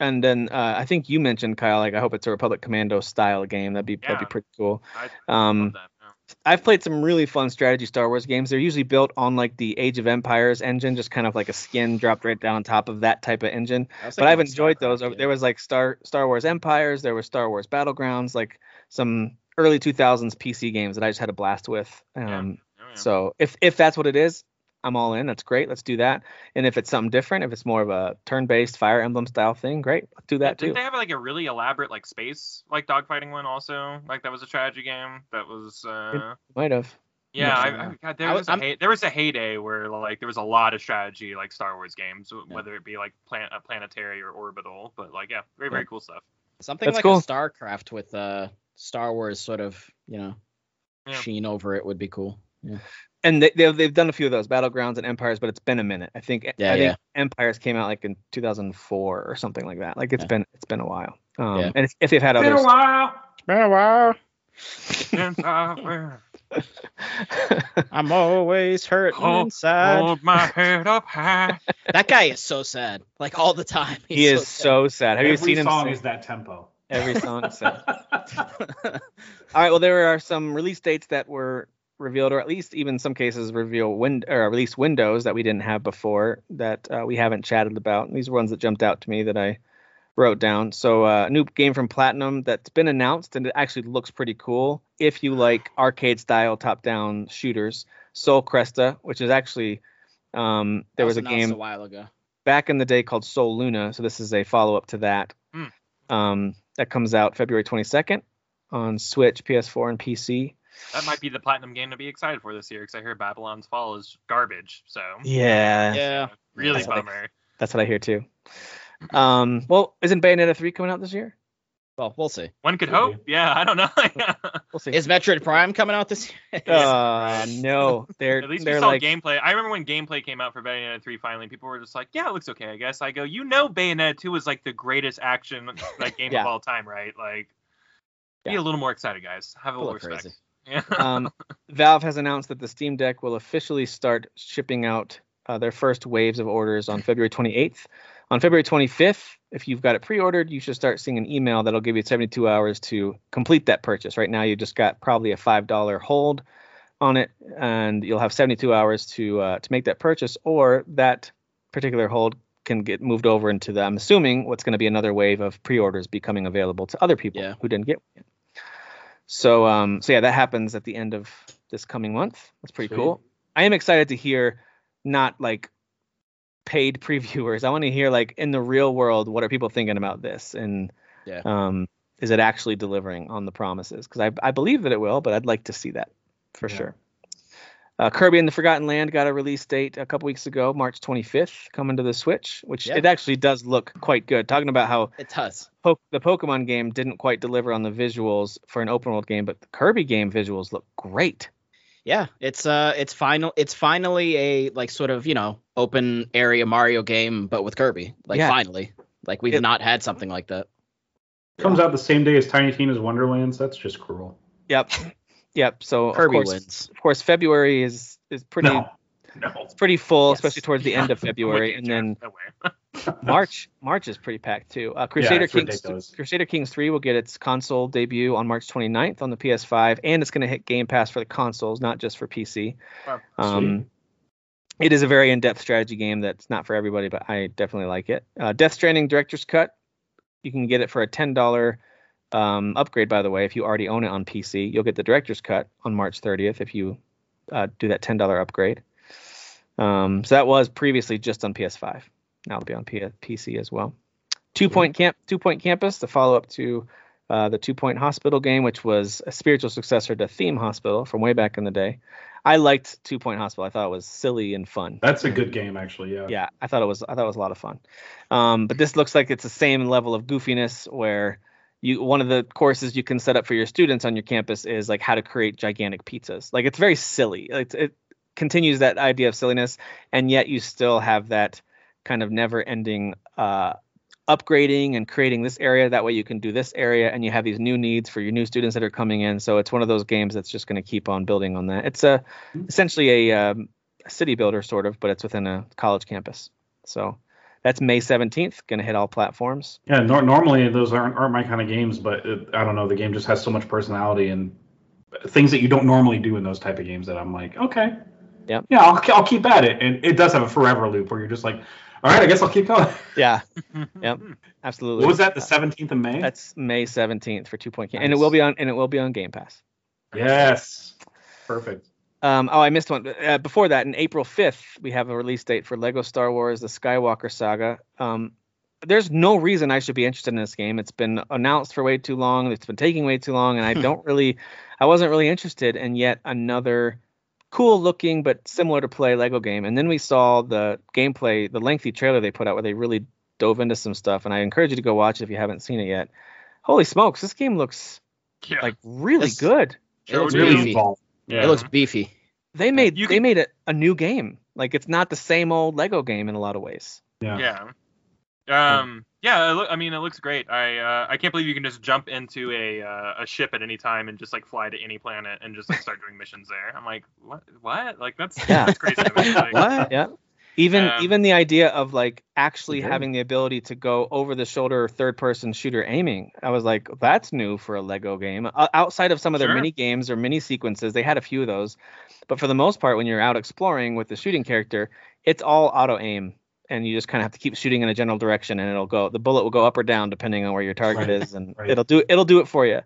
And then uh, I think you mentioned Kyle, like I hope it's a Republic Commando style game. That'd be that'd Yeah. be pretty cool. I Um, love that. Oh, Yeah. I've played some really fun strategy Star Wars games. They're usually built on like the Age of Empires engine, just kind of like a skin dropped right down on top of that type of engine. But I've enjoyed those. There was like Star Star Wars Empires, there was Star Wars Battlegrounds, like some early 2000s PC games that I just had a blast with. Yeah. Um, Oh, yeah. So if if that's what it is, I'm all in. That's great. Let's do that. And if it's something different, if it's more of a turn-based Fire Emblem style thing, great. Let's do that Didn't too. they have like a really elaborate like space like dogfighting one also? Like that was a strategy game. That was uh Might have. yeah. I I, don't I, know. God, there I was was- a I'm- hey, there was a heyday where like there was a lot of strategy like Star Wars games, w- whether it be like plan, uh, planetary or orbital. But like yeah, very very cool stuff. something That's like cool. a StarCraft with uh Star Wars sort of you know Yeah. sheen over it would be cool. Yeah. and they, they've, they've done a few of those battlegrounds and empires but it's been a minute i think Yeah, i think yeah. empires came out like in 2004 or something like that like it's Yeah. been it's been a while um Yeah. and if, if they've had Been a others while. And I I'm always hurt Oh, Uh, inside. hold my head up high. That guy is so sad, like all the time. he He's is so sad have Every you seen him song sing? is that tempo. every song is sad. all right well there are some release dates that were revealed or at least even some cases reveal win or release windows that we didn't have before that uh, we haven't chatted about these are ones that jumped out to me that i wrote down. So uh, a new game from Platinum that's been announced and it actually looks pretty cool if you like arcade style top down shooters. Soul Cresta, which is actually um, That there was a announced game a while ago. back in the day called Soul Luna. So this is a follow up to that. Hmm. Um, that comes out February 22nd on Switch, PS4, and PC. That might be the platinum game to be excited for this year because I hear Babylon's Fall is garbage. So Yeah, Yeah. really That's what I- bummer. that's what I hear too. Um, well, isn't Bayonetta 3 coming out this year? Well, we'll see. One could Could hope. Yeah, I don't know. Yeah. We'll see. Is Metroid Prime coming out this year? uh, no, they're At least we they're saw like gameplay. I remember when gameplay came out for Bayonetta 3 finally, people were just like, yeah, it looks okay, I guess. I go, you know Bayonetta 2 is like the greatest action like game Yeah. of all time, right? Like be Yeah. a little more excited, guys. Have a People little are respect. crazy. Yeah. um, Valve has announced that the Steam Deck will officially start shipping out uh, their first waves of orders on February 28th. On February 25th, if you've got it pre-ordered, you should start seeing an email that'll give you 72 hours to complete that purchase. Right now, you just got probably a five dollar hold on it, and you'll have 72 hours to uh, to make that purchase, or that particular hold can get moved over into the. I'm assuming what's going to be another wave of pre-orders becoming available to other people Yeah. who didn't get one yet. So um, so yeah, that happens at the end of this coming month. That's pretty Sweet. cool. I am excited to hear not like paid previewers. I want to hear like in the real world, what are people thinking about this, and Yeah. um, is it actually delivering on the promises? Because I I believe that it will, but I'd like to see that for Yeah. sure. Uh, Kirby and the Forgotten Land got a release date a couple weeks ago, March 25th, coming to the Switch, which Yeah. it actually does look quite good. Talking about how It does. po- the Pokemon game didn't quite deliver on the visuals for an open world game, but the Kirby game visuals look great. Yeah, it's uh, it's final. It's finally a like sort of you know open area Mario game, but with Kirby. Like Yeah. finally, like we've It- not had something like that. Comes out the same day as Tiny Tina's Wonderlands. That's just cruel. Yep. Yep. So Kirby of course, wins. of course, February is is pretty No, no. it's pretty full, Yes. especially towards the end of February, and then March March is pretty packed too. Uh, Crusader it's Kings ridiculous. Crusader Kings 3 will get its console debut on March 29th on the PS5, and it's going to hit Game Pass for the consoles, not just for PC. Wow. Um, it is a very in-depth strategy game that's not for everybody, but I definitely like it. Uh, Death Stranding Director's Cut, you can get it for a $10 um, upgrade, by the way. If you already own it on PC, you'll get the Director's Cut on March 30th if you uh, do that $10 upgrade. Um, so that was previously just on PS5. Now it'll be on P- PC as well. Two Point Camp, Two Point Campus, the follow-up to uh, the Two Point Hospital game, which was a spiritual successor to Theme Hospital from way back in the day. I liked Two Point Hospital. I thought it was silly and fun. That's a good game, actually. Yeah. Yeah, I thought it was I thought it was a lot of fun. Um, but this looks like it's the same level of goofiness where you one of the courses you can set up for your students on your campus is like how to create gigantic pizzas. Like it's very silly. Like it continues that idea of silliness, and yet you still have that kind of never-ending uh, upgrading and creating this area. That way you can do this area, and you have these new needs for your new students that are coming in. So it's one of those games that's just going to keep on building on that. It's a essentially a um, a city builder sort of, but it's within a college campus. So that's May 17th, going to hit all platforms. Yeah. Nor- normally those aren't aren't my kind of games, but it, I don't know. The game just has so much personality and things that you don't normally do in those type of games that I'm like, okay. Yep. Yeah, I'll, I'll keep at it, and it does have a forever loop where you're just like, all right, I guess I'll keep going. Yeah, Yep. yep. absolutely. What was that? The Uh, 17th of May. That's May 17th for 2.0, and it Nice. will be on and it will be on Game Pass. yes. Perfect. Um, oh, I missed one. Uh, before that, in April 5th, we have a release date for Lego Star Wars: The Skywalker Saga. Um, there's no reason I should be interested in this game. It's been announced for way too long. It's been taking way too long, and I don't really, I wasn't really interested. And yet another cool-looking but similar to play Lego game. And then we saw the gameplay, the lengthy trailer they put out, where they really dove into some stuff. And I encourage you to go watch it if you haven't seen it yet. Holy smokes, this game looks Yeah. like really This- good. It looks Really beefy. involved. Yeah. It looks beefy. They made You they can- made a, a new game. Like it's not the same old Lego game in a lot of ways. yeah. Um. Yeah. It loo- I mean, it looks great. I uh, I can't believe you can just jump into a uh, a ship at any time and just like fly to any planet and just like start doing missions there. I'm like, what? What? Like that's Yeah. that's crazy. to me. Like, What? yeah. Even Um, even the idea of like actually dream. having the ability to go over the shoulder third person shooter aiming, I was like, that's new for a Lego game. O- outside of some of their Sure. mini games or mini sequences, they had a few of those, but for the most part, when you're out exploring with the shooting character, it's all auto aim, and you just kind of have to keep shooting in a general direction, and it'll go. The bullet will go up or down depending on where your target Right. is, and Right. it'll do it'll do it for you.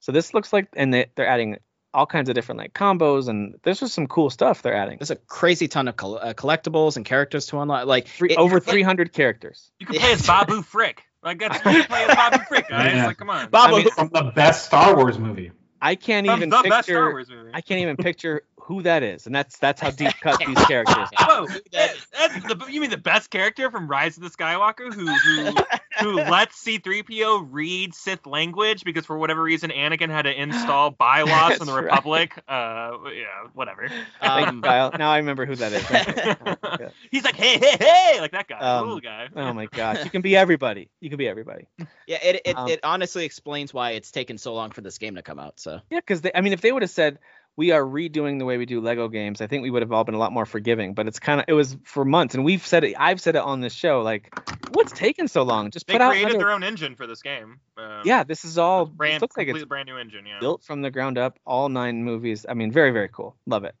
So this looks like, and they, they're adding all kinds of different like combos, and there's just some cool stuff they're adding. There's a crazy ton of col- uh, collectibles and characters to unlock. Like Three, it- over it- 300 characters. You can play as Babu Frick. Like that's you can play as Babu Frick, guys. Yeah. Like come on. Bob, I mean, From the best Star Wars movie. I can't From even the best Star picture. Wars movie. I can't even picture who that is, and that's that's how deep cut these characters. are. Whoa, Who that that- is. that's the, you mean the best character from Rise of the Skywalker who who, who lets C-3PO read Sith language because for whatever reason Anakin had to install bylaws from the That's right. Republic. Uh, yeah, whatever. Thank Um, you, Kyle. Now I remember who that is. Thank you. He's like, hey, hey, hey, like that guy, Um, cool guy. Oh my gosh, you can be everybody. You can be everybody. Yeah, it it, Um, it honestly explains why it's taken so long for this game to come out. So Yeah, because I mean, if they would have said we are redoing the way we do Lego games, I think we would have all been a lot more forgiving. But it's kind of it was for months, and we've said it. I've said it on this show. Like, what's taking so long? Just They put out created another. their own engine for this game. Um, yeah, this is all. brand It looks like completely it's brand new engine. Yeah, built from the ground up. All nine movies. I mean, very very cool. Love it.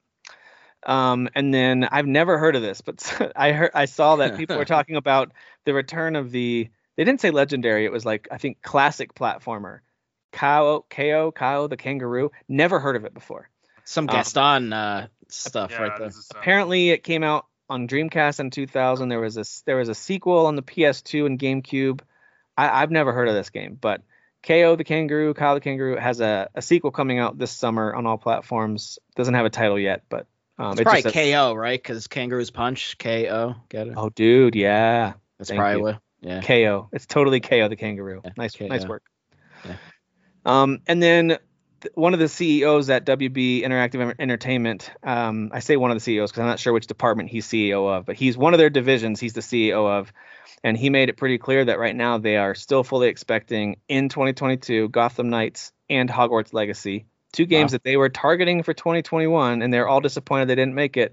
Um, and then I've never heard of this, but I heard I saw that people were talking about the return of the. They didn't say legendary. It was like I think classic platformer. Kao, Ko, Kao the kangaroo. Never heard of it before. some Um, Gaston uh, stuff yeah, right there. this is, uh, apparently it came out on Dreamcast in 2000. There was a there was a sequel on the PS2 and GameCube. I, I've never heard of this game, but KO the Kangaroo, Kyle the Kangaroo has a, a sequel coming out this summer on all platforms. Doesn't have a title yet, but um, It's it probably just says- KO, right? Because Kangaroo's Punch, KO. Get it? oh, dude, yeah, That's thank probably you. what. Yeah. KO. It's totally KO the Kangaroo. Yeah, nice, KO. nice work. Yeah. Um, and then th- one of the CEOs at WB Interactive Em- Entertainment. Um, I say one of the CEOs because I'm not sure which department he's CEO of, but he's one of their divisions. He's the CEO of, and he made it pretty clear that right now they are still fully expecting in 2022 Gotham Knights and Hogwarts Legacy, two games that they were targeting for 2021, and they're all disappointed they didn't make it.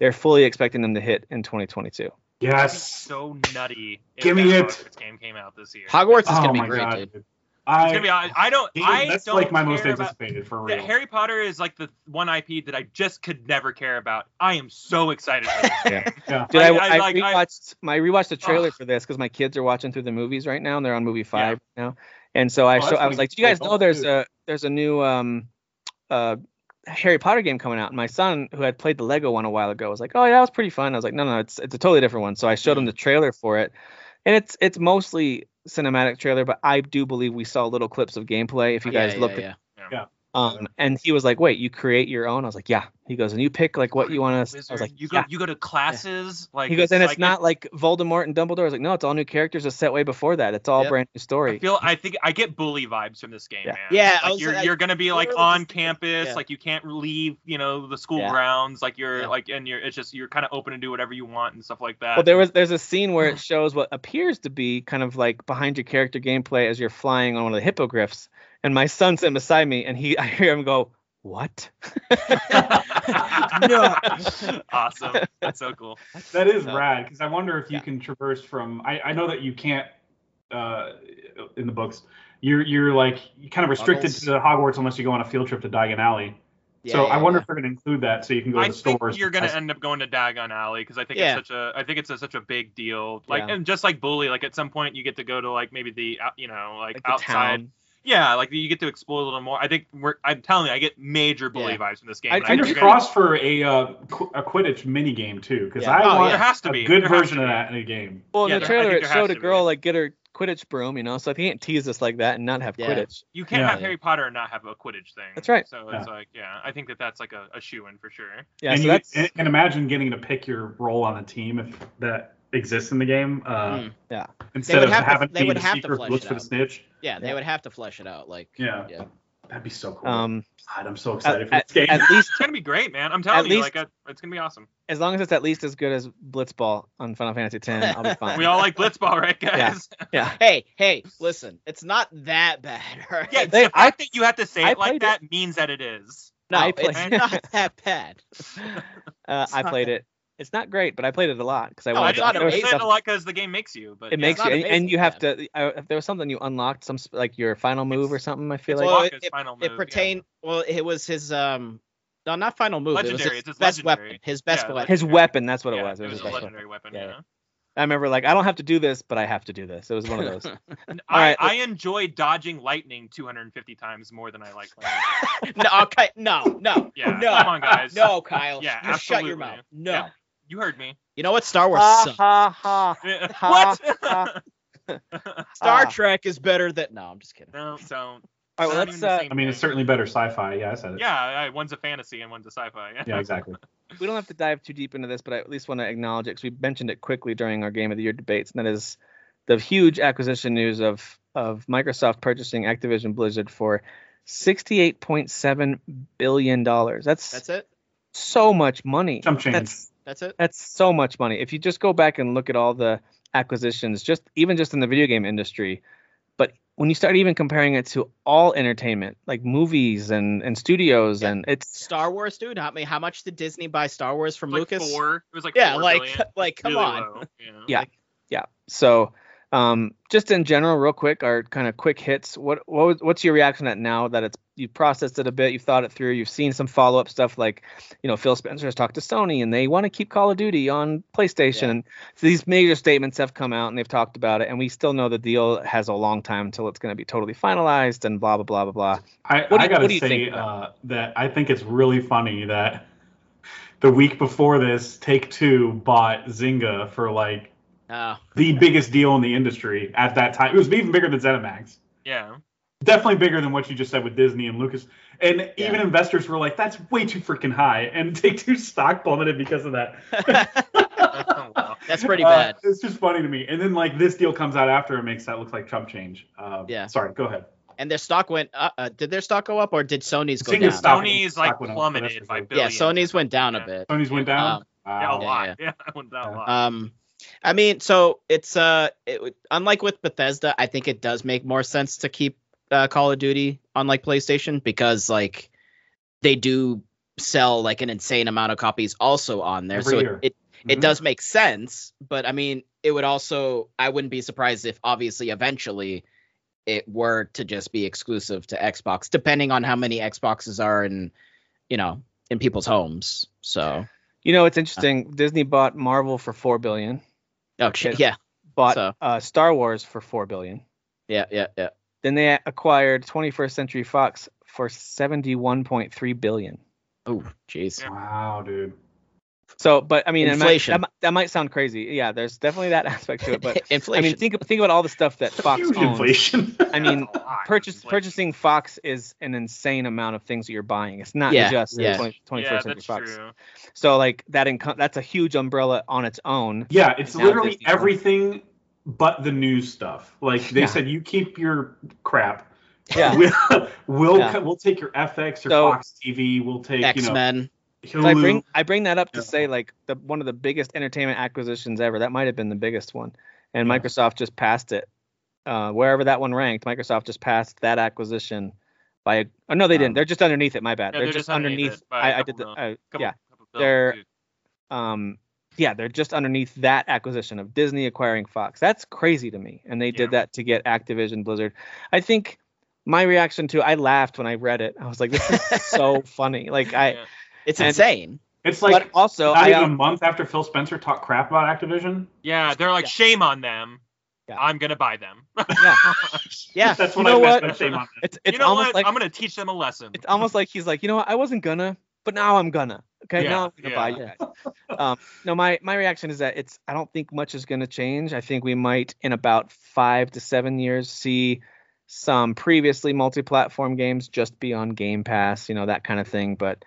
They're fully expecting them to hit in 2022. That'd be Yes. so nutty. if Give me that it. Hogwarts game came out this year. Hogwarts is oh gonna be my great, god. dude. dude. It's I, gonna be. I, I don't. I that's don't like my most care about. anticipated for Yeah, real. Harry Potter is like the one IP that I just could never care about. I am so excited. For this. Dude, I, I- I, I like- I- rewatched I, rewatched the trailer Ugh. for this because my kids are watching through the movies right now and they're on movie five now. And so I Oh, so that's I was funny. like, Did you guys They know don't there's do a there's a new um uh Harry Potter game coming out? And my son who had played the Lego one a while ago was like, Oh yeah, that was pretty fun. I was like, No, no, it's it's a totally different one. So I showed him the trailer for it. And it's it's mostly cinematic trailer, but I do believe we saw little clips of gameplay. If you Yeah, guys yeah, looked yeah. at um and he was like, Wait, you create your own? I was like, Yeah. He goes, and you pick like what you want to I was Wizard, like, you go, yeah you go to classes. Like he goes, and it's like- not like Voldemort and Dumbledore. It's like, no, it's all new characters. It's set way before that. It's all Yep. brand new I story. feel. I think I get bully vibes from this game, Yeah. man. Yeah, I like was you're like- you're gonna be like literally on just thinking- campus. yeah. Like you can't leave. You know the school Yeah. grounds. Like you're Yeah. like and you're. It's just you're kind of open to do whatever you want and stuff like that. Well, there was there's a scene where it shows what appears to be kind of like behind your character gameplay as you're flying on one of the hippogriffs, and my son sitting beside me, and he I hear him go, "What?" No. awesome. That's so cool. That is Uh, rad because I wonder if you yeah. can traverse from. I, I know that you can't uh, in the books. You're you're like you're kind of restricted Tunnels. to Hogwarts unless you go on a field trip to Diagon Alley. Yeah, so yeah, I wonder yeah. if they're going to include that so you can go I to the think stores. you're gonna end up going to Dagon Alley because I think Yeah. it's such a I think it's a, such a big deal. Like Yeah. and just like Bully, like at some point you get to go to like maybe the out- you know like, Like the outside. town. Yeah, like you get to explore a little more. I think we're I'm telling you, I get major Bully Yeah. vibes from this game. I- and I Fingers think you're gonna- crossed for a uh, qu- a Quidditch mini game too because Yeah. I Oh, want there has to a be. good There has version to of be. that in a game. Well, in the Yeah, there- I trailer think it there has showed a to be. girl like get her Quidditch broom, you know, so they can't tease us like that and not have Yeah. Quidditch. You can't Yeah. have Harry Potter and not have a Quidditch thing. That's right. So it's like, yeah, I think that that's like a, a shoe in for sure. Yeah, and so you that's and, and imagine getting to pick your role on the team if that exists in the game. Uh, Mm. Yeah. Instead would of have to- having they to be would the have to seeker who flesh looks it for the out. snitch. Yeah, they Yeah. would have to flesh it out. Like Yeah. yeah. That'd be so cool. um God, I'm so excited at, for this game. at least It's gonna be great, man. I'm telling At you, least- like uh, it's gonna be awesome. as long as it's at least as good as Blitzball on Final Fantasy X, I'll be fine. We all like Blitzball, right, guys? yeah. Hey, hey, listen, it's not that bad. all right? Yeah, They- the fact I- that you have to say I it like played that means that it is. no, I it's played- not that bad. Uh, It's I not played that- it. It's not great, but I played it a lot because I No, wanted I it's to. just not there was say amazing. stuff- it a lot because the game makes you. But it yeah. makes not you, and, and amazing, you have to. I, if there was something you unlocked, some sp- like your final move or It's- something. I feel it's like all- Well, Waka's final move. it pertained well it was his um no not final move it was Legendary, his it's his best legendary. weapon his best Yeah, weapon his weapon. That's what yeah. it was. It was, was his best a like- weapon. legendary weapon. Yeah, Yeah, I remember like I don't have to do this, but I have to do this. It was one of those. All I, right, I enjoy dodging lightning 250 times more than I like. Lightning. no okay no no Yeah, No. come on, guys. no kyle Yeah, you shut your absolutely. mouth no Yeah. you heard me. you know what star wars Ah, ha sucks. ha ha. what? ha. star ah. trek is better than no i'm just kidding no, so All right, well, not let's, even the uh, same I mean, it's thing. certainly better sci-fi. Yeah, I said it. Yeah, I, one's a fantasy and one's a sci-fi. Yeah, Yeah, exactly. we don't have to dive too deep into this, but I at least want to acknowledge it because we mentioned it quickly during our Game of the Year debates, and that is the huge acquisition news of of Microsoft purchasing Activision Blizzard for sixty eight point seven billion dollars. That's, That's it. so much money. Jump change. That's That's it. that's so much money. If you just go back and look at all the acquisitions, just even just in the video game industry, but when you start even comparing it to all entertainment, like movies and and studios, Yeah. and it's Star Wars, dude. How many? How much did Disney buy Star Wars from It's like Lucas? Four. It was like yeah, four like, billion. like, come Really on. low, you know? Yeah. yeah. So, um, just in general, real quick, our kind of quick hits. What what was, what's your reaction at now that it's you've processed it a bit, you've thought it through, you've seen some follow up stuff like, you know, Phil Spencer has talked to Sony and they want to keep Call of Duty on PlayStation. Yeah. And so these major statements have come out and they've talked about it, and we still know the deal has a long time until it's going to be totally finalized and blah blah blah blah blah. I, What do I you- gotta what do you say think, uh, that I think it's really funny that the week before this, Take Two bought Zynga for like Uh, the biggest deal in the industry at that time. It was even bigger than ZeniMax. Yeah. Definitely bigger than what you just said with Disney and Lucas. And Yeah. even investors were like, "That's way too freaking high." And Take Two stock plummeted because of that. Wow. That's pretty Uh, bad. it's just funny to me. And then like this deal comes out after it makes that look like Trump change. Um, Yeah. Sorry. Go ahead. and their stock went. Uh, uh, did their stock go up or did Sony's go Zynga's down? stock- Sony's stock like went up. plummeted by yeah, billions. Sony's went down a Yeah. bit. Sony's went down. Um, Yeah, a Wow. lot. yeah. Yeah, it went down a Yeah. Uh, lot. Um, I mean, so it's uh, it, would- unlike with Bethesda, I think it does make more sense to keep uh, Call of Duty on like PlayStation because like they do sell like an insane amount of copies also on there, Every so year. it, it it Mhm. does make sense. But I mean, it would also I wouldn't be surprised if obviously eventually it were to just be exclusive to Xbox, depending on how many Xboxes are in you know in people's homes. So You know, it's Uh. interesting. Disney bought Marvel for four billion, oh shit, yeah, bought So- uh, Star Wars for four billion. yeah, yeah, yeah. Then they acquired 21st Century Fox for 71.3 billion. Oh, jeez. Wow, dude. So, but I mean, it might- Inflation. that, might, that might sound crazy. Yeah, there's definitely that aspect to it. But I inflation. mean, think think about all the stuff that Fox Huge owns. inflation. I mean, That's a lot. purchase It's like- purchasing Fox is an insane amount of things that you're buying. It's not Yeah, just yeah. 20, 21st Yeah, Century that's Fox. true. So like that income that's a huge umbrella on its own. yeah, it's Now literally Disney Plus. everything but the news stuff. Like they Yeah. said, you keep your crap. Yeah. We'll we'll, Yeah. co- we'll take your FX, your So- Fox TV. We'll take X Men. you So know I Hulu. bring I bring that up to Yeah. say like the one of the biggest entertainment acquisitions ever. That might have been the biggest one, and Yeah. Microsoft just passed it. Uh, wherever that one ranked, Microsoft just passed that acquisition by. A, oh no, they Um, didn't. They're just underneath it. My bad. Yeah, they're, just underneath. it by a I, I couple did the. million. I, Couple- yeah. couple billion, They're- too. Um. Yeah, they're just underneath that acquisition of Disney acquiring Fox. That's crazy to me. And they did Yeah. that to get Activision Blizzard. I think my reaction to I laughed when I read it. I was like, this is so funny. Like I. Yeah. It's And- insane. It's like but also, not I even a um, month after Phil Spencer talked crap about Activision. Yeah, they're like Yeah. shame on them. Yeah. I'm gonna buy them. yeah. Yeah. That's You what know I meant what? by shame on It's it's you know almost what? like I'm gonna teach them a lesson. it's almost like he's like, you know what, I wasn't gonna, but now I'm gonna. Okay, Yeah, now I'm gonna yeah. buy you guys. Um, no, my my reaction is that it's I don't think much is gonna change. I think we might in about five to seven years see some previously multi-platform games just be on Game Pass, you know that kind of thing. But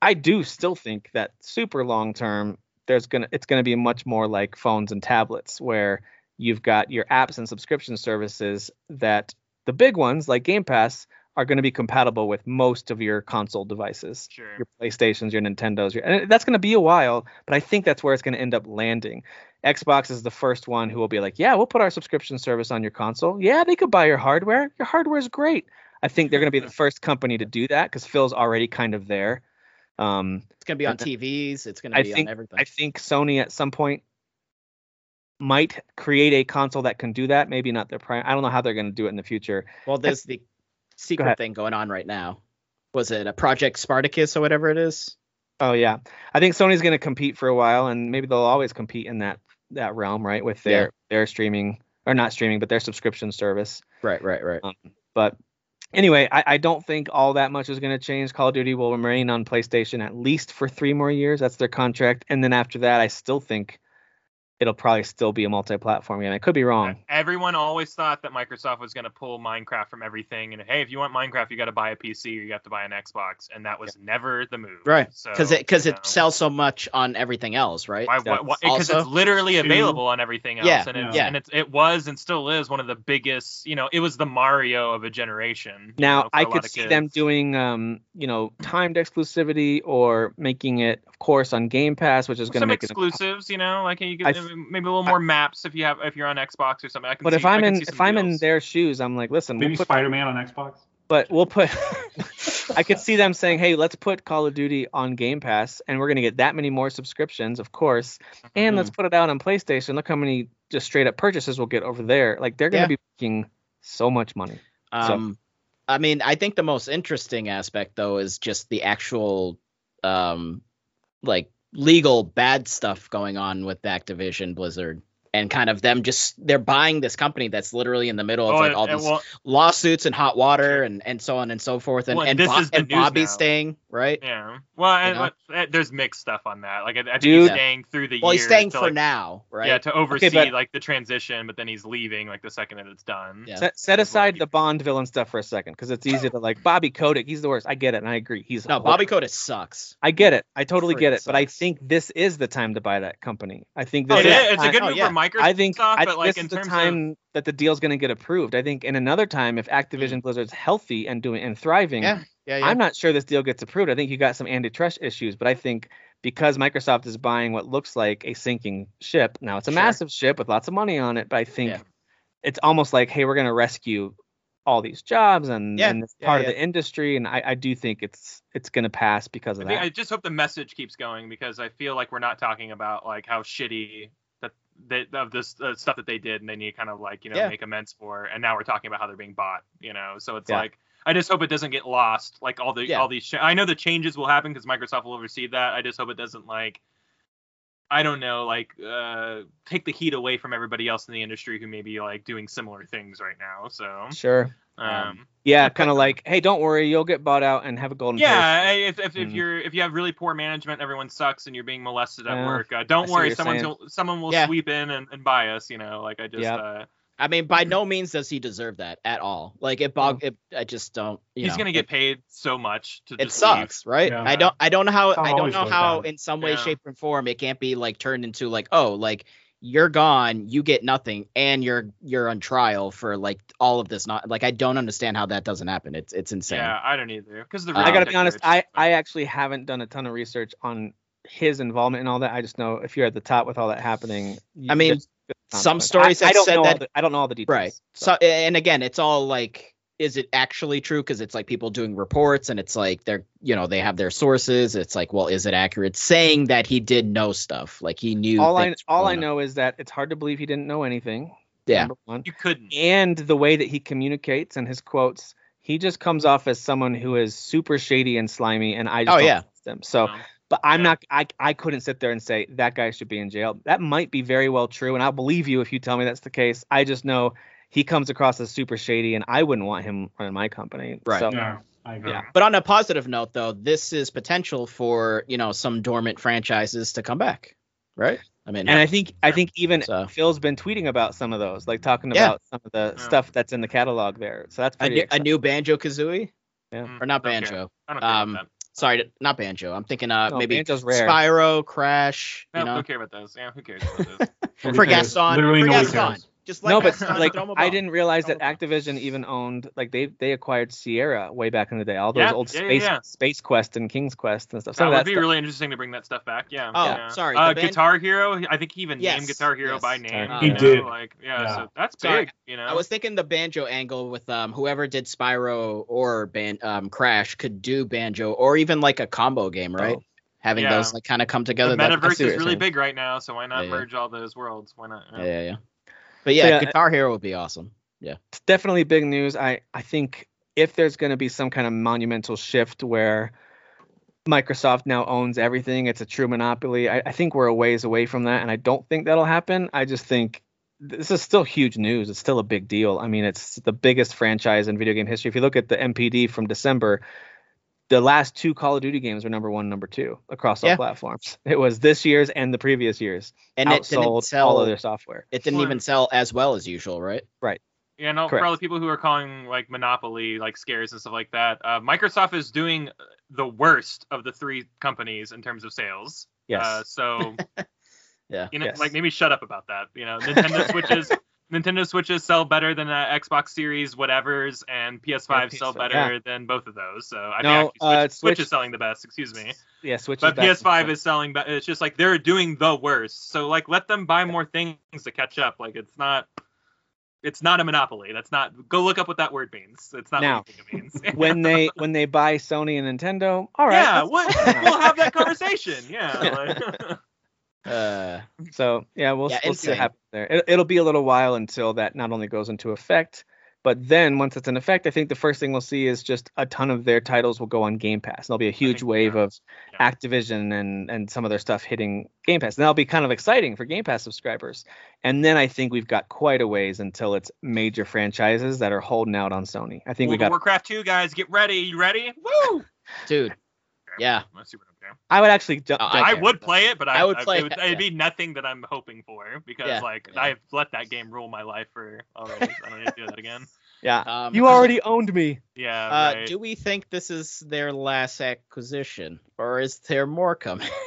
I do still think that super long term, there's gonna it's gonna be much more like phones and tablets where you've got your apps and subscription services that the big ones like Game Pass are going to be compatible with most of your console devices sure. your playstations your nintendos your, and that's going to be a while but i think that's where it's going to end up landing xbox is the first one who will be like yeah we'll put our subscription service on your console yeah they could buy your hardware your hardware is great i think they're going to be the first company to do that because phil's already kind of there um, It's gonna be on And- TVs. It's gonna I be think- on everything. I think Sony at some point might create a console that can do that. Maybe not their prime. I don't know how they're going to do it in the future. well, there's the secret ahead. thing going on right now. Was it a Project Spartacus or whatever it is? Oh yeah, I think Sony's going to compete for a while, and maybe they'll always compete in that that realm, right? With their Yeah. their streaming or not streaming, but their subscription service. Right, right, right. But anyway, I, I don't think all that much is going to change. Call of Duty will remain on PlayStation at least for three more years. That's their contract, and then after that, I still think it'll probably still be a multi-platform game. I could be wrong. E, Everyone always thought that Microsoft was going to pull Minecraft from everything, and hey, if you want Minecraft, you got to buy a PC or you have to buy an Xbox, and that was never the move. Right. So, because Oh, it because you know, it sells so much on everything else, right? Why? Why? Because Also- it's literally Two. available on everything else, Yeah, and it's, yeah. and it's, it was and still is one of the biggest. You know, it was the Mario of a generation. you Now know, for I a lot could of see them kids. doing, um, you know, timed exclusivity or making it, of course, on Game Pass, which is going to some make it. exclusives, you know, like you I get th- maybe a little more maps if you have if you're on Xbox or something. I can But see, if I'm I can in see some if I'm in deals. their shoes, I'm like, listen, Maybe we'll put, Spider Man on Xbox. but we'll put. I could see them saying, hey, let's put Call of Duty on Game Pass, and we're going to get that many more subscriptions, of course, and Mm-hmm. let's put it out on PlayStation. Look how many just straight up purchases we'll get over there. Like they're going to Yeah. be making so much money. So- Um, I mean, I think the most interesting aspect though is just the actual, um, like legal bad stuff going on with Activision Blizzard and kind of them just they're buying this company that's literally in the middle of Oh, like and- all and these well, lawsuits and hot water and and so on and so forth and Well, and, this Bo- is the and news Bobby's now. staying right. yeah. Well, and, know? what- eh, there's mixed stuff on that. Like I, I think Dude. he's staying through the Well, year. he's staying to, for like, now, right? Yeah, to oversee but- like the transition, but then he's leaving like the second that it's done. Yeah. Set, set That's what I aside keep- the Bond villain stuff for a second, because it's easy to like Bobby Kotick. He's the worst. I get it, and I agree. He's no, horrible. Bobby Kotick sucks. I get it. I totally Freaking get it. But I sucks. think this is the time to buy that company. I think It this Oh, is. is yeah. the It's a time- good Oh, move yeah. for Microsoft, I think I but think like this in is the terms of time that the deal's going to get approved. I think in another time, if Activision Blizzard's healthy and doing and thriving, Mm. Yeah, yeah, yeah. I'm not sure this deal gets approved. I think you got some antitrust issues, but I think because Microsoft is buying what looks like a sinking ship, now it's a Sure. massive ship with lots of money on it, but I think Yeah. it's almost like, hey, we're going to rescue all these jobs and, Yeah, and it's yeah, part yeah. of the industry, and I, I do think it's it's going to pass because of that. I, think, I just hope the message keeps going because I feel like we're not talking about like how shitty that they, of this uh, stuff that they did and they need to kind of like you know Yeah. make amends for, and now we're talking about how they're being bought, you know. So it's Yeah. like I just hope it doesn't get lost. Like all the Yeah. all these, cha- I know the changes will happen because Microsoft will oversee that. I just hope it doesn't like. I don't know, like uh, take the heat away from everybody else in the industry who may be like doing similar things right now. So, sure. um, Yeah, kind of like, hey, don't worry, you'll get bought out and have a golden. Yeah, parachute." I- if, if, if Mm. Mhm. you're if you have really poor management, everyone sucks, and you're being molested at Yeah, work. Uh, I don't see what worry, you're someone's saying. will- someone will Yeah. sweep in and, and buy us. You know, like I just Yeah. uh, I mean, by no means does he deserve that at all. Like it bog. It, I just don't. You he's know, gonna it- get paid so much to it just sucks, right? Yeah. I don't I don't know how It's I don't always know goes how down. in some way, Yeah. shape, and form it can't be like turned into like, oh, like you're gone, you get nothing, and you're you're on trial for like all of this not like I don't understand how that doesn't happen. It's it's Leave. insane. Yeah, I don't either. Because the I I real gotta dick be honest. rich- I I actually haven't done a ton of research on his involvement and all that. I just know if you're at the top with all that happening. you- I mean, there's- there's some consequences. stories I, I have don't said know all that- the- I don't know all the details. Right. So and again, it's all like is it actually true because it's like people doing reports and it's like they're you know they have their sources it's like well is it accurate saying that he did know stuff like he knew all I things were all I going on. know is that it's hard to believe he didn't know anything. Yeah. number one. you couldn't. And the way that he communicates and his quotes, he just comes off as someone who is super shady and slimy, and I just Oh, don't yeah. trust him. So, you know? but I'm Yeah. not. I I couldn't sit there and say that guy should be in jail. That might be very well true, and I'll believe you if you tell me that's the case. I just know he comes across as super shady, and I wouldn't want him running my company. Right. So, Yeah, I agree. Yeah. But on a positive note, though, this is potential for you know some dormant franchises to come back, right? I mean, And I think I think even So- Phil's been tweeting about some of those, like talking Yeah. about some of the Yeah. stuff that's in the catalog there. So that's a, pretty. new, a exciting. new Banjo Kazooie, Mm, or not okay. Banjo? I don't care Um, about Sorry, not Banjo. I'm thinking uh No, maybe Banjo's rare. Spyro, Crash. that. You No, know, who care about those? Yeah, who cares about those? Nobody for cares. Gaston, Literally for nobody Gaston, cares. just like no, but Gaston, like Domo I Ball. didn't realize that Domo Ball. Activision even owned like they they acquired Sierra way back in the day, all those Yeah, old yeah, yeah, space yeah. Space Quest and King's Quest and stuff. that Some would of that be stuff- really interesting to bring that stuff back. Yeah. Oh, yeah. sorry, Uh, the band- Guitar Hero. I think he even Yes, named Guitar Hero yes. by Guitar name. Hero. you He know? did. Like, yeah, Yeah. So that's Sorry, big. You know. I was thinking the banjo angle with um whoever did Spyro or Ban um Crash could do banjo or even like a combo game, right? Oh. Having Yeah. those like kind of come together. the I that- see what metaverse you're is really saying. big right now, so why not Yeah, yeah. merge all those worlds? Why not? yeah, yeah, yeah. But yeah, So, yeah, Guitar Hero would be awesome. it's definitely big news. I I think if there's going to be some kind of monumental shift where Microsoft now owns everything, it's a true monopoly. I, I think we're a ways away from that, and I don't think that'll happen. I just think this is still huge news. It's still a big deal. I mean, it's the biggest franchise in video game history. If you look at the MPD from December, the last two Call of Duty games were number one, number two across all Yeah. platforms. It was this year's and the previous year's and it didn't outsold all sell. of their software. it didn't even sell as well as usual, right? Yeah, no, Correct. probably people who are calling like Monopoly like scares and stuff like that. Uh, Microsoft is doing uh, the worst of the three companies in terms of sales. Yes. Uh, so, Yeah. you know, Yes. like maybe shut up about that. You know, Nintendo Switches, Nintendo Switches sell better than uh, Xbox Series whatever's, and PS5 Yeah, sell PS5, better yeah. than both of those. So I No, mean, actually, Switch, uh, Switch Switch- is selling the best. Excuse me, yeah, Switch. but PS5 is selling. But it's just like they're doing the worst. So like, let them buy more things to catch up. Like it's not. It's not a monopoly. That's not. Go look up what that word means. It's not Now, what you think it means. when they when they buy Sony and Nintendo. All right. yeah, that's- what, fine. we'll have that conversation. Yeah. like- Uh, So yeah, we'll, Yeah, we'll see what insane. happens there. It, it'll be a little while until that not only goes into effect, but then once it's in effect, I think the first thing we'll see is just a ton of their titles will go on Game Pass. There'll be a huge think- wave of yeah. Activision and and some of their stuff hitting Game Pass, and that'll be kind of exciting for Game Pass subscribers. And then I think we've got quite a ways until it's major franchises that are holding out on Sony. I think World we of got. Warcraft 2 guys, get ready. You ready? Woo! dude, yeah. Let's see what I'm doing. I would actually. ju- ju- Oh, I Uh, I care. would play it, but I, I would play it. Would, it, it'd be nothing that I'm hoping for because Yeah, like yeah. I've let that game rule my life for already. I don't need to do that again. yeah. Um, You already owned me. Yeah. Uh, right. Do we think this is their last acquisition, or is there more coming?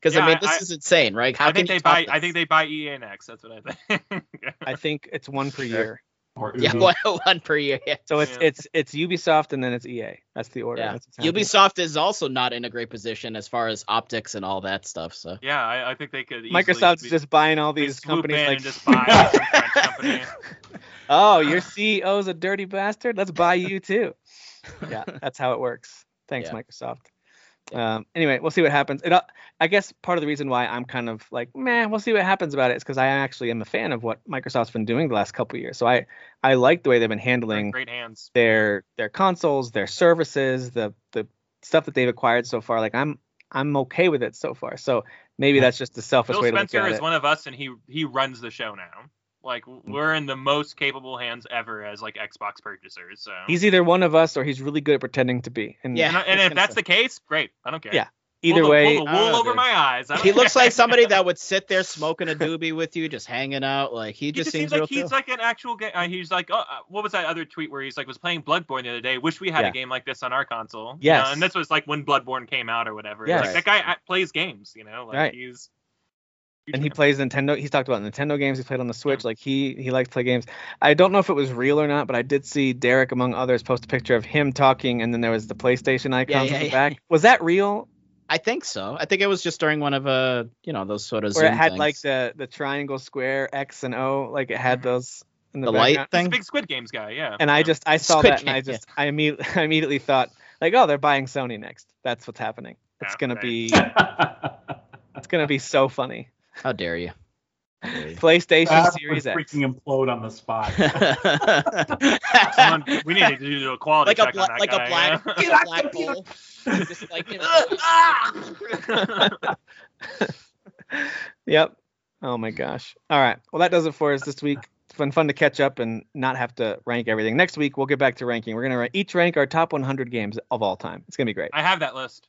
Because Yeah, I mean, I- this I- is insane, right? How I think can they you top buy. I this? think they buy EA next. That's what I think. I think it's one per year. Or yeah, Ubi. one, Mm-hmm. one per year. Yeah. So it's Yeah. it's it's Ubisoft and then it's EA. That's the order. Yeah. That's what's happening. Ubisoft is also not in a great position as far as optics and all that stuff. So yeah, I, I think they could. easily Microsoft's be- just buying all they these swoop companies in like, and just buy some French company. oh, your CEO's a dirty bastard. Let's buy you too. Yeah, that's how it works. Thanks, Yeah. Microsoft. Um, anyway, we'll see what happens. It, uh, I guess part of the reason why I'm kind of like, man, we'll see what happens about it is because I actually am a fan of what Microsoft's been doing the last couple years. So I I like the way they've been handling Great hands. their their consoles, their services, the the stuff that they've acquired so far. Like I'm I'm okay with it so far. So maybe that's just the selfish Phil way to Spencer look at is it. Mm. one of us, and he he runs the show now. Like we're in the most capable hands ever as like Xbox purchasers. So He's either one of us or he's really good at pretending to be. And Yeah. and, and if that's the case, great. I don't care. Yeah. either Pull the- way, pull the I don't wool know, over dude. my eyes. I don't he looks care. like somebody that would sit there smoking a doobie with you, just hanging out. Like he, He just seems real like cool. he's like an actual game. Uh, he's like, oh, uh, what was that other tweet where he's like was playing Bloodborne the other day? Wish we had Yeah. a game like this on our console. You Yes. know, and this was like when Bloodborne came out or whatever. Yes. Like, that guy uh, plays games. You know, like Right. he's. and he plays Nintendo. He's talked about Nintendo games. He played on the Switch. Like he he likes to play games. I don't know if it was real or not, but I did see Derek among others post a picture of him talking, and then there was the PlayStation icons yeah, in the yeah. back. Was that real? I think so. I think it was just during one of uh, you know, those sort of Where it Zoom had things. like the the triangle, square, X and O. Like it had Mm-hmm. Mhm. those in the, The light background. thing. He's a big Squid Games guy. Yeah. And I Yeah. just I saw Squid that and I Game, yeah. just I, imme- I immediately thought like oh they're buying Sony next. That's what's happening. It's Yeah, gonna right. be it's gonna be so funny. How dare you? How dare you? PlayStation That Series would X. freaking implode on the spot. Someone- we need to do a quality like a check bla- on that like guy. a black, yeah. like a black hole. Just like you know, Yep. Oh my gosh. All right. Well that does it for us this week. It's been fun to catch up and not have to rank everything. Next week we'll get back to ranking. We're gonna ra- each rank our top 100 games of all time. It's gonna be great. I have that list.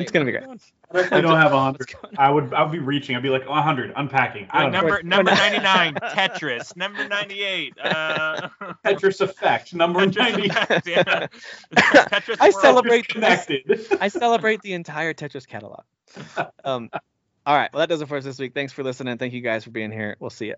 It's gonna be great. I definitely don't have a hundred. I would I would be reaching. I'd be like a hundred, unpacking. I Oh, Like don't know. number number ninety nine Tetris. Number ninety eight. Uh, Tetris effect number ninety. Tetris. yeah. Tetris I World. celebrate- Great. connected. I celebrate the entire Tetris catalog. Um, all right. Well, that does it for us this week. Thanks for listening. Thank you guys for being here. We'll see you.